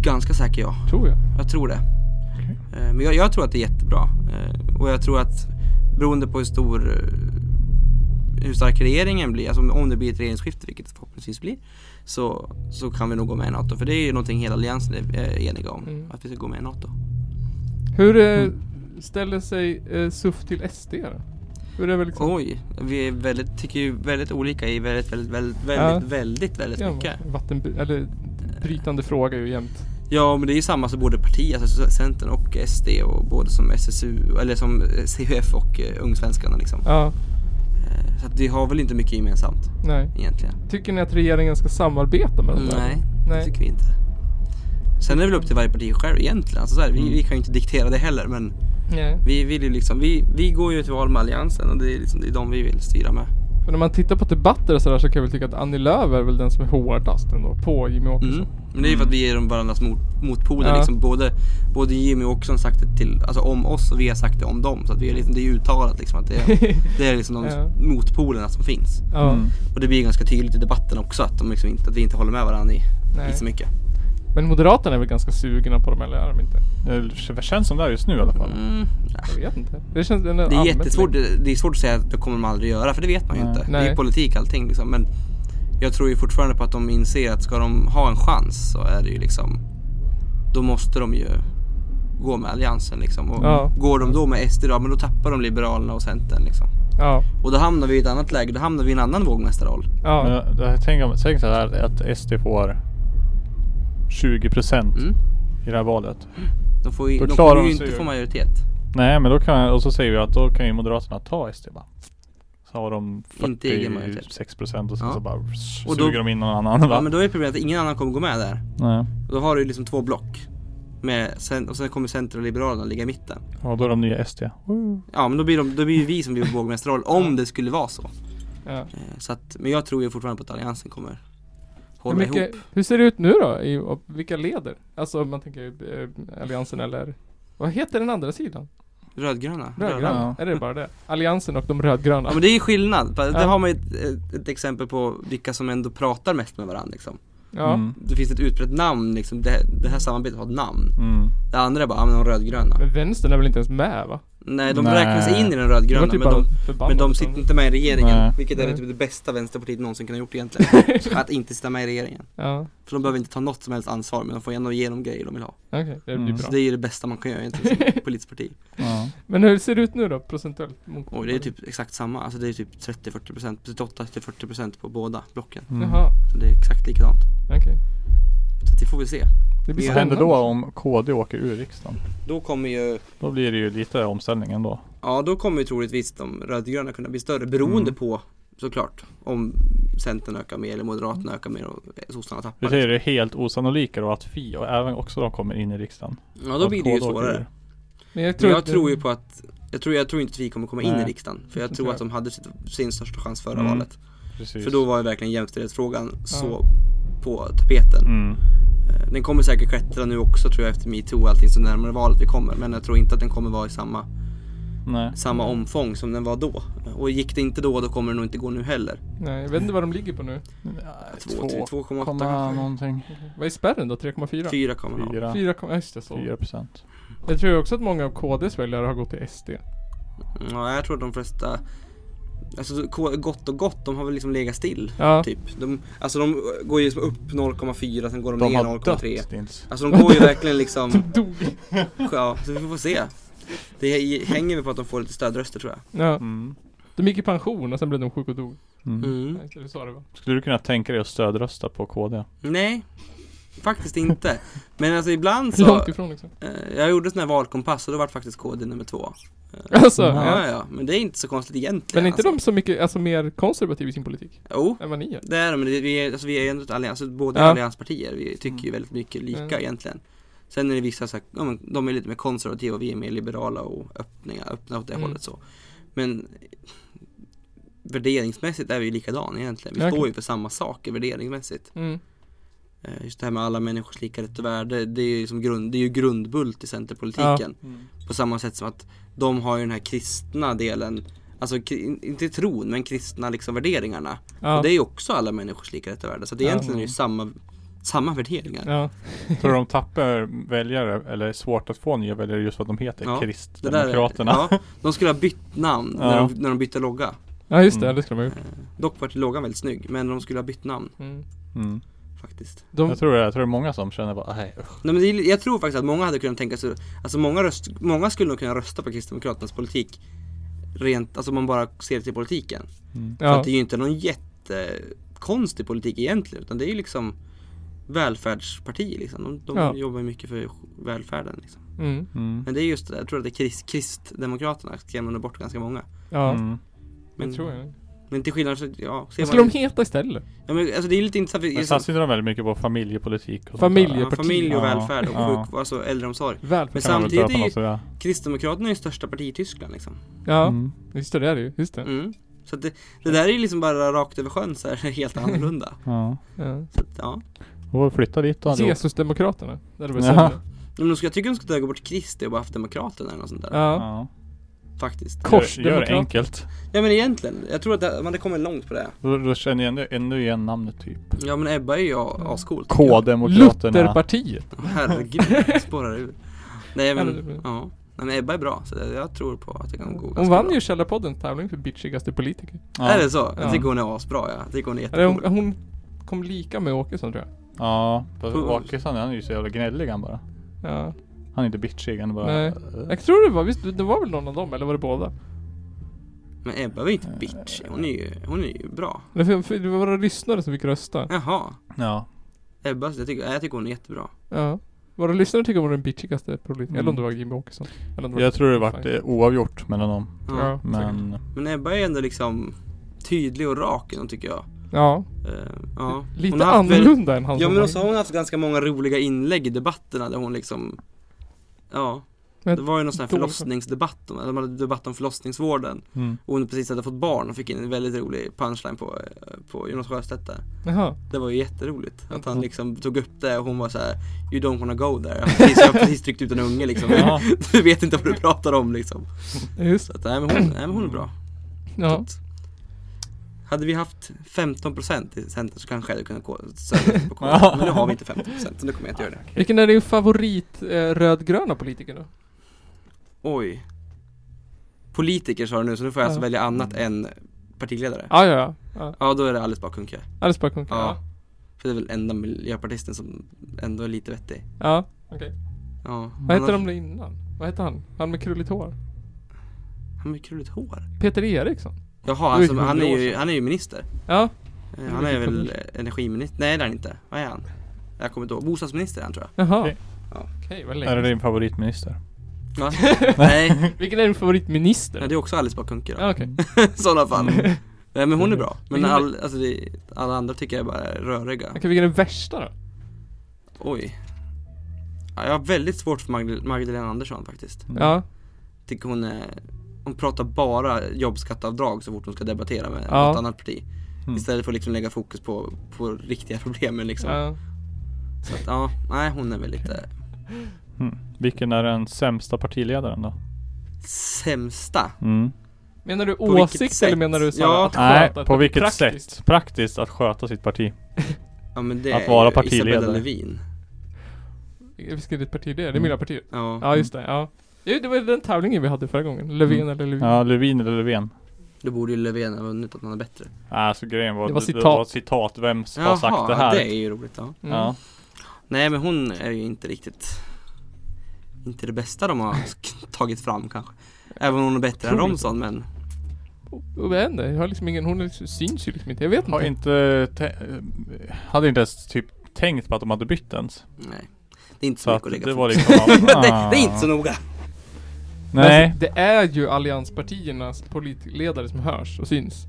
[SPEAKER 3] Ganska säker jag,
[SPEAKER 2] Tror jag.
[SPEAKER 3] jag tror det. Eh, Men jag, jag tror att det är jättebra. Eh, Och jag tror att beroende på hur stor eh, hur stark regeringen blir, alltså om- om det blir ett regeringsskifte, vilket det förhoppningsvis blir, så, så kan vi nog gå med i NATO. För det är ju någonting hela alliansen är eh, eniga om,
[SPEAKER 2] Mm.
[SPEAKER 3] att vi ska gå med i NATO.
[SPEAKER 2] Hur eh,
[SPEAKER 3] Mm.
[SPEAKER 2] ställer sig eh, SUF till SD då? Hur är det liksom?
[SPEAKER 3] Oj, vi är väldigt, tycker ju väldigt olika i väldigt, väldigt, väldigt,
[SPEAKER 2] Ja.
[SPEAKER 3] väldigt, väldigt, väldigt
[SPEAKER 2] Ja,
[SPEAKER 3] mycket.
[SPEAKER 2] vatten, eller brytande fråga ju jämt.
[SPEAKER 3] Ja, men det är ju samma som både parti, alltså Centern och SD och både som SSU, eller som eh, CUF och eh, Ungsvenskarna liksom.
[SPEAKER 2] Ja,
[SPEAKER 3] Eh, Så att vi har väl inte mycket gemensamt
[SPEAKER 2] nej.
[SPEAKER 3] egentligen.
[SPEAKER 2] Tycker ni att regeringen ska samarbeta med de där?
[SPEAKER 3] Nej, det
[SPEAKER 2] Nej.
[SPEAKER 3] tycker vi inte. Sen är det väl upp till varje parti själv egentligen. Alltså så här, vi,
[SPEAKER 2] Mm.
[SPEAKER 3] vi kan ju inte diktera det heller men
[SPEAKER 2] nej.
[SPEAKER 3] vi vill ju liksom, vi, vi går ju till val med Alliansen och det är, liksom, det är de vi vill styra med.
[SPEAKER 2] För när man tittar på debatter och sådär så kan jag väl tycka att Annie Lööf är väl den som är hårdast ändå på Jimmie Åkesson.
[SPEAKER 3] Mm. Men det är ju för att vi är de varandras mot, motpoler.
[SPEAKER 2] Ja.
[SPEAKER 3] Liksom både, både Jimmy och Åkesson har sagt det till, alltså om oss och vi har sagt det om dem. Så att vi är liksom, det är ju uttalat liksom att det är, det är liksom de
[SPEAKER 2] Ja.
[SPEAKER 3] motpolerna som finns.
[SPEAKER 2] Ja,
[SPEAKER 1] Mm.
[SPEAKER 3] Och det blir ganska tydligt i debatten också att, de liksom inte, att vi inte håller med varandra i, i
[SPEAKER 2] nej.
[SPEAKER 3] så mycket.
[SPEAKER 2] Men Moderaterna är väl ganska sugna på dem eller är de inte?
[SPEAKER 1] Det känns som det är just nu i alla fall.
[SPEAKER 3] Mm.
[SPEAKER 2] Jag vet inte. Det känns en
[SPEAKER 3] Det är
[SPEAKER 2] allmän-
[SPEAKER 3] jättesvårt, det, det är svårt att säga att det kommer de aldrig göra för det vet man ju
[SPEAKER 1] Nej.
[SPEAKER 3] inte. Det är
[SPEAKER 2] Nej.
[SPEAKER 3] ju politik allting liksom. Men jag tror ju fortfarande på att de inser att ska de ha en chans så är det ju liksom Då måste de ju gå med Alliansen liksom. Och
[SPEAKER 2] Ja.
[SPEAKER 3] Går de då med SD då, men då tappar de Liberalerna och Centern liksom.
[SPEAKER 2] Ja,
[SPEAKER 3] Och då hamnar vi i ett annat läge, då hamnar vi i en annan vågmästarroll.
[SPEAKER 2] ja.
[SPEAKER 1] Men jag- jag tänker om- tänk så här att SD får 20%
[SPEAKER 3] Mm.
[SPEAKER 1] i det här valet.
[SPEAKER 3] De får ju,
[SPEAKER 1] Då
[SPEAKER 3] de
[SPEAKER 1] klarar
[SPEAKER 3] kommer
[SPEAKER 1] de
[SPEAKER 3] ju
[SPEAKER 1] sig
[SPEAKER 3] inte
[SPEAKER 1] ju.
[SPEAKER 3] få majoritet.
[SPEAKER 1] Nej men då kan, och så säger vi att då kan ju Moderaterna ta SD bara. Så har de
[SPEAKER 3] Inte egen majoritet.
[SPEAKER 1] 46% och sen
[SPEAKER 3] Ja.
[SPEAKER 1] så bara
[SPEAKER 3] Och
[SPEAKER 1] suger
[SPEAKER 3] då-
[SPEAKER 1] de in någon annan va?
[SPEAKER 3] Ja men då är problemet att ingen annan kommer gå med där.
[SPEAKER 1] Nej.
[SPEAKER 3] Då har du ju liksom två block. Med, cen- och sen kommer Centern och Liberalerna ligga i mitten.
[SPEAKER 1] Och då är de nya SD.
[SPEAKER 3] Ja men då blir, de, då blir ju vi som blir vågmästarroll om det skulle vara så.
[SPEAKER 2] ja.
[SPEAKER 3] Eh, Så att, men jag tror ju fortfarande på att Alliansen kommer
[SPEAKER 2] Hur,
[SPEAKER 3] hålla
[SPEAKER 2] mycket,
[SPEAKER 3] ihop.
[SPEAKER 2] hur ser det ut nu då? I, och vilka leder? Alltså om man tänker eh, Alliansen eller vad heter den andra sidan?
[SPEAKER 3] Rödgröna.
[SPEAKER 2] Rödgröna?
[SPEAKER 1] Ja.
[SPEAKER 2] Är det bara det? Alliansen och de rödgröna?
[SPEAKER 3] Ja men det är ju skillnad. Det
[SPEAKER 2] Ja.
[SPEAKER 3] har man ju ett, ett, ett exempel på vilka som ändå pratar mest med varandra liksom.
[SPEAKER 2] Ja.
[SPEAKER 1] Mm.
[SPEAKER 3] Det finns ett utbrett namn liksom, det, det här samarbetet har ett namn.
[SPEAKER 1] Mm.
[SPEAKER 3] Det andra är bara, ja men de rödgröna.
[SPEAKER 2] Men vänstern är väl inte ens med va?
[SPEAKER 3] Nej, de
[SPEAKER 1] Nej.
[SPEAKER 3] räknas in i den
[SPEAKER 2] Det var
[SPEAKER 3] rödgröna
[SPEAKER 2] typ
[SPEAKER 3] men
[SPEAKER 2] bara
[SPEAKER 3] de
[SPEAKER 2] förbannat.
[SPEAKER 3] men de sitter inte med i regeringen,
[SPEAKER 1] Nej.
[SPEAKER 3] vilket är
[SPEAKER 2] Nej.
[SPEAKER 3] typ det bästa Vänsterpartiet någonsin kunnat gjort egentligen. att inte sitta med i regeringen.
[SPEAKER 2] Ja,
[SPEAKER 3] För de behöver inte ta något som helst ansvar, men de får ändå igenom grejer de vill ha.
[SPEAKER 2] okej. Det blir
[SPEAKER 1] Mm.
[SPEAKER 2] bra.
[SPEAKER 3] Så Alltså, det är ju det bästa man kan göra egentligen som politiskt parti.
[SPEAKER 1] Ja.
[SPEAKER 2] Men hur ser det ut nu då procentuellt? Mot-
[SPEAKER 3] Och det är typ exakt samma, alltså det är typ 30-40%, 38-40% på båda blocken.
[SPEAKER 1] Mm.
[SPEAKER 2] Jaha,
[SPEAKER 3] Så det är exakt likadant.
[SPEAKER 2] okej.
[SPEAKER 3] Så det får vi se.
[SPEAKER 2] Det blir
[SPEAKER 1] Vad
[SPEAKER 2] spännande.
[SPEAKER 1] händer då om KD åker ur riksdagen?
[SPEAKER 3] Då kommer ju,
[SPEAKER 1] Då blir det ju lite omställning ändå.
[SPEAKER 3] ja då kommer ju troligtvis de rödgröna kunna bli större beroende
[SPEAKER 1] Mm.
[SPEAKER 3] på såklart om Centern ökar mer eller Moderaterna ökar mer och sossarna tappar.
[SPEAKER 1] Vi säger det helt osannolika då att Fi och även också de kommer in i riksdagen.
[SPEAKER 3] Ja då
[SPEAKER 1] Att
[SPEAKER 3] blir det ju
[SPEAKER 1] KD åker
[SPEAKER 3] svårare.
[SPEAKER 1] ur.
[SPEAKER 2] Men jag
[SPEAKER 3] Men
[SPEAKER 2] tror,
[SPEAKER 3] jag
[SPEAKER 2] att-
[SPEAKER 3] tror ju på att jag tror, jag tror inte att vi kommer komma in
[SPEAKER 1] Nej.
[SPEAKER 3] i riksdagen För jag
[SPEAKER 2] Inte
[SPEAKER 3] tror
[SPEAKER 2] jag.
[SPEAKER 3] att de hade sitt, sin största chans förra
[SPEAKER 1] Mm,
[SPEAKER 3] valet
[SPEAKER 1] Precis.
[SPEAKER 3] För då var ju verkligen jämställdhetsfrågan så
[SPEAKER 2] Ja.
[SPEAKER 3] på tapeten
[SPEAKER 1] Mm.
[SPEAKER 3] Eh, Den kommer säkert klättra nu också tror jag efter metoo och allting så närmare valet vi kommer Men jag tror inte att den kommer vara i samma,
[SPEAKER 1] Nej.
[SPEAKER 3] samma omfång som den var då Eh, Och gick det inte då, då kommer det nog inte gå nu heller
[SPEAKER 2] Nej, jag vet inte vad de ligger på nu.
[SPEAKER 3] Två-
[SPEAKER 1] Två-
[SPEAKER 3] 2,8
[SPEAKER 1] komma
[SPEAKER 3] kanske
[SPEAKER 1] någonting.
[SPEAKER 2] Vad är spärren då? 3,4?
[SPEAKER 3] Fyra kommer han ha.
[SPEAKER 1] Fyra.
[SPEAKER 2] 4, ja, just det, så.
[SPEAKER 1] Fyra procent.
[SPEAKER 2] Jag tror ju också att många av KDs väljare har gått till SD.
[SPEAKER 3] Mm, Ja, jag tror att de flesta Alltså K- gott och gott, de har väl liksom legat still
[SPEAKER 2] Ja,
[SPEAKER 3] Typ. De, alltså de går ju som upp 0,4 sen går de,
[SPEAKER 1] De
[SPEAKER 3] ner
[SPEAKER 1] har
[SPEAKER 3] 0,3
[SPEAKER 1] dött Stins.
[SPEAKER 3] Alltså de går ju verkligen liksom,
[SPEAKER 2] de dog.
[SPEAKER 3] ja, så vi får se. Det hänger väl på att de får lite stödröster tror jag.
[SPEAKER 2] Ja,
[SPEAKER 1] Mm.
[SPEAKER 2] de gick i pension och sen blev de sjuka och dog.
[SPEAKER 1] Mm.
[SPEAKER 3] Mm.
[SPEAKER 2] Nej, det sa det va?
[SPEAKER 1] Skulle du kunna tänka dig att stödrösta på KD?
[SPEAKER 3] Nej, faktiskt inte. Men alltså ibland så,
[SPEAKER 2] Långt ifrån liksom.
[SPEAKER 3] eh, jag gjorde sån här valkompass och då var faktiskt KD nummer två.
[SPEAKER 2] Alltså,
[SPEAKER 1] Ja.
[SPEAKER 2] ja.
[SPEAKER 3] Ja, ja, men det är inte så konstigt egentligen.
[SPEAKER 2] Men är inte
[SPEAKER 3] alltså.
[SPEAKER 2] de så mycket, alltså mer konservativa i sin politik?
[SPEAKER 3] Jo,
[SPEAKER 2] Än vad ni är?
[SPEAKER 3] det är de, men det- vi är, alltså, vi är ju ändå ett allians, alltså, båda
[SPEAKER 2] Ja.
[SPEAKER 3] allianspartier. Vi tycker ju väldigt mycket lika
[SPEAKER 2] Mm.
[SPEAKER 3] egentligen. Sen är det vissa så här, ja, men de är lite mer konservativa och vi är mer liberala och öppninga, öppna åt det
[SPEAKER 2] Mm.
[SPEAKER 3] hållet så. Men värderingsmässigt är vi ju likadana egentligen. Vi
[SPEAKER 2] Ja,
[SPEAKER 3] står
[SPEAKER 2] okej.
[SPEAKER 3] ju för samma saker värderingsmässigt.
[SPEAKER 2] Mm.
[SPEAKER 3] Eh, Just det här med alla människors lika rätt och värde, det är ju, som grund, det är ju grundbult i centerpolitiken. På samma sätt som att de har ju den här kristna delen, alltså kri- inte tron, men kristna liksom värderingarna.
[SPEAKER 2] Ja.
[SPEAKER 3] Och det är ju också alla människors lika rätt och värde. Så det är
[SPEAKER 2] Ja.
[SPEAKER 3] egentligen är det ju samma, samma värderingar.
[SPEAKER 2] Ja.
[SPEAKER 1] Tror du de tappar väljare eller är svårt att få nya väljare just för att de heter
[SPEAKER 3] Ja, Det där,
[SPEAKER 1] Kristdemokraterna?
[SPEAKER 3] Ja, de skulle ha bytt namn när,
[SPEAKER 1] Ja.
[SPEAKER 3] de, när de bytte logga.
[SPEAKER 2] ja, just det,
[SPEAKER 1] Mm.
[SPEAKER 2] det skulle de ha gjort.
[SPEAKER 3] Dock vart loggan väldigt snygg, men de skulle ha bytt namn
[SPEAKER 2] Mm.
[SPEAKER 1] Mm.
[SPEAKER 3] faktiskt.
[SPEAKER 2] De,
[SPEAKER 1] Jag tror det, jag tror det är många som känner bara nej usch.
[SPEAKER 3] Nej, men det, är- jag tror faktiskt att många hade kunnat tänka sig, alltså många, röst, många skulle nog kunna rösta på Kristdemokraternas politik rent, alltså om man bara ser till politiken.
[SPEAKER 1] Mm.
[SPEAKER 3] För
[SPEAKER 2] ja.
[SPEAKER 3] att det är ju inte någon jättekonstig politik egentligen, utan det är ju liksom välfärdspartier liksom. De, de
[SPEAKER 2] Ja.
[SPEAKER 3] jobbar ju mycket för välfärden liksom.
[SPEAKER 2] Mm.
[SPEAKER 1] Mm.
[SPEAKER 3] Men det är just det, där, jag tror att det är krist, Kristdemokraterna skrämde bort ganska många.
[SPEAKER 2] Ja,
[SPEAKER 1] Mm.
[SPEAKER 2] det
[SPEAKER 3] Men,
[SPEAKER 2] tror jag.
[SPEAKER 3] men till skillnad så, ja, ser
[SPEAKER 2] Vad skulle
[SPEAKER 3] man,
[SPEAKER 2] de heta istället?
[SPEAKER 3] ja, men, alltså det är ju lite intressant. för-
[SPEAKER 1] Men
[SPEAKER 3] liksom-
[SPEAKER 1] satsar inte de väldigt mycket på familjepolitik? Och sånt
[SPEAKER 2] Familje-
[SPEAKER 1] där?
[SPEAKER 3] Ja, familj och
[SPEAKER 1] Ja,
[SPEAKER 3] välfärd och
[SPEAKER 1] ja.
[SPEAKER 3] sjuk, alltså äldreomsorg.
[SPEAKER 2] Välfärd.
[SPEAKER 3] Men
[SPEAKER 1] Kan man väl
[SPEAKER 3] samtidigt
[SPEAKER 1] döpa
[SPEAKER 3] är-
[SPEAKER 1] något sådär?
[SPEAKER 3] Kristdemokraterna är ju största parti i Tyskland liksom.
[SPEAKER 2] Ja,
[SPEAKER 1] Mm.
[SPEAKER 2] just det, det är det ju. Just det.
[SPEAKER 3] Mm. Så att det, det där är ju liksom bara rakt över sjön så här, helt annorlunda.
[SPEAKER 1] Ja.
[SPEAKER 2] Ja.
[SPEAKER 3] Så att, ja.
[SPEAKER 1] Och flytta dit då allihop.
[SPEAKER 2] Jesusdemokraterna. Det hade varit
[SPEAKER 1] Ja.
[SPEAKER 2] sämre.
[SPEAKER 3] Men de ska, jag tycker de ska ta bort Kristi och bara haft Demokraterna eller något sånt där.
[SPEAKER 2] Ja.
[SPEAKER 1] Ja.
[SPEAKER 3] Faktiskt.
[SPEAKER 1] Gör, gör det
[SPEAKER 2] Korsdemokrat.
[SPEAKER 1] enkelt.
[SPEAKER 3] Ja men egentligen, jag tror att det, man hade kommit långt på det.
[SPEAKER 1] Då, då känner jag ändå, ändå igen namnet typ.
[SPEAKER 3] Ja men Ebba är ju a-
[SPEAKER 2] Mm.
[SPEAKER 3] ascool. tycker jag.
[SPEAKER 1] K-demokraterna.
[SPEAKER 2] Lutherpartiet.
[SPEAKER 3] Herregud, spårar ur. Nej
[SPEAKER 2] Ja,
[SPEAKER 3] men,
[SPEAKER 2] men-
[SPEAKER 3] ja. Nej, men Ebba är bra, så jag- jag tror på att det kan gå
[SPEAKER 2] Hon
[SPEAKER 3] ganska
[SPEAKER 2] vann
[SPEAKER 3] bra.
[SPEAKER 2] ju Källarpoddens tävling för bitchigaste politiker.
[SPEAKER 1] Ja.
[SPEAKER 3] Är det så? Jag
[SPEAKER 2] Ja.
[SPEAKER 3] tycker hon är asbra ja. Jag tycker hon är
[SPEAKER 2] Eller hon,
[SPEAKER 3] jättecool.
[SPEAKER 2] hon kom lika med Åkesson tror jag.
[SPEAKER 1] Ja, fast
[SPEAKER 3] Puss.
[SPEAKER 1] Åkesson han är ju så jävla gnällig han bara.
[SPEAKER 2] Ja.
[SPEAKER 1] Han är inte bitchig, han är bara... eh,
[SPEAKER 2] Nej. Jag tror det var, visst det var väl någon av dem eller var det båda?
[SPEAKER 3] Men Ebba var ju inte bitch. Hon är ju, hon är ju bra.
[SPEAKER 2] Det var- för det var våra lyssnare som fick rösta.
[SPEAKER 3] Jaha.
[SPEAKER 1] Ja.
[SPEAKER 3] Ebba, jag tycker, jag tycker hon är jättebra.
[SPEAKER 2] Ja. Våra lyssnare tycker hon var den bitchigaste politikern.
[SPEAKER 1] Mm.
[SPEAKER 2] Eller om det var Jimmie Åkesson. Eller om det
[SPEAKER 1] Jag tror det
[SPEAKER 2] var
[SPEAKER 1] vart eh, oavgjort mellan dem.
[SPEAKER 3] Ja.
[SPEAKER 2] Ja. säkert.
[SPEAKER 1] Men...
[SPEAKER 3] Men Ebba är ändå liksom tydlig och rak ändå tycker jag.
[SPEAKER 2] ja.
[SPEAKER 3] Eh, ja. Hon
[SPEAKER 2] Lite
[SPEAKER 3] har haft väl-
[SPEAKER 2] annorlunda än han
[SPEAKER 3] Ja
[SPEAKER 2] som
[SPEAKER 3] men
[SPEAKER 2] vann.
[SPEAKER 3] också har hon haft ganska många roliga inlägg i debatterna där hon liksom Ja
[SPEAKER 2] Men
[SPEAKER 3] Det var ju någon sån här
[SPEAKER 2] dåligt.
[SPEAKER 3] förlossningsdebatt, om- de hade debatt om förlossningsvården
[SPEAKER 1] Mm.
[SPEAKER 3] Och hon precis hade fått barn och fick in en väldigt rolig punchline på, eh, på Jonas Sjöstedt där
[SPEAKER 2] Jaha.
[SPEAKER 3] Det var ju jätteroligt att han
[SPEAKER 1] Mm.
[SPEAKER 3] liksom tog upp det och hon var så här: You don't wanna go there, jag har precis, jag har precis tryckt ut en unge liksom
[SPEAKER 1] Ja.
[SPEAKER 3] Du vet inte vad du pratar om liksom
[SPEAKER 2] Just
[SPEAKER 3] Så att, nej men hon, nej, men hon är bra
[SPEAKER 2] Ja.
[SPEAKER 3] Hade vi haft 15% i Center så kanske jag hade kunnat gå söder på kåren. Men nu har vi inte 15% så nu kommer jag inte göra det.
[SPEAKER 2] Vilken är din favorit eh, rödgröna politiker då?
[SPEAKER 3] Oj. Politiker sa du nu så nu får jag alltså
[SPEAKER 2] Ja.
[SPEAKER 3] välja annat än partiledare.
[SPEAKER 2] Ah, Ja, ja, ja. ja.
[SPEAKER 3] Ja då är det Alice Bah Kuhnke.
[SPEAKER 2] Alice Bah Kuhnke. Ja.
[SPEAKER 3] Ja. För det är väl enda miljöpartisten som ändå är lite vettig.
[SPEAKER 2] ja. Okej.
[SPEAKER 3] Ja.
[SPEAKER 2] Vad hette
[SPEAKER 3] alltså-
[SPEAKER 2] de innan? Vad hette han? Han med krulligt hår?
[SPEAKER 3] Han med krulligt hår.
[SPEAKER 2] Peter Eriksson?
[SPEAKER 3] Jaha,
[SPEAKER 2] Det är
[SPEAKER 3] alltså,
[SPEAKER 2] ju
[SPEAKER 3] han, är
[SPEAKER 2] hundra år
[SPEAKER 3] ju,
[SPEAKER 2] sedan.
[SPEAKER 3] han är ju minister.
[SPEAKER 2] Ja.
[SPEAKER 3] Eh,
[SPEAKER 2] är
[SPEAKER 3] Han
[SPEAKER 2] väl
[SPEAKER 3] är väl
[SPEAKER 2] ekonomi.
[SPEAKER 3] eh, energiminister? Nej det är han inte. Vad är han? Jag kommer inte ihåg. Bostadsminister är han tror jag.
[SPEAKER 2] Jaha. Okej,
[SPEAKER 1] Okej.
[SPEAKER 3] Ja.
[SPEAKER 2] vad
[SPEAKER 1] Är det
[SPEAKER 2] länge.
[SPEAKER 1] din favoritminister?
[SPEAKER 3] Va? Nej,
[SPEAKER 2] Vilken är din favoritminister?
[SPEAKER 3] ja, det är också Alice Bah Kuhnke då.
[SPEAKER 2] Ja, okej.
[SPEAKER 1] Mm.
[SPEAKER 3] I sådana fall. Nej men hon är bra. Men
[SPEAKER 2] Vilken-
[SPEAKER 3] all, alltså, det, alla andra tycker jag bara är röriga.
[SPEAKER 2] Okej, vilken är den värsta då?
[SPEAKER 3] Mm. Oj. Ja, jag har väldigt svårt för Magdal- Magdalena Andersson faktiskt.
[SPEAKER 1] Mm.
[SPEAKER 2] Ja.
[SPEAKER 3] Tycker hon är, hon pratar bara jobbskatteavdrag så fort hon ska debattera med
[SPEAKER 2] Ja.
[SPEAKER 3] något annat parti.
[SPEAKER 1] Mm.
[SPEAKER 3] Istället för att liksom lägga fokus på, på riktiga problemen liksom. Ja.
[SPEAKER 2] ja.
[SPEAKER 3] Så att, ja, nej hon är väl lite
[SPEAKER 1] Mm. Vilken är den sämsta partiledaren då?
[SPEAKER 3] sämsta.
[SPEAKER 1] Mm.
[SPEAKER 2] Menar du
[SPEAKER 3] vilket
[SPEAKER 2] åsikt eller
[SPEAKER 3] sätt?
[SPEAKER 2] menar du så här
[SPEAKER 3] Ja.
[SPEAKER 2] att
[SPEAKER 1] Nej,
[SPEAKER 2] sköta
[SPEAKER 1] på
[SPEAKER 2] ett-
[SPEAKER 1] vilket
[SPEAKER 2] praktiskt?
[SPEAKER 1] sätt? Praktiskt att sköta sitt parti.
[SPEAKER 3] Ja men det
[SPEAKER 1] Att
[SPEAKER 3] är
[SPEAKER 1] vara
[SPEAKER 3] ju Isabella
[SPEAKER 1] partiledare.
[SPEAKER 3] Lövin.
[SPEAKER 2] Vilket ditt parti det är? Det är
[SPEAKER 1] Mm.
[SPEAKER 2] Miljöpartiet?
[SPEAKER 3] Ja.
[SPEAKER 2] Ja, just det. Ja. Jo, det var ju den tävlingen vi hade förra gången. Löfven
[SPEAKER 1] Mm.
[SPEAKER 2] eller Löfven.
[SPEAKER 1] Ja, Lövin eller Löfven?
[SPEAKER 3] Då borde ju Löfven ha vunnit att han är bättre.
[SPEAKER 1] Alltså grejen var,
[SPEAKER 2] Det
[SPEAKER 1] det
[SPEAKER 2] var
[SPEAKER 1] var
[SPEAKER 2] citat.
[SPEAKER 1] citat. Det var citat. Vem har sagt det här?
[SPEAKER 3] det är ju roligt ja.
[SPEAKER 2] Mm.
[SPEAKER 1] Ja.
[SPEAKER 3] Nej men hon är ju inte riktigt Inte det bästa de har sk- tagit fram kanske Även om hon är bättre än
[SPEAKER 2] Otroligt.
[SPEAKER 3] Romson men
[SPEAKER 2] Och- och Vad händer? Jag har liksom ingen, hon liksom, syns ju liksom inte. Jag vet
[SPEAKER 1] Har
[SPEAKER 2] inte.
[SPEAKER 1] inte... Te- hade inte ens typ tänkt på att de hade bytt ens.
[SPEAKER 3] nej Det är inte så,
[SPEAKER 1] Så att
[SPEAKER 3] mycket att lägga
[SPEAKER 1] det
[SPEAKER 3] på.
[SPEAKER 1] var liksom... Ah.
[SPEAKER 3] det, det är inte så noga
[SPEAKER 2] Men
[SPEAKER 1] Nej.
[SPEAKER 2] Alltså, det är ju allianspartiernas politledare som hörs och syns.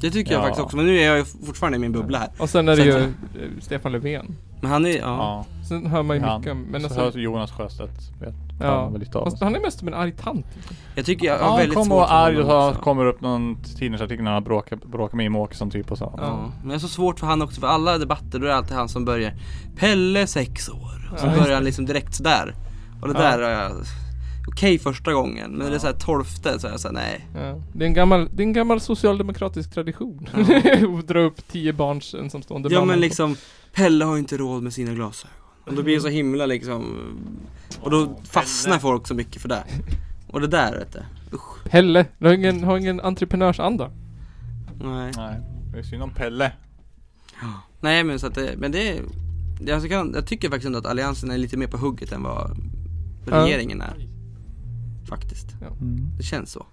[SPEAKER 3] Det tycker jag
[SPEAKER 1] Ja.
[SPEAKER 3] faktiskt också men nu är jag ju fortfarande i min bubbla här
[SPEAKER 2] Och sen är det
[SPEAKER 3] Sen
[SPEAKER 2] ju
[SPEAKER 3] så-
[SPEAKER 2] eh, Stefan Löfven.
[SPEAKER 3] Men han är ja,
[SPEAKER 1] Ja.
[SPEAKER 2] Sen hör man ju
[SPEAKER 1] Ja,
[SPEAKER 2] mycket om- men
[SPEAKER 1] så
[SPEAKER 2] alltså,
[SPEAKER 1] hör Jonas Sjöstedt. Vet
[SPEAKER 2] ja.
[SPEAKER 1] ja. lite av
[SPEAKER 2] Fast
[SPEAKER 1] oss.
[SPEAKER 2] han är mest som en arg tant. liksom.
[SPEAKER 3] Jag tycker jag har
[SPEAKER 1] Han
[SPEAKER 3] väldigt svårt
[SPEAKER 1] kommer och
[SPEAKER 3] för
[SPEAKER 1] är arg och
[SPEAKER 3] honom
[SPEAKER 1] så
[SPEAKER 3] också.
[SPEAKER 1] kommer upp någon tidningsartikel när han bråkar, bråkar med Jimmie Åkesson typ och så.
[SPEAKER 2] Ja.
[SPEAKER 3] Ja, men jag är så svårt för han också för alla debatter då är det alltid han som börjar Pelle sex år och så
[SPEAKER 2] Ja, just
[SPEAKER 3] börjar han liksom direkt sådär Och det
[SPEAKER 2] Ja.
[SPEAKER 3] där har jag Okej första gången men när det är såhär tolfte så är jag såhär nej
[SPEAKER 2] Ja. Det, är en gammal, det är en gammal socialdemokratisk tradition. Att dra upp tio barns ensamstående
[SPEAKER 3] Ja
[SPEAKER 2] mamma
[SPEAKER 3] men
[SPEAKER 2] på-
[SPEAKER 3] liksom Pelle har inte råd med sina glasögon Och då blir det så himla liksom Och då fastnar folk så mycket för det Och det där vet du Usch,
[SPEAKER 2] Pelle, du har ingen, har ingen entreprenörsanda.
[SPEAKER 3] nej
[SPEAKER 1] Nej. Det är synd om Pelle.
[SPEAKER 3] Nej men så att det, men det det- alltså kan, Jag tycker faktiskt ändå att alliansen är lite mer på hugget än vad
[SPEAKER 2] Ja.
[SPEAKER 3] regeringen är Faktiskt,
[SPEAKER 1] Mm.
[SPEAKER 3] det känns så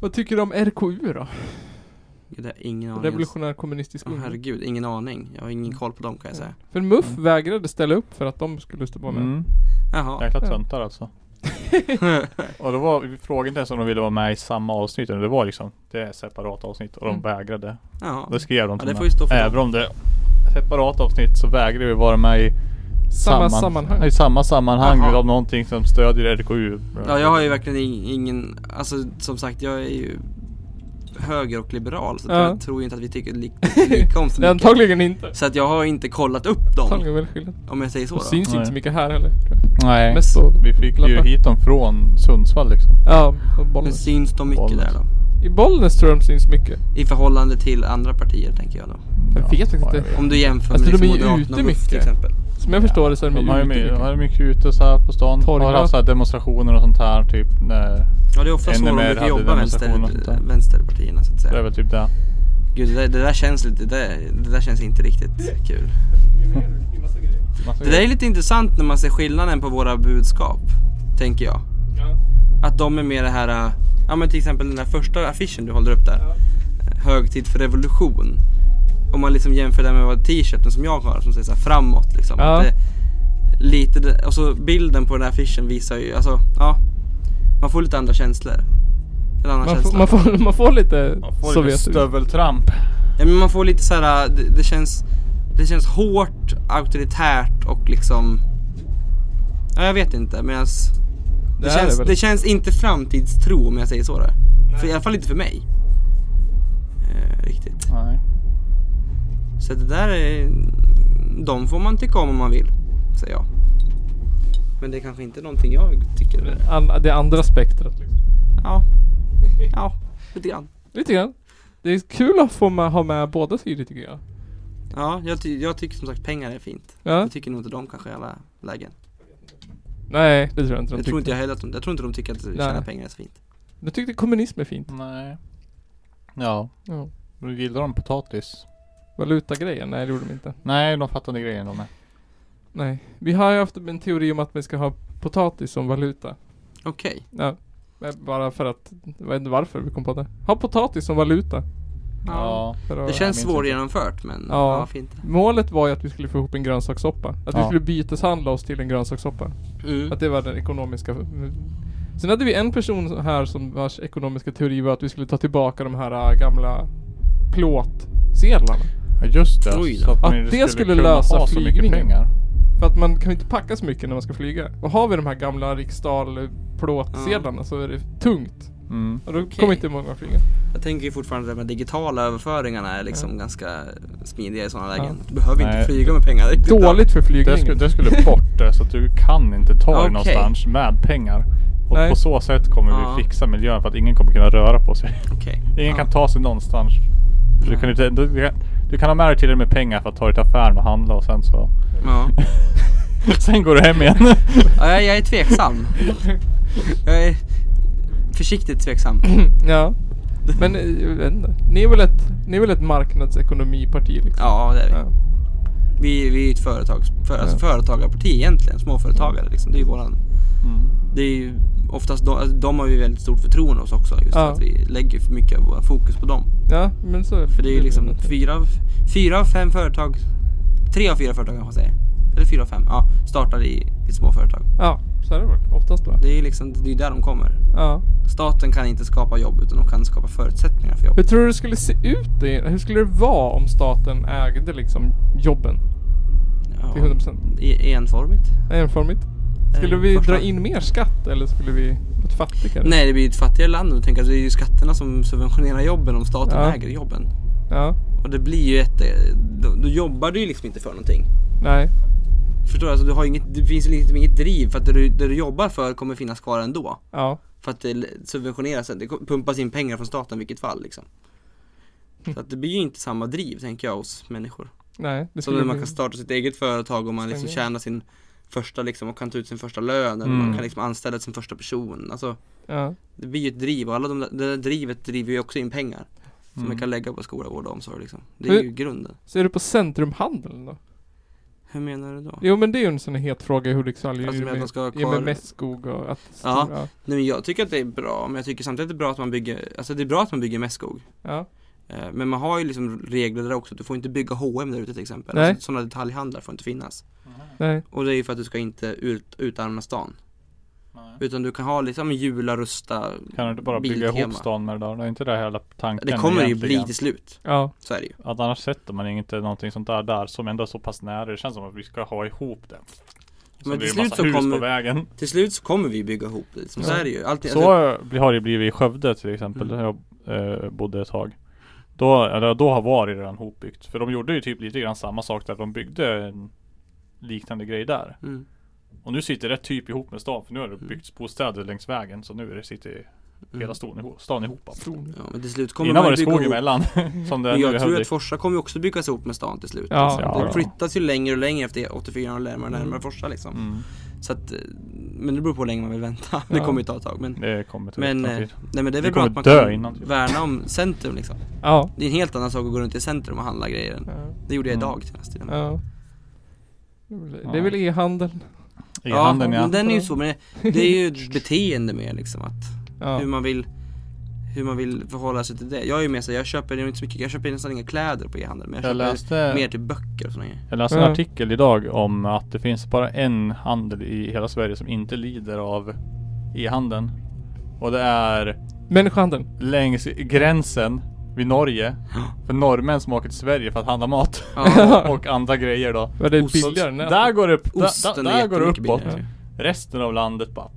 [SPEAKER 2] Vad tycker du om RKU då?
[SPEAKER 3] Gud, jag har ingen aning ens.
[SPEAKER 2] Revolutionär kommunistisk
[SPEAKER 3] Åh,
[SPEAKER 2] ungdom.
[SPEAKER 3] herregud, ingen aning Jag har ingen koll på dem kan jag säga
[SPEAKER 2] För MUF
[SPEAKER 1] Mm.
[SPEAKER 2] vägrade ställa upp för att de skulle stå på med.
[SPEAKER 1] Mm.
[SPEAKER 3] Jaha
[SPEAKER 1] Jäkla
[SPEAKER 2] Ja.
[SPEAKER 1] töntar alltså. och då var vi frågade inte ens om de ville vara med i samma avsnitt. utan Det var liksom, det är separata avsnitt och de
[SPEAKER 2] Mm.
[SPEAKER 1] vägrade.
[SPEAKER 3] Jaha
[SPEAKER 1] Det skrev de
[SPEAKER 3] Ja
[SPEAKER 1] till
[SPEAKER 3] det
[SPEAKER 1] mig.
[SPEAKER 3] får ju stå för dem.
[SPEAKER 1] Även om det är separata avsnitt så vägrar vi vara med i
[SPEAKER 2] Samma
[SPEAKER 1] samman-
[SPEAKER 2] sammanhang.
[SPEAKER 1] I samma sammanhang
[SPEAKER 3] Jaha.
[SPEAKER 1] av någonting som stödjer RKU.
[SPEAKER 3] Ja jag har ju verkligen ing- ingen, alltså som sagt jag är ju höger och liberal så att
[SPEAKER 2] Ja.
[SPEAKER 3] jag tror ju inte att vi tycker li- lika om så
[SPEAKER 2] Det är
[SPEAKER 3] mycket.
[SPEAKER 2] antagligen inte.
[SPEAKER 3] Så att jag har inte kollat upp dem
[SPEAKER 2] Antagligen väl skillnad.
[SPEAKER 3] om jag säger så
[SPEAKER 2] Och
[SPEAKER 3] då.
[SPEAKER 2] syns inte
[SPEAKER 1] Nej.
[SPEAKER 2] så mycket här heller. tror jag.
[SPEAKER 1] Nej.
[SPEAKER 2] Mest på
[SPEAKER 1] Vi fick ju
[SPEAKER 2] lappar.
[SPEAKER 1] hit dem från Sundsvall liksom.
[SPEAKER 2] Ja, och
[SPEAKER 3] Men
[SPEAKER 2] Bollnäs.
[SPEAKER 3] syns de mycket
[SPEAKER 1] Bollnäs.
[SPEAKER 3] där då?
[SPEAKER 2] I Bollnäs tror jag de syns mycket.
[SPEAKER 3] I förhållande till andra partier tänker jag då.
[SPEAKER 2] Jag vet faktiskt
[SPEAKER 1] ja, jag
[SPEAKER 2] inte.
[SPEAKER 1] vet.
[SPEAKER 3] Om du jämför
[SPEAKER 2] Alltså,
[SPEAKER 3] med
[SPEAKER 2] de
[SPEAKER 3] liksom
[SPEAKER 2] är ju
[SPEAKER 3] Moderaterna
[SPEAKER 2] ute
[SPEAKER 3] och MUF till
[SPEAKER 2] mycket.
[SPEAKER 3] exempel.
[SPEAKER 2] Som jag förstår det så är de
[SPEAKER 1] De har ju
[SPEAKER 2] ju
[SPEAKER 1] my-
[SPEAKER 2] ute
[SPEAKER 1] de har
[SPEAKER 2] mycket.
[SPEAKER 1] ju mycket ute så här på stan.
[SPEAKER 2] Torgmöten.
[SPEAKER 1] Har haft så här demonstrationer och sånt här typ. När,
[SPEAKER 3] Ja det är ofta så de
[SPEAKER 1] NMR
[SPEAKER 3] brukar
[SPEAKER 1] hade
[SPEAKER 3] jobba vänster,
[SPEAKER 1] demonstration och sånt där.
[SPEAKER 3] vänsterpartierna så att
[SPEAKER 1] det är
[SPEAKER 3] säga.
[SPEAKER 1] väl typ det.
[SPEAKER 3] Gud det där, det där känns lite, det där, det där känns inte riktigt kul.
[SPEAKER 1] Massa
[SPEAKER 3] Det där är lite intressant när man ser skillnaden på våra budskap, tänker jag. Att de är mer det här, äh, ja men till exempel den där första affischen du håller upp där. Högtid för revolution. Om man liksom jämför det med vad t-shirten som jag har som säger så här framåt liksom.
[SPEAKER 2] Ja.
[SPEAKER 3] Att det, lite, det- och så bilden på den här affischen visar ju, alltså ja. Man får lite andra känslor. En annan
[SPEAKER 2] Man,
[SPEAKER 3] känsla.
[SPEAKER 2] får- man, får, man får lite
[SPEAKER 1] Man får lite
[SPEAKER 2] Sovjet.
[SPEAKER 1] stöveltramp.
[SPEAKER 3] Ja, men man får lite så här, äh, det, det känns, det känns hårt, auktoritärt och liksom, ja jag vet inte medans Det,
[SPEAKER 2] Det är
[SPEAKER 3] känns,
[SPEAKER 2] det
[SPEAKER 3] det,
[SPEAKER 2] väl.
[SPEAKER 3] känns inte framtidstro om jag säger så. Där. För, I alla fall inte för mig. Eh, riktigt.
[SPEAKER 1] Nej.
[SPEAKER 3] Så det där är... De får man tycka om om man vill, säger jag. Men det är kanske inte någonting jag tycker. är-
[SPEAKER 2] An, det andra spektrat liksom.
[SPEAKER 3] Ja, ja lite grann.
[SPEAKER 2] Lite grann. Det är kul att få med, ha med båda sidor tycker jag.
[SPEAKER 3] Ja, jag, ty- jag tycker som sagt pengar är fint.
[SPEAKER 2] Ja?
[SPEAKER 3] Det tycker nog inte de kanske i alla lägen.
[SPEAKER 2] Nej, det tror jag inte de
[SPEAKER 3] Jag tror inte
[SPEAKER 2] tyckte.
[SPEAKER 3] jag heller att de, jag tror inte de tycker att tjäna pengar är så fint.
[SPEAKER 2] De tyckte kommunism är fint.
[SPEAKER 1] Nej. Ja,
[SPEAKER 2] Ja.
[SPEAKER 1] men gillar de potatis?
[SPEAKER 2] Valutagrejen, nej det gjorde de inte.
[SPEAKER 1] Nej, de fattade grejen de med.
[SPEAKER 2] Nej. Vi har ju haft en teori om att man ska ha potatis som valuta.
[SPEAKER 3] Okej,
[SPEAKER 2] Ja. Men Bara för att, jag vet inte varför vi kom på det. Ha potatis som valuta.
[SPEAKER 3] Ja.
[SPEAKER 2] För
[SPEAKER 3] det
[SPEAKER 2] att,
[SPEAKER 1] jag
[SPEAKER 3] känns
[SPEAKER 1] minns
[SPEAKER 3] svårgenomfört men
[SPEAKER 2] Ja.
[SPEAKER 3] ja, fint.
[SPEAKER 2] Målet var ju att vi skulle få ihop en grönsakssoppa. Att vi
[SPEAKER 1] Ja.
[SPEAKER 2] skulle byteshandla oss till en grönsakssoppa.
[SPEAKER 3] Mm.
[SPEAKER 2] Att det var den ekonomiska... Sen hade vi en person här som vars ekonomiska teori var att vi skulle ta tillbaka de här äh, gamla plåtsedlarna.
[SPEAKER 1] Ja, just det.
[SPEAKER 3] Oj då.
[SPEAKER 1] Så att, man
[SPEAKER 2] Att
[SPEAKER 1] inte
[SPEAKER 2] det skulle
[SPEAKER 1] kunna
[SPEAKER 2] lösa
[SPEAKER 1] ha så mycket
[SPEAKER 2] flygningen.
[SPEAKER 1] pengar.
[SPEAKER 2] För att man kan ju inte packa så mycket när man ska flyga. Och har vi de här gamla riksdal plåtsedlarna så är det tungt.
[SPEAKER 1] Mm.
[SPEAKER 2] Och då
[SPEAKER 3] Okej.
[SPEAKER 2] kommer inte många att flyga.
[SPEAKER 3] Jag tänker ju fortfarande det med digitala överföringarna är liksom ganska smidiga i sådana
[SPEAKER 2] Ja.
[SPEAKER 3] lägen. Du behöver inte
[SPEAKER 1] Nej.
[SPEAKER 3] flyga med pengar riktigt.
[SPEAKER 2] Dåligt för
[SPEAKER 1] Det,
[SPEAKER 2] flygningen.
[SPEAKER 1] skulle, det skulle bort det, så att du kan inte ta dig
[SPEAKER 3] Okej.
[SPEAKER 1] någonstans med pengar. Och
[SPEAKER 2] Nej.
[SPEAKER 1] på så sätt kommer
[SPEAKER 3] Ja.
[SPEAKER 1] vi fixa miljön för att ingen kommer kunna röra på sig.
[SPEAKER 3] Okej.
[SPEAKER 1] Ingen
[SPEAKER 3] Ja.
[SPEAKER 1] kan ta sig någonstans. Du
[SPEAKER 3] Nej.
[SPEAKER 1] kan, inte, du, du kan- du kan ha med dig till och med pengar för att ta dig till affären och handla och sen så...
[SPEAKER 3] Ja.
[SPEAKER 1] sen går du hem igen.
[SPEAKER 3] ja, jag, jag är tveksam. Jag är försiktigt tveksam.
[SPEAKER 2] Ja. Men eh, jag vet inte. ni är väl ett, ni är väl ett marknadsekonomiparti liksom?
[SPEAKER 3] Ja, det är vi.
[SPEAKER 2] Ja.
[SPEAKER 3] Vi, vi är ju ett företags, för, alltså
[SPEAKER 2] Ja.
[SPEAKER 3] företagarparti egentligen, småföretagare liksom. Det är ju våran,
[SPEAKER 1] Mm.
[SPEAKER 3] det är ju oftast de, alltså, de har ju väldigt stort förtroende hos också. Just
[SPEAKER 2] Ja.
[SPEAKER 3] för att vi lägger för mycket av våra fokus på dem.
[SPEAKER 2] ja, Mm. men så...
[SPEAKER 3] För det är ju liksom fyra, av- fyra av fem företag, tre av fyra företag kanske man säger. Eller fyra av fem, ja, startar i, i små företag.
[SPEAKER 2] Ja, så är det väl oftast va?
[SPEAKER 3] Det är ju liksom, det är där de kommer.
[SPEAKER 2] Ja.
[SPEAKER 3] Staten kan inte skapa jobb utan de kan skapa förutsättningar för jobb.
[SPEAKER 2] Hur tror du det skulle se ut? Det? Hur skulle det vara om staten ägde liksom jobben? Till 100%.
[SPEAKER 3] E- enformigt?
[SPEAKER 2] Enformigt? Skulle
[SPEAKER 3] Eh,
[SPEAKER 2] vi
[SPEAKER 3] första.
[SPEAKER 2] dra in mer skatt eller skulle vi bli ett fattigare?
[SPEAKER 3] Nej, det blir ju ett fattigare land nu. Tänk att det är ju skatterna som subventionerar jobben om staten
[SPEAKER 2] Ja.
[SPEAKER 3] äger jobben.
[SPEAKER 2] Ja.
[SPEAKER 3] Och det blir ju ett... eh, Då, då jobbar du ju liksom inte för någonting.
[SPEAKER 2] Nej.
[SPEAKER 3] Förstår du? Alltså, du har ju inget, det finns ju liksom inget driv för att det du, det du jobbar för kommer finnas kvar ändå.
[SPEAKER 2] Ja.
[SPEAKER 3] För att det l- subventioneras, det kom- pumpas in pengar från staten i vilket fall liksom.
[SPEAKER 2] Mm.
[SPEAKER 3] Så att det blir ju inte samma driv tänker jag hos människor.
[SPEAKER 2] Nej. Det
[SPEAKER 3] Som när man
[SPEAKER 2] bli-
[SPEAKER 3] kan starta sitt eget företag och man liksom
[SPEAKER 2] Stämmer.
[SPEAKER 3] tjänar sin första liksom och kan ta ut sin första lön eller
[SPEAKER 1] Mm.
[SPEAKER 3] man kan liksom anställa sin första person. Alltså
[SPEAKER 2] Ja.
[SPEAKER 3] det blir ju ett driv och alla de där, det där drivet driver ju också in pengar. Som
[SPEAKER 1] Mm.
[SPEAKER 3] man kan lägga på skola, vård och omsorg liksom. Det
[SPEAKER 2] Hur-
[SPEAKER 3] är ju grunden.
[SPEAKER 2] Ser du på centrumhandeln då?
[SPEAKER 3] Hur menar du då?
[SPEAKER 2] Jo men det är ju en sån här het fråga liksom i Hudiksvall.
[SPEAKER 3] Alltså,
[SPEAKER 2] ju
[SPEAKER 3] med att de ska ha
[SPEAKER 2] ju
[SPEAKER 3] kvar-
[SPEAKER 2] med mest skog och att...
[SPEAKER 3] Ja.
[SPEAKER 2] stora-
[SPEAKER 3] Nej men jag tycker att det är bra, men jag tycker samtidigt att det är bra att man bygger, alltså det är bra att man bygger mest skog.
[SPEAKER 2] ja.
[SPEAKER 3] Eh, Men man har ju liksom regler där också, du får inte bygga H&M där ute till exempel.
[SPEAKER 2] Nej.
[SPEAKER 3] Alltså, sådana detaljhandlar får inte finnas.
[SPEAKER 2] Nej.
[SPEAKER 3] Och det är ju för att du ska inte ut, utarma stan. Utan du kan ha liksom jula, rusta.
[SPEAKER 1] Kan du inte bara bygga ihop
[SPEAKER 3] Biltema.
[SPEAKER 1] stan med det där? Det är inte det hela tanken
[SPEAKER 3] Det kommer det ju bli
[SPEAKER 1] egentligen.
[SPEAKER 3] till slut.
[SPEAKER 2] Ja.
[SPEAKER 3] Så är det ju.
[SPEAKER 1] Att annars sätter man inte någonting sånt där där som ändå är så pass nära. Det känns som att vi ska ha ihop det. Så
[SPEAKER 3] Men
[SPEAKER 1] blir
[SPEAKER 3] till
[SPEAKER 1] det en
[SPEAKER 3] slut
[SPEAKER 1] massa
[SPEAKER 3] så
[SPEAKER 1] hus
[SPEAKER 3] kommer-
[SPEAKER 1] på vägen.
[SPEAKER 3] Till slut så kommer vi ju bygga ihop det. Liksom. Så
[SPEAKER 2] Ja.
[SPEAKER 3] är det ju. Allting,
[SPEAKER 1] Så blir- har det blivit i Skövde till exempel,
[SPEAKER 3] Mm.
[SPEAKER 1] där jag eh, bodde ett tag. Då, eller då har var det redan hopbyggt. För de gjorde ju typ lite grann samma sak där. De byggde en liknande grej där.
[SPEAKER 3] mm.
[SPEAKER 1] Och nu sitter det typ ihop med stan. För nu har det
[SPEAKER 3] Mm.
[SPEAKER 1] byggts bostäder längs vägen. Så nu är det sitter hela stan ihop. Stan ihop alltså.
[SPEAKER 2] Stor.
[SPEAKER 3] Ja, men till slut kommer
[SPEAKER 1] Innan var
[SPEAKER 3] man
[SPEAKER 1] det
[SPEAKER 3] ju bygga
[SPEAKER 1] skog
[SPEAKER 3] ihop.
[SPEAKER 1] emellan. som det är
[SPEAKER 3] Men
[SPEAKER 1] nu i
[SPEAKER 3] jag tror
[SPEAKER 1] Hudik.
[SPEAKER 3] att Forsa kommer ju också byggas ihop med stan till slut.
[SPEAKER 2] Ja,
[SPEAKER 3] alltså.
[SPEAKER 1] ja,
[SPEAKER 3] det
[SPEAKER 1] ja.
[SPEAKER 3] flyttas ju längre och längre efter 84 och närmare och närmare Forsa liksom.
[SPEAKER 1] Mm.
[SPEAKER 3] Så att, eh, men det beror på hur länge man vill vänta. Det
[SPEAKER 2] Ja.
[SPEAKER 3] kommer ju ta ett tag. Men,
[SPEAKER 1] Det kommer till
[SPEAKER 3] men,
[SPEAKER 1] men,
[SPEAKER 3] eh, nej, men det är
[SPEAKER 1] Vi
[SPEAKER 3] väl bra
[SPEAKER 1] kommer
[SPEAKER 3] att man
[SPEAKER 1] dö
[SPEAKER 3] kan
[SPEAKER 1] innan, typ.
[SPEAKER 3] värna om centrum liksom.
[SPEAKER 2] Ja.
[SPEAKER 3] Det är en helt annan sak att gå runt i centrum och handla grejer. än-
[SPEAKER 2] Ja.
[SPEAKER 3] Det gjorde jag
[SPEAKER 1] Mm.
[SPEAKER 3] idag senast. till och med.
[SPEAKER 2] ja. Det är väl e-handeln.
[SPEAKER 1] E-handeln ja.
[SPEAKER 3] men den är ju så, men det, det är ju ett beteende mer liksom att
[SPEAKER 2] Ja.
[SPEAKER 3] hur man vill hur man vill förhålla sig till det. Jag är ju mer så här, jag köper ju inte så mycket, jag köper nästan inga kläder på e-handel men jag,
[SPEAKER 1] Jag
[SPEAKER 3] köper
[SPEAKER 1] läste,
[SPEAKER 3] mer till böcker och sådana grejer.
[SPEAKER 1] jag läste en
[SPEAKER 2] Ja.
[SPEAKER 1] artikel idag om att det finns bara en handel i hela Sverige som inte lider av e-handeln. Och det är
[SPEAKER 2] Människohandeln.
[SPEAKER 1] längs gränsen vid Norge. För norrmän som åker till Sverige för att handla mat.
[SPEAKER 3] Ja,
[SPEAKER 1] Och andra grejer då.
[SPEAKER 2] Var det
[SPEAKER 3] Ost.
[SPEAKER 2] billigare? än
[SPEAKER 1] Där går det upp, där, där,
[SPEAKER 3] osten
[SPEAKER 1] där
[SPEAKER 3] är
[SPEAKER 1] går det
[SPEAKER 3] jättemycket
[SPEAKER 1] uppåt.
[SPEAKER 3] billigare.
[SPEAKER 1] Resten av landet bara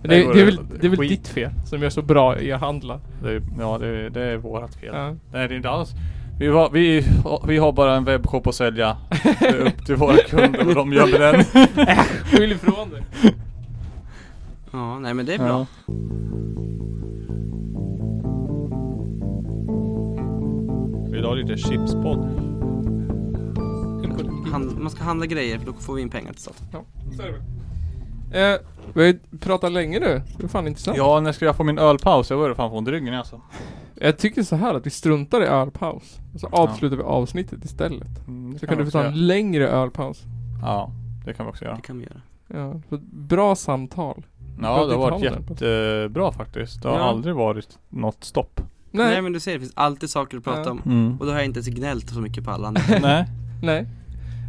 [SPEAKER 2] Men Det,
[SPEAKER 1] Där går
[SPEAKER 2] det, är
[SPEAKER 1] det-
[SPEAKER 2] väl, det är väl
[SPEAKER 1] skit.
[SPEAKER 2] ditt fel som gör så bra i att handla.
[SPEAKER 1] det, är- Ja det, är- det är vårat fel.
[SPEAKER 2] Ja.
[SPEAKER 1] Nej det är inte alls. Vi, var, vi, vi har bara en webbshop att sälja. Det är upp till våra kunder vad de gör med den.
[SPEAKER 2] Skyll ifrån dig.
[SPEAKER 3] Ja, nej men det är bra.
[SPEAKER 1] Idag är det chipspodd.
[SPEAKER 3] Hand, man ska handla grejer för då får vi in pengar till staten.
[SPEAKER 2] Eh, vi har ju pratat länge nu. Det är fan intressant.
[SPEAKER 1] Ja, när ska jag få min ölpaus? Jag börjar fan få ont i ryggen alltså.
[SPEAKER 2] Jag tycker så här att vi struntar i ölpaus. Och så avslutar vi avsnittet istället.
[SPEAKER 1] Mm, det
[SPEAKER 2] Så kan
[SPEAKER 1] vi
[SPEAKER 2] du
[SPEAKER 1] också
[SPEAKER 2] få ta
[SPEAKER 1] göra.
[SPEAKER 2] en längre ölpaus.
[SPEAKER 1] Ja, det kan vi också göra.
[SPEAKER 3] Det kan vi göra.
[SPEAKER 2] Ja, för ett bra samtal.
[SPEAKER 1] Ja,
[SPEAKER 2] Jag
[SPEAKER 1] det har varit
[SPEAKER 2] vill inte ha den.
[SPEAKER 1] jättebra faktiskt. Det har
[SPEAKER 3] Ja.
[SPEAKER 1] aldrig varit något stopp.
[SPEAKER 3] Nej.
[SPEAKER 2] Nej, nej.
[SPEAKER 3] men du ser, det finns alltid saker att prata
[SPEAKER 2] Ja.
[SPEAKER 3] om. Och då har jag inte ens gnällt så mycket på alla andra.
[SPEAKER 1] Nej.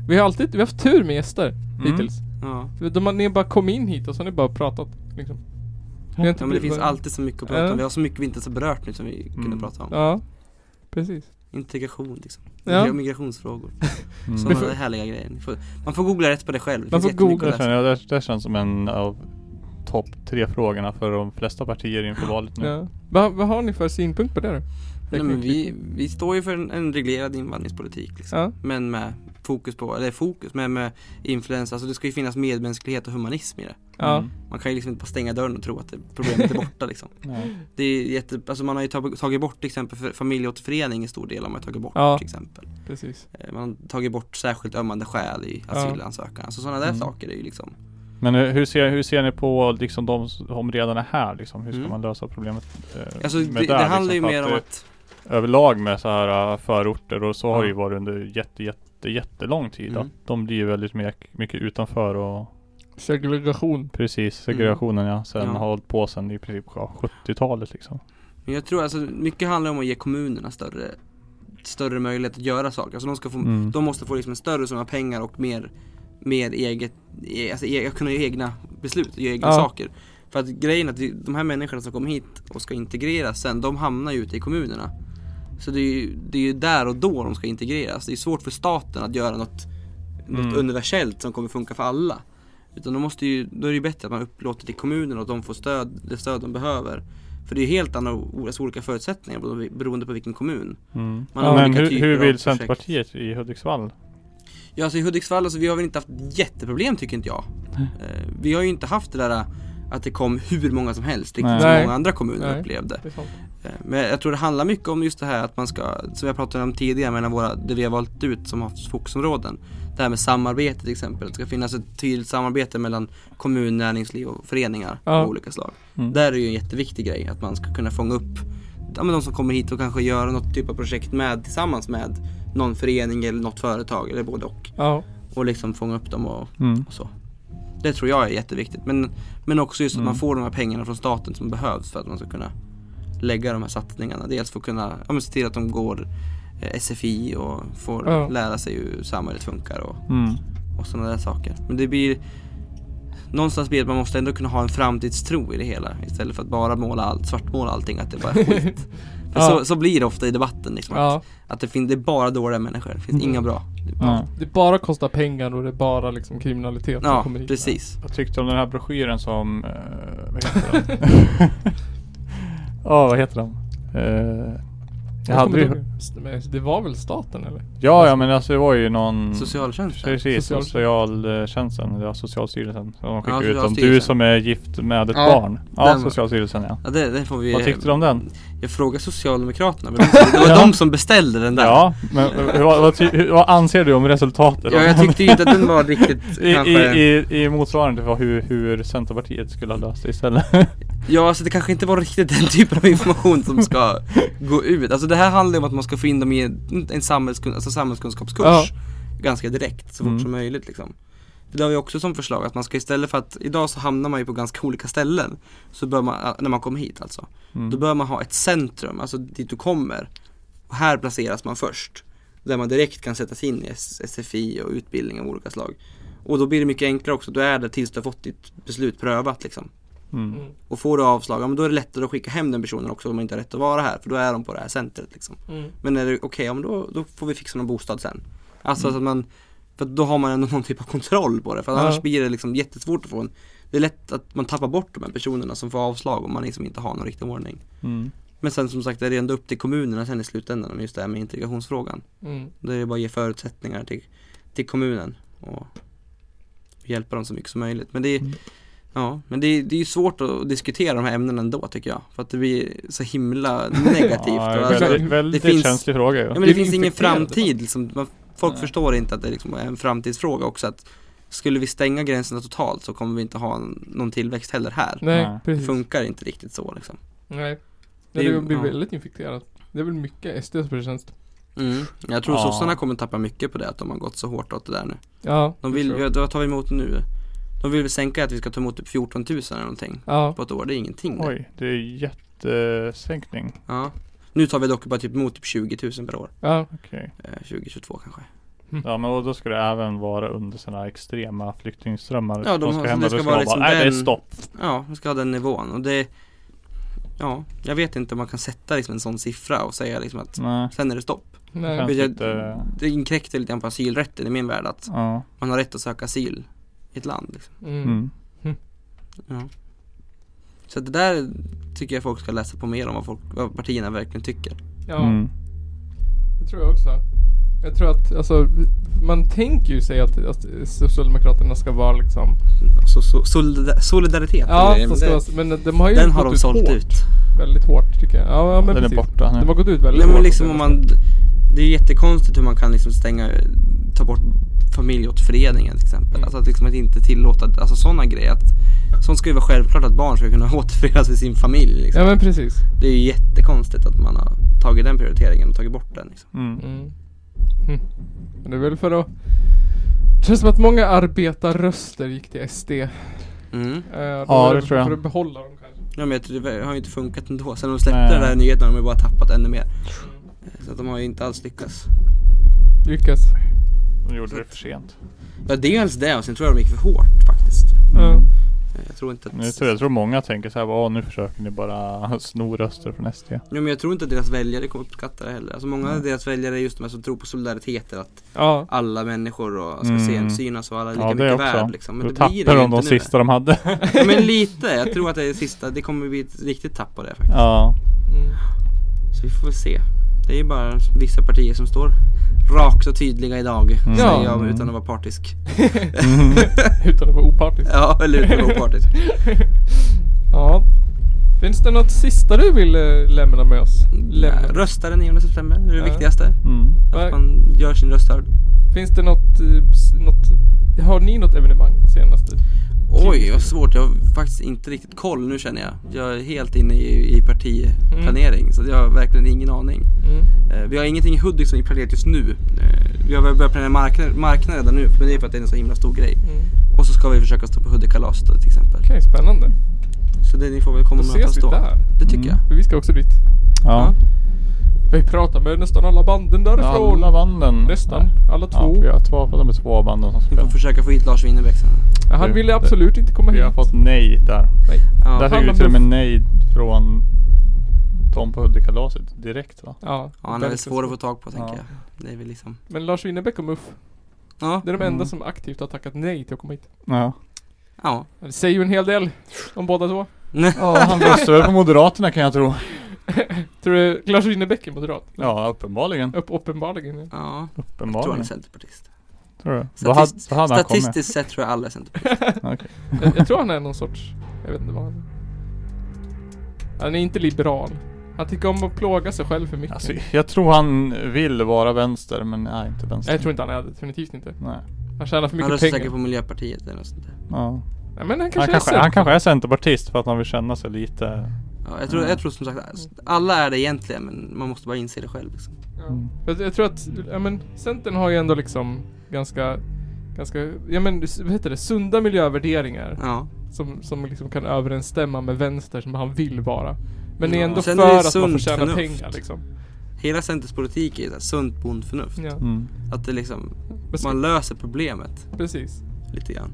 [SPEAKER 2] Vi har alltid, vi har haft tur med gäster
[SPEAKER 1] Mm.
[SPEAKER 2] hittills.
[SPEAKER 3] Ja.
[SPEAKER 2] För De har, ni har bara kom in hit och så har ni bara pratat. Liksom. Ni har inte
[SPEAKER 3] ja men det
[SPEAKER 2] blivit-
[SPEAKER 3] finns alltid så mycket att prata
[SPEAKER 2] Ja.
[SPEAKER 3] om. Vi har så mycket vi inte ens har berört nu som vi kunde
[SPEAKER 1] Mm.
[SPEAKER 3] prata om.
[SPEAKER 2] Ja, precis.
[SPEAKER 3] Integration liksom.
[SPEAKER 2] Ja.
[SPEAKER 3] Migrationsfrågor.
[SPEAKER 1] Mm.
[SPEAKER 3] Sådana där härliga grejer. Ni Får, man får googla rätt på det själv. Det
[SPEAKER 2] Man
[SPEAKER 3] finns
[SPEAKER 2] får
[SPEAKER 3] jättemycket
[SPEAKER 1] Det,
[SPEAKER 3] att
[SPEAKER 1] känner
[SPEAKER 3] läsa.
[SPEAKER 1] jag, det, det känns som en av topp tre frågorna för de flesta partier inför valet nu.
[SPEAKER 2] Ja. Vad, vad har ni för synpunkt på det då?
[SPEAKER 3] Nej, men vi, vi står ju för en, en reglerad invandringspolitik. Liksom.
[SPEAKER 2] Ja.
[SPEAKER 3] Men med fokus på, eller fokus, men med influensa. Alltså det ska ju finnas medmänsklighet och humanism i det.
[SPEAKER 2] Ja.
[SPEAKER 1] Mm.
[SPEAKER 3] Man kan ju liksom inte bara stänga dörren och tro att det- problemet är borta liksom.
[SPEAKER 1] Nej.
[SPEAKER 3] Det är jätte, alltså man har ju tag- tagit bort till exempel för- familjeåterförening i stor del har man tagit bort
[SPEAKER 2] Ja.
[SPEAKER 3] till exempel.
[SPEAKER 2] Precis.
[SPEAKER 3] Eh, Man har tagit bort särskilt ömmande skäl i
[SPEAKER 2] Ja.
[SPEAKER 3] asylansökan. Alltså sådana där
[SPEAKER 1] Mm.
[SPEAKER 3] saker är ju liksom
[SPEAKER 1] Men hur hur ser, hur ser ni på liksom de som redan är här liksom? Hur ska
[SPEAKER 3] Mm.
[SPEAKER 1] man lösa problemet? eh,
[SPEAKER 3] Alltså
[SPEAKER 1] med
[SPEAKER 3] det, det, handlar
[SPEAKER 1] liksom?
[SPEAKER 3] ju
[SPEAKER 1] För
[SPEAKER 3] mer om
[SPEAKER 1] det-
[SPEAKER 3] att
[SPEAKER 1] överlag med så här äh, förorter och så har det ju
[SPEAKER 3] Ja.
[SPEAKER 1] varit under jätte, jätte, jättelång tid.
[SPEAKER 3] Mm.
[SPEAKER 1] Att de blir ju väldigt mycket, mycket utanför och
[SPEAKER 2] Segregation.
[SPEAKER 1] precis segregationen ja. Sen
[SPEAKER 3] Mm. Ja.
[SPEAKER 1] har hållit på sen i princip ja, 70-talet liksom.
[SPEAKER 3] Men jag tror alltså mycket handlar om att ge kommunerna större Större möjlighet att göra saker. Alltså de ska få
[SPEAKER 1] Mm.
[SPEAKER 3] De måste få liksom en större summa pengar och mer Mer eget e- Alltså e- kunna göra egna beslut och göra egna
[SPEAKER 2] Ja.
[SPEAKER 3] saker. För att grejen är att det- de här människorna som kommer hit och ska integreras sen, de hamnar ju ute i kommunerna. Så det är ju, det är ju där och då de ska integreras. Det är svårt för staten att göra något, något
[SPEAKER 1] Mm.
[SPEAKER 3] universellt som kommer funka för alla. Utan de måste ju, då är det ju bättre att man upplåter till kommunerna och att de får stöd, det stöd de behöver. För det är ju helt andra, alltså olika förutsättningar bero- beroende på vilken kommun.
[SPEAKER 1] Mm.
[SPEAKER 3] Man har
[SPEAKER 1] Men
[SPEAKER 3] olika
[SPEAKER 1] hur,
[SPEAKER 3] typer
[SPEAKER 1] hur
[SPEAKER 3] av
[SPEAKER 1] vill
[SPEAKER 3] projekt.
[SPEAKER 1] Centerpartiet i Hudiksvall?
[SPEAKER 3] Ja, alltså i Hudiksvall, alltså, vi har väl inte haft jätteproblem tycker inte jag. Eh, vi har ju inte haft det där eh, att det kom hur många som helst, riktigt
[SPEAKER 1] Nej.
[SPEAKER 3] som
[SPEAKER 2] Nej.
[SPEAKER 3] många andra kommuner
[SPEAKER 2] Nej.
[SPEAKER 3] upplevde.
[SPEAKER 2] Det är sant.
[SPEAKER 3] Eh, men jag tror det handlar mycket om just det här att man ska, som jag pratade om tidigare, mellan våra, det vi har valt ut som haft fokusområden. Det här med samarbete till exempel, att det ska finnas ett tydligt samarbete mellan kommun, näringsliv och föreningar
[SPEAKER 2] Ja.
[SPEAKER 3] av olika slag.
[SPEAKER 1] Mm.
[SPEAKER 3] Där är det ju en jätteviktig grej, att man ska kunna fånga upp ja, men de som kommer hit och kanske göra något typ av projekt med, tillsammans med någon förening eller något företag eller både och
[SPEAKER 2] Ja.
[SPEAKER 3] och liksom fånga upp dem och,
[SPEAKER 1] Mm.
[SPEAKER 3] och så. Det tror jag är jätteviktigt. Men, men också just att
[SPEAKER 1] Mm.
[SPEAKER 3] man får de här pengarna från staten som behövs för att man ska kunna lägga de här satsningarna. Dels för att kunna ja, men se till att de går eh, SFI och får
[SPEAKER 2] Ja.
[SPEAKER 3] lära sig hur samhället funkar och,
[SPEAKER 1] Mm.
[SPEAKER 3] och sådana där saker. Men det blir Någonstans blir det att man måste ändå kunna ha en framtidstro i det hela istället för att bara måla allt, svartmåla allting att det bara är skit. För
[SPEAKER 2] Ja.
[SPEAKER 3] så, så blir det ofta i debatten liksom.
[SPEAKER 2] ja.
[SPEAKER 3] Att, att det, fin- det är bara dåliga människor, det finns
[SPEAKER 2] Mm.
[SPEAKER 3] inga bra.
[SPEAKER 1] Ja.
[SPEAKER 2] Det bara kostar pengar och det är bara liksom kriminalitet som
[SPEAKER 3] Ja,
[SPEAKER 2] kommer hit.
[SPEAKER 3] precis.
[SPEAKER 1] Vad tyckte du om den här broschyren som... eh, vad heter den? Ja, vad heter den? Eh, jag
[SPEAKER 2] Jag
[SPEAKER 1] hade
[SPEAKER 2] kommer
[SPEAKER 1] ju,
[SPEAKER 2] inte ihåg. Men Det var väl staten eller?
[SPEAKER 1] ja, ja men alltså det var ju någon...
[SPEAKER 3] Socialtjänsten?
[SPEAKER 1] Precis,
[SPEAKER 2] Social-
[SPEAKER 1] socialtjänsten, ja, Socialstyrelsen som de skickade ut om du
[SPEAKER 3] Socialstyrelsen.
[SPEAKER 1] som är gift med ett
[SPEAKER 3] Ja,
[SPEAKER 1] barn. Ja,
[SPEAKER 3] den var-
[SPEAKER 1] Socialstyrelsen ja.
[SPEAKER 3] Ja det, det får vi
[SPEAKER 1] Vad tyckte du om den?
[SPEAKER 3] Jag frågar Socialdemokraterna, men det var
[SPEAKER 1] Ja.
[SPEAKER 3] de som beställde den där
[SPEAKER 1] Ja, men eh, vad, vad, ty- hur- vad anser du om resultatet?
[SPEAKER 3] Ja, jag tyckte ju inte att den var riktigt
[SPEAKER 1] I, i,
[SPEAKER 3] kanske
[SPEAKER 1] i, I motsvarande för hur, hur Centerpartiet skulle ha löst det istället.
[SPEAKER 3] Ja alltså det kanske inte var riktigt den typen av information som ska gå ut Alltså det här handlar ju om att man ska få in dem i en, en samhällskun, alltså samhällskunskapskurs
[SPEAKER 2] Ja.
[SPEAKER 3] Ganska direkt, så fort
[SPEAKER 1] Mm.
[SPEAKER 3] som möjligt liksom Det har vi också som förslag att man ska istället för att Idag så hamnar man ju på ganska olika ställen Så bör man, när man kommer hit alltså Då
[SPEAKER 1] Mm.
[SPEAKER 3] bör man ha ett centrum, alltså dit du kommer. Och här placeras man först. Där man direkt kan sättas in i S- SFI och utbildning av olika slag. Och då blir det mycket enklare också. Du är där tills du har fått ditt beslut prövat liksom.
[SPEAKER 1] Mm.
[SPEAKER 2] Mm.
[SPEAKER 3] Och får du avslag, ja, men då är det lättare att skicka hem den personen också om man inte har rätt att vara här. För då är de på det här centret liksom.
[SPEAKER 2] Mm.
[SPEAKER 3] Men är det okej, ja, men då, då får vi fixa någon bostad sen.
[SPEAKER 1] Mm.
[SPEAKER 3] Alltså så att man, för att då har man ändå någon typ av kontroll på det. För
[SPEAKER 2] Ja.
[SPEAKER 3] annars blir det liksom jättesvårt att få en, det är lätt att man tappar bort de här personerna som får avslag om man liksom inte har någon riktig ordning.
[SPEAKER 1] Mm.
[SPEAKER 3] Men sen som sagt är det ändå upp till kommunerna sen i slutändan om just det här med integrationsfrågan.
[SPEAKER 2] Mm.
[SPEAKER 3] Då är det bara att ge förutsättningar till, till kommunen och hjälpa dem så mycket som möjligt. Men det är,
[SPEAKER 1] Mm.
[SPEAKER 3] Ja, men det, är- det är ju svårt att diskutera de här ämnena ändå tycker jag. För att det blir så himla negativt.
[SPEAKER 1] Ja, väldigt,
[SPEAKER 3] och alltså, ja,
[SPEAKER 2] det
[SPEAKER 1] väldigt
[SPEAKER 3] finns-
[SPEAKER 1] känslig fråga ju.
[SPEAKER 3] men
[SPEAKER 2] det
[SPEAKER 3] det
[SPEAKER 2] är
[SPEAKER 3] finns ingen
[SPEAKER 2] infekterat,
[SPEAKER 3] framtid. Liksom, man, folk
[SPEAKER 2] Nej.
[SPEAKER 3] förstår inte att det liksom är en framtidsfråga också. Att skulle vi stänga gränserna totalt så kommer vi inte ha en- någon tillväxt heller här.
[SPEAKER 2] Nej,
[SPEAKER 1] Nej.
[SPEAKER 3] Det
[SPEAKER 2] precis.
[SPEAKER 3] funkar inte riktigt så liksom.
[SPEAKER 2] Nej.
[SPEAKER 3] Det är
[SPEAKER 2] Det, det
[SPEAKER 3] ju-
[SPEAKER 2] blir
[SPEAKER 3] ja.
[SPEAKER 2] väldigt infekterat. Det är väl mycket SDs förtjänst.
[SPEAKER 3] Mm. Jag tror
[SPEAKER 1] Ja.
[SPEAKER 3] sossarna kommer tappa mycket på det att de har gått så hårt åt det där nu.
[SPEAKER 2] Ja.
[SPEAKER 3] De vill,
[SPEAKER 2] sure.
[SPEAKER 3] vad tar vi emot nu? De vill väl sänka att vi ska ta emot typ 14 000 eller någonting
[SPEAKER 2] Ja.
[SPEAKER 3] på ett år, det är ingenting. det.
[SPEAKER 1] Oj, det är jättesänkning.
[SPEAKER 3] Ja. Nu tar vi dock bara typ emot typ 20 000 per år,
[SPEAKER 2] Ja.
[SPEAKER 1] Okej.
[SPEAKER 3] eh, 2022 kanske.
[SPEAKER 1] Ja men då ska det även vara under sådana extrema flyktingströmmar.
[SPEAKER 3] Ja, de
[SPEAKER 1] som
[SPEAKER 3] har-
[SPEAKER 1] ska hända.
[SPEAKER 3] det ska
[SPEAKER 1] Då ska
[SPEAKER 3] vara
[SPEAKER 1] de
[SPEAKER 3] liksom
[SPEAKER 1] bara, nej det är
[SPEAKER 3] den-
[SPEAKER 1] stopp.
[SPEAKER 3] Ja, vi ska ha den nivån och det Ja, jag vet inte om man kan sätta liksom en sån siffra och säga liksom att
[SPEAKER 1] Nej.
[SPEAKER 3] sen är det stopp.
[SPEAKER 1] Det
[SPEAKER 2] Nej.
[SPEAKER 1] känns
[SPEAKER 3] Men jag-
[SPEAKER 1] lite...
[SPEAKER 3] Det inkräktar lite grann på asylrätten i min värld att
[SPEAKER 1] Ja.
[SPEAKER 3] man har rätt att söka asyl i ett land. Liksom.
[SPEAKER 2] Mm.
[SPEAKER 1] Mm.
[SPEAKER 3] Ja. Så det där tycker jag folk ska läsa på mer om vad, folk, vad partierna verkligen tycker.
[SPEAKER 2] Ja.
[SPEAKER 1] Mm.
[SPEAKER 2] Det tror jag också. Jag tror att, alltså, man tänker ju sig att, att Socialdemokraterna ska vara liksom...
[SPEAKER 3] Så, så, solida- solidaritet.
[SPEAKER 2] Ja,
[SPEAKER 3] eller-
[SPEAKER 2] de ska, vara- men eh, de har ju
[SPEAKER 3] den har
[SPEAKER 2] gått
[SPEAKER 3] de
[SPEAKER 2] ut
[SPEAKER 3] sålt
[SPEAKER 2] hårt,
[SPEAKER 3] ut.
[SPEAKER 2] Väldigt hårt tycker jag. Ja, ja men
[SPEAKER 1] Den är
[SPEAKER 2] precis.
[SPEAKER 1] borta nu.
[SPEAKER 2] De har gått ut väldigt
[SPEAKER 3] Nej, men
[SPEAKER 2] hårt.
[SPEAKER 3] liksom om man, det är jättekonstigt hur man kan liksom stänga, ta bort familjeåterföreningen till exempel.
[SPEAKER 2] Mm.
[SPEAKER 3] Alltså att, liksom att inte tillåta, alltså sådana grejer. Att, sånt ska ju vara självklart att barn ska kunna återförenas i sin familj. Liksom.
[SPEAKER 2] Ja men precis.
[SPEAKER 3] Det är ju jättekonstigt att man har tagit den prioriteringen och tagit bort den. Liksom.
[SPEAKER 1] Mm.
[SPEAKER 2] Mm. Hm. Men det är väl för att... Det känns som att många arbetarröster gick till SD. Eh,
[SPEAKER 3] Mm.
[SPEAKER 2] för-
[SPEAKER 1] det tror jag.
[SPEAKER 2] För att behålla dem kanske.
[SPEAKER 3] Ja, men jag tror det har ju inte funkat ändå. Sen de släppte
[SPEAKER 1] Nej.
[SPEAKER 3] den där nyheten har de ju bara tappat ännu mer. Så att de har ju inte alls lyckats.
[SPEAKER 2] Lyckas.
[SPEAKER 1] De gjorde det för sent.
[SPEAKER 3] Ja, dels det och sen tror jag de gick för hårt faktiskt.
[SPEAKER 2] Ja.
[SPEAKER 3] Jag tror inte att...
[SPEAKER 1] Nu tror jag, jag tror många tänker så här, "Åh, nu försöker ni bara sno röster från SD.
[SPEAKER 3] Ja, men jag tror inte att deras väljare kommer uppskatta det heller. Alltså många av deras väljare är just de här som tror på solidariteter, att
[SPEAKER 2] Ja.
[SPEAKER 3] alla människor och ska
[SPEAKER 1] Mm.
[SPEAKER 3] se, synas och alla är lika
[SPEAKER 1] Ja det
[SPEAKER 3] mycket
[SPEAKER 1] också.
[SPEAKER 3] värd liksom. Men
[SPEAKER 1] Då
[SPEAKER 3] det blir det
[SPEAKER 1] tappar
[SPEAKER 3] ju
[SPEAKER 1] de de
[SPEAKER 3] inte nu.
[SPEAKER 1] sista de hade.
[SPEAKER 3] Ja, men lite, jag tror att det är sista, det kommer bli ett riktigt tapp på det faktiskt.
[SPEAKER 1] ja.
[SPEAKER 2] Mm.
[SPEAKER 3] Så vi får väl se. Det är ju bara vissa partier som står rakt och tydliga idag,
[SPEAKER 1] Mm.
[SPEAKER 3] säger
[SPEAKER 2] Ja.
[SPEAKER 3] jag utan att vara partisk.
[SPEAKER 2] Utan att vara opartisk.
[SPEAKER 3] Ja, eller utan att vara partisk.
[SPEAKER 2] Ja. Finns det något sista du vill eh, lämna med oss? Lämna.
[SPEAKER 3] Nej, Rösta den 9 september, det är det
[SPEAKER 2] Ja.
[SPEAKER 3] viktigaste.
[SPEAKER 1] Mm.
[SPEAKER 3] Att
[SPEAKER 2] Nej.
[SPEAKER 3] man gör sin röst hörd.
[SPEAKER 2] Finns det något, eh, s- något... Har ni något evenemang senaste?
[SPEAKER 3] Oj, vad svårt. Jag har faktiskt inte riktigt koll nu känner jag. Jag är helt inne i, i partiplanering så jag har verkligen ingen aning.
[SPEAKER 2] Mm.
[SPEAKER 3] Eh, vi har ingenting i Hudik som är planerat just nu. Eh, vi har väl börjat planera marknaden, marknaden redan nu men det är för att det är en så himla stor grej.
[SPEAKER 2] Mm.
[SPEAKER 3] Och så ska vi försöka stå på Hudikalas då till exempel.
[SPEAKER 2] Okej, spännande.
[SPEAKER 3] Så det, ni får väl komma
[SPEAKER 2] Då
[SPEAKER 3] och mötas
[SPEAKER 2] ses vi
[SPEAKER 3] då.
[SPEAKER 2] där.
[SPEAKER 3] Det tycker
[SPEAKER 1] Mm.
[SPEAKER 3] jag.
[SPEAKER 2] För vi ska också dit.
[SPEAKER 1] Ja.
[SPEAKER 2] Vi pratar med nästan alla banden därifrån.
[SPEAKER 1] Alla banden.
[SPEAKER 2] Nästan. Alla
[SPEAKER 1] Ja,
[SPEAKER 2] två.
[SPEAKER 1] vi har två, pratat med två banden som
[SPEAKER 3] Vi får
[SPEAKER 1] spelar.
[SPEAKER 3] försöka få hit Lars Winnerbäck sen.
[SPEAKER 2] Ja, Han
[SPEAKER 1] Det-
[SPEAKER 2] ville
[SPEAKER 1] det-
[SPEAKER 2] absolut inte komma
[SPEAKER 1] Vi
[SPEAKER 2] hit.
[SPEAKER 1] har fått nej där.
[SPEAKER 2] Nej.
[SPEAKER 1] Där
[SPEAKER 3] Ja.
[SPEAKER 1] fick
[SPEAKER 2] Han
[SPEAKER 1] vi
[SPEAKER 2] har
[SPEAKER 1] till och med nej från Tom på Hudikalaset direkt va?
[SPEAKER 2] Ja,
[SPEAKER 3] Ja, han är väl svår att få tag på tänker
[SPEAKER 1] Ja.
[SPEAKER 3] jag. Det är väl liksom...
[SPEAKER 2] Men Lars Winnerbäck och Muff,
[SPEAKER 3] Ja.
[SPEAKER 2] det är de
[SPEAKER 1] Mm.
[SPEAKER 2] enda som aktivt har tackat nej till att komma hit.
[SPEAKER 1] Ja.
[SPEAKER 3] ja.
[SPEAKER 2] Det säger ju en hel del om båda två.
[SPEAKER 1] Ja, han röstar väl på Moderaterna kan jag tro.
[SPEAKER 2] Tror du Lars Winnerbäck är moderat?
[SPEAKER 1] Ja, uppenbarligen.
[SPEAKER 2] Upp, uppenbarligen. Ja.
[SPEAKER 3] ja. Jag tror han är
[SPEAKER 1] Uppenbarligen.
[SPEAKER 3] centerpartist.
[SPEAKER 1] Tror du? Då hade,
[SPEAKER 3] Statist,
[SPEAKER 1] då hade han kommit.
[SPEAKER 3] statistiskt sett tror jag alla är centerpartister.
[SPEAKER 1] Okej.
[SPEAKER 2] jag, jag tror han är någon sorts... Jag vet inte vad han är. Han är inte liberal. Han tycker om att plåga sig själv för mycket.
[SPEAKER 1] Alltså, jag tror han vill vara vänster men är inte
[SPEAKER 2] Nej,
[SPEAKER 1] vänster.
[SPEAKER 2] jag tror inte han är det. Definitivt inte.
[SPEAKER 1] Nej.
[SPEAKER 2] Han tjänar för
[SPEAKER 3] Han
[SPEAKER 2] mycket
[SPEAKER 3] röstar
[SPEAKER 2] pengar.
[SPEAKER 3] säkert på Miljöpartiet eller något sånt där.
[SPEAKER 1] Ja.
[SPEAKER 2] Nej, men han kanske,
[SPEAKER 1] Han, kanske,
[SPEAKER 2] är
[SPEAKER 1] han kanske är centerpartist för att han vill känna sig lite...
[SPEAKER 3] Ja, jag, tror, jag tror som sagt alla är det egentligen men man måste bara inse det själv. Liksom.
[SPEAKER 2] Ja. Jag, jag tror att, ja men Centern har ju ändå liksom ganska, ganska, ja men s- vad heter det, sunda miljövärderingar.
[SPEAKER 3] Ja.
[SPEAKER 2] Som, som liksom kan överensstämma med vänster som han vill vara. Men är
[SPEAKER 3] Ja.
[SPEAKER 2] ändå
[SPEAKER 3] Sen
[SPEAKER 2] för
[SPEAKER 3] är det
[SPEAKER 2] att man får
[SPEAKER 3] sunt
[SPEAKER 2] tjäna
[SPEAKER 3] förnuft.
[SPEAKER 2] pengar liksom.
[SPEAKER 3] Hela Centerns politik är ju så här sunt bondförnuft.
[SPEAKER 2] Ja,
[SPEAKER 1] Mm.
[SPEAKER 3] Att det liksom,
[SPEAKER 2] men så,
[SPEAKER 3] man löser problemet
[SPEAKER 2] precis.
[SPEAKER 3] lite grann.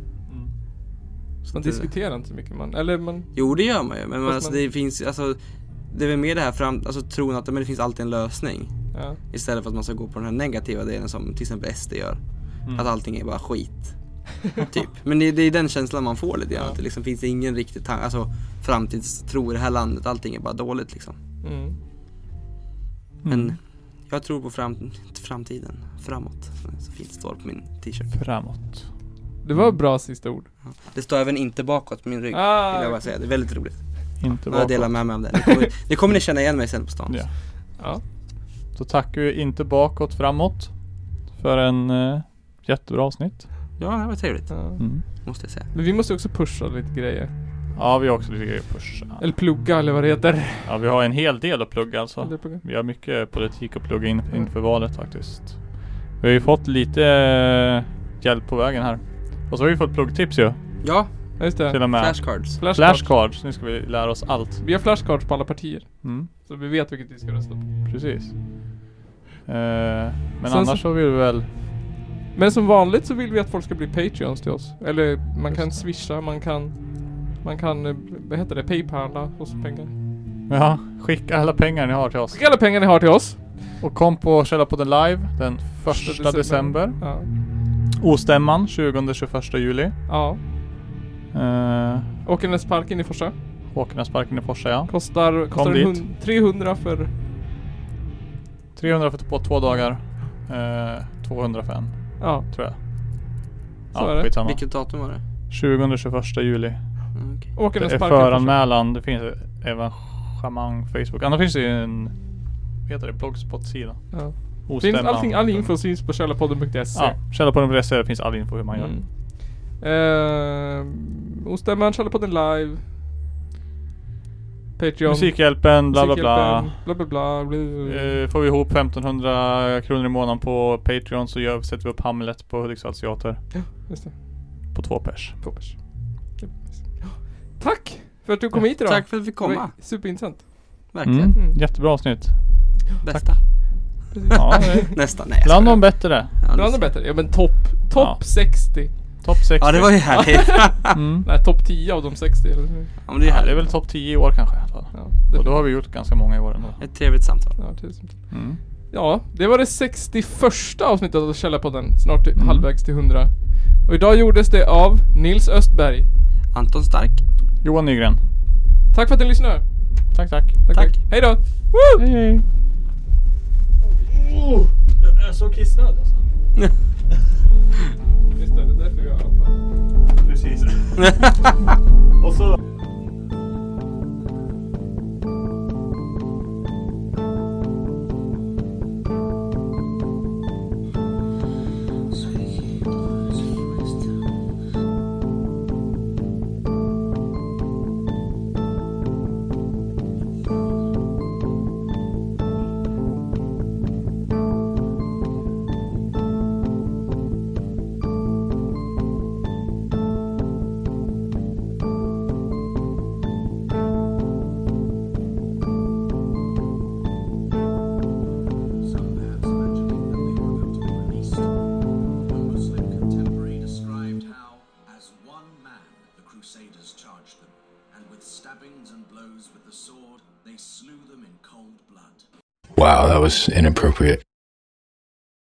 [SPEAKER 3] Så
[SPEAKER 2] Man
[SPEAKER 3] att det-
[SPEAKER 2] diskuterar inte så mycket man, eller man,
[SPEAKER 3] Jo det gör man ju men man,
[SPEAKER 2] Fast
[SPEAKER 3] alltså,
[SPEAKER 2] man-
[SPEAKER 3] det finns alltså det är väl mer det här fram, alltså tron att men det finns alltid en lösning
[SPEAKER 2] ja.
[SPEAKER 3] Istället för att man ska gå på den här negativa delen som till exempel SD gör
[SPEAKER 1] Mm.
[SPEAKER 3] Att allting är bara skit Typ, men det, det är den känslan man får lite grann
[SPEAKER 2] Ja.
[SPEAKER 3] att det liksom finns ingen riktig tan- alltså, framtidstro i det här landet, allting är bara dåligt liksom
[SPEAKER 2] Mm.
[SPEAKER 1] Mm.
[SPEAKER 3] Men jag tror på fram, framtiden, framåt, som det så fint står på min t-shirt.
[SPEAKER 1] Framåt.
[SPEAKER 2] Det var bra sista ord.
[SPEAKER 3] Det står även inte bakåt på min rygg. Vill jag
[SPEAKER 2] Ah,
[SPEAKER 3] bara säga. Det är väldigt roligt.
[SPEAKER 1] Inte
[SPEAKER 3] Jag delar
[SPEAKER 1] bakåt.
[SPEAKER 3] med mig av det. Ni kommer, ni kommer ni känna igen mig sen på stan.
[SPEAKER 1] Ja.
[SPEAKER 2] ja.
[SPEAKER 1] Så tackar vi inte bakåt framåt för en eh, jättebra avsnitt.
[SPEAKER 3] Ja, det var trevligt.
[SPEAKER 2] ja.
[SPEAKER 1] Mm.
[SPEAKER 3] Måste jag säga.
[SPEAKER 2] Men vi måste också pusha lite grejer.
[SPEAKER 1] Ja, vi har också lite grejer att pusha.
[SPEAKER 2] Eller plugga eller vad det heter.
[SPEAKER 1] Ja, vi har en hel del att plugga alltså.
[SPEAKER 2] Eller plugga.
[SPEAKER 1] Vi har mycket politik att plugga in inför valet faktiskt. Vi har ju fått lite eh, hjälp på vägen här. Och så har vi fått pluggtips ju.
[SPEAKER 3] Ja,
[SPEAKER 2] Ja, just det.
[SPEAKER 1] Till och med
[SPEAKER 3] flashcards.
[SPEAKER 2] Flashcards.
[SPEAKER 1] flashcards. Nu ska vi lära oss allt.
[SPEAKER 2] Vi har flashcards på alla partier.
[SPEAKER 1] Mm,
[SPEAKER 2] Så vi vet vilket vi ska rösta på.
[SPEAKER 1] precis. Eh, men
[SPEAKER 2] Sen
[SPEAKER 1] annars så vill vi väl...
[SPEAKER 2] Men som vanligt så vill vi att folk ska bli Patreons till oss. Eller man
[SPEAKER 1] Just
[SPEAKER 2] kan
[SPEAKER 1] det.
[SPEAKER 2] swisha, man kan... Man kan, eh, vad heter det, Paypala oss pengar.
[SPEAKER 1] Ja, skicka alla pengar ni har till oss.
[SPEAKER 2] Skicka alla pengar ni har till oss.
[SPEAKER 1] Och kom på Källarpodden live den 1 december.
[SPEAKER 2] Ja.
[SPEAKER 1] Ostämman 20-21 juli.
[SPEAKER 2] ja.
[SPEAKER 1] Eh,
[SPEAKER 2] Åkernäsparken i Forsa.
[SPEAKER 1] Håknäsparken i Forsa ja.
[SPEAKER 2] Kostar, kostar en
[SPEAKER 1] dit.
[SPEAKER 2] hund, 300 för...
[SPEAKER 1] 300 för på två dagar. Eh, 200 för en,
[SPEAKER 2] Ja,
[SPEAKER 1] tror jag.
[SPEAKER 2] Så
[SPEAKER 1] ja,
[SPEAKER 2] är det.
[SPEAKER 1] skitsamma.
[SPEAKER 3] Vilket datum var det?
[SPEAKER 1] 20-21 juli.
[SPEAKER 3] Mm, okej.
[SPEAKER 1] Det är
[SPEAKER 2] Åkernäsparken i Forsa.
[SPEAKER 1] föranmälan. Det finns även Chamang Facebook. Annars finns det ju en... Vad heter det? Blogspot-sida.
[SPEAKER 2] Ja. Finns
[SPEAKER 1] Ostämman.
[SPEAKER 2] allting, all info finns på källarpodden.se.
[SPEAKER 1] Ja, källarpodden.se. Det finns all info hur man gör.
[SPEAKER 2] E. Mm. Eh, Ostämman, Källarpodden live. Patreon.
[SPEAKER 1] Musikhjälpen, bla bla bla.
[SPEAKER 2] Musikhjälpen, bla bla bla. bla.
[SPEAKER 1] Eh, får vi ihop 1500 kronor i månaden på Patreon så gör, sätter vi upp Hamlet på Hudiksvalls teater.
[SPEAKER 2] Just det.
[SPEAKER 1] På två pers.
[SPEAKER 2] Två pers. Ja, precis. Ja. Tack för att du kom hit idag.
[SPEAKER 3] Tack för att vi fick
[SPEAKER 2] Det var
[SPEAKER 3] komma.
[SPEAKER 2] Superintressant.
[SPEAKER 3] Verkligen.
[SPEAKER 1] Mm.
[SPEAKER 2] Mm.
[SPEAKER 1] Jättebra avsnitt.
[SPEAKER 3] Bästa.
[SPEAKER 1] Ja, det är
[SPEAKER 3] Nästa. Nej, jag
[SPEAKER 1] bland
[SPEAKER 3] skojar.
[SPEAKER 1] de bättre.
[SPEAKER 3] Ja,
[SPEAKER 2] Det var
[SPEAKER 3] nästa.
[SPEAKER 2] ändå bättre. Ja men topp. Topp
[SPEAKER 1] Ja.
[SPEAKER 2] 60.
[SPEAKER 1] Topp 60.
[SPEAKER 3] Ja, det var ju härligt.
[SPEAKER 1] mm.
[SPEAKER 2] Nej, topp 10 av de 60. Eller? hur?
[SPEAKER 3] Ja, men det är ju
[SPEAKER 1] ja, det är
[SPEAKER 3] härligt.
[SPEAKER 1] väl topp 10 i år kanske. i alla fall.
[SPEAKER 2] Ja,
[SPEAKER 1] Och då
[SPEAKER 2] det,
[SPEAKER 1] har vi gjort ganska många i år ändå.
[SPEAKER 3] Ett trevligt samtal.
[SPEAKER 2] ja, tusen tack.
[SPEAKER 1] Mm.
[SPEAKER 2] ja, det var det 61 avsnittet av Källarpodden. Snart
[SPEAKER 1] Mm.
[SPEAKER 2] halvvägs till 100. Och idag gjordes det av Nils Östberg.
[SPEAKER 3] Anton Stark.
[SPEAKER 1] Johan Nygren.
[SPEAKER 2] Tack för att ni lyssnar.
[SPEAKER 1] Tack, tack.
[SPEAKER 2] Tack.
[SPEAKER 3] Tack.
[SPEAKER 2] tack. Hej då. Woo!
[SPEAKER 1] Hej, hej.
[SPEAKER 5] Jag är så kissnödig alltså.
[SPEAKER 2] Just det, det är därför vi har
[SPEAKER 5] Precis. Och så...
[SPEAKER 6] Some bands imagining that they were going to be released. One Muslim contemporary described how, as one man, the Crusaders charged them, and with stabbings and blows with the sword, they slew them in cold blood.
[SPEAKER 7] Wow, that was inappropriate.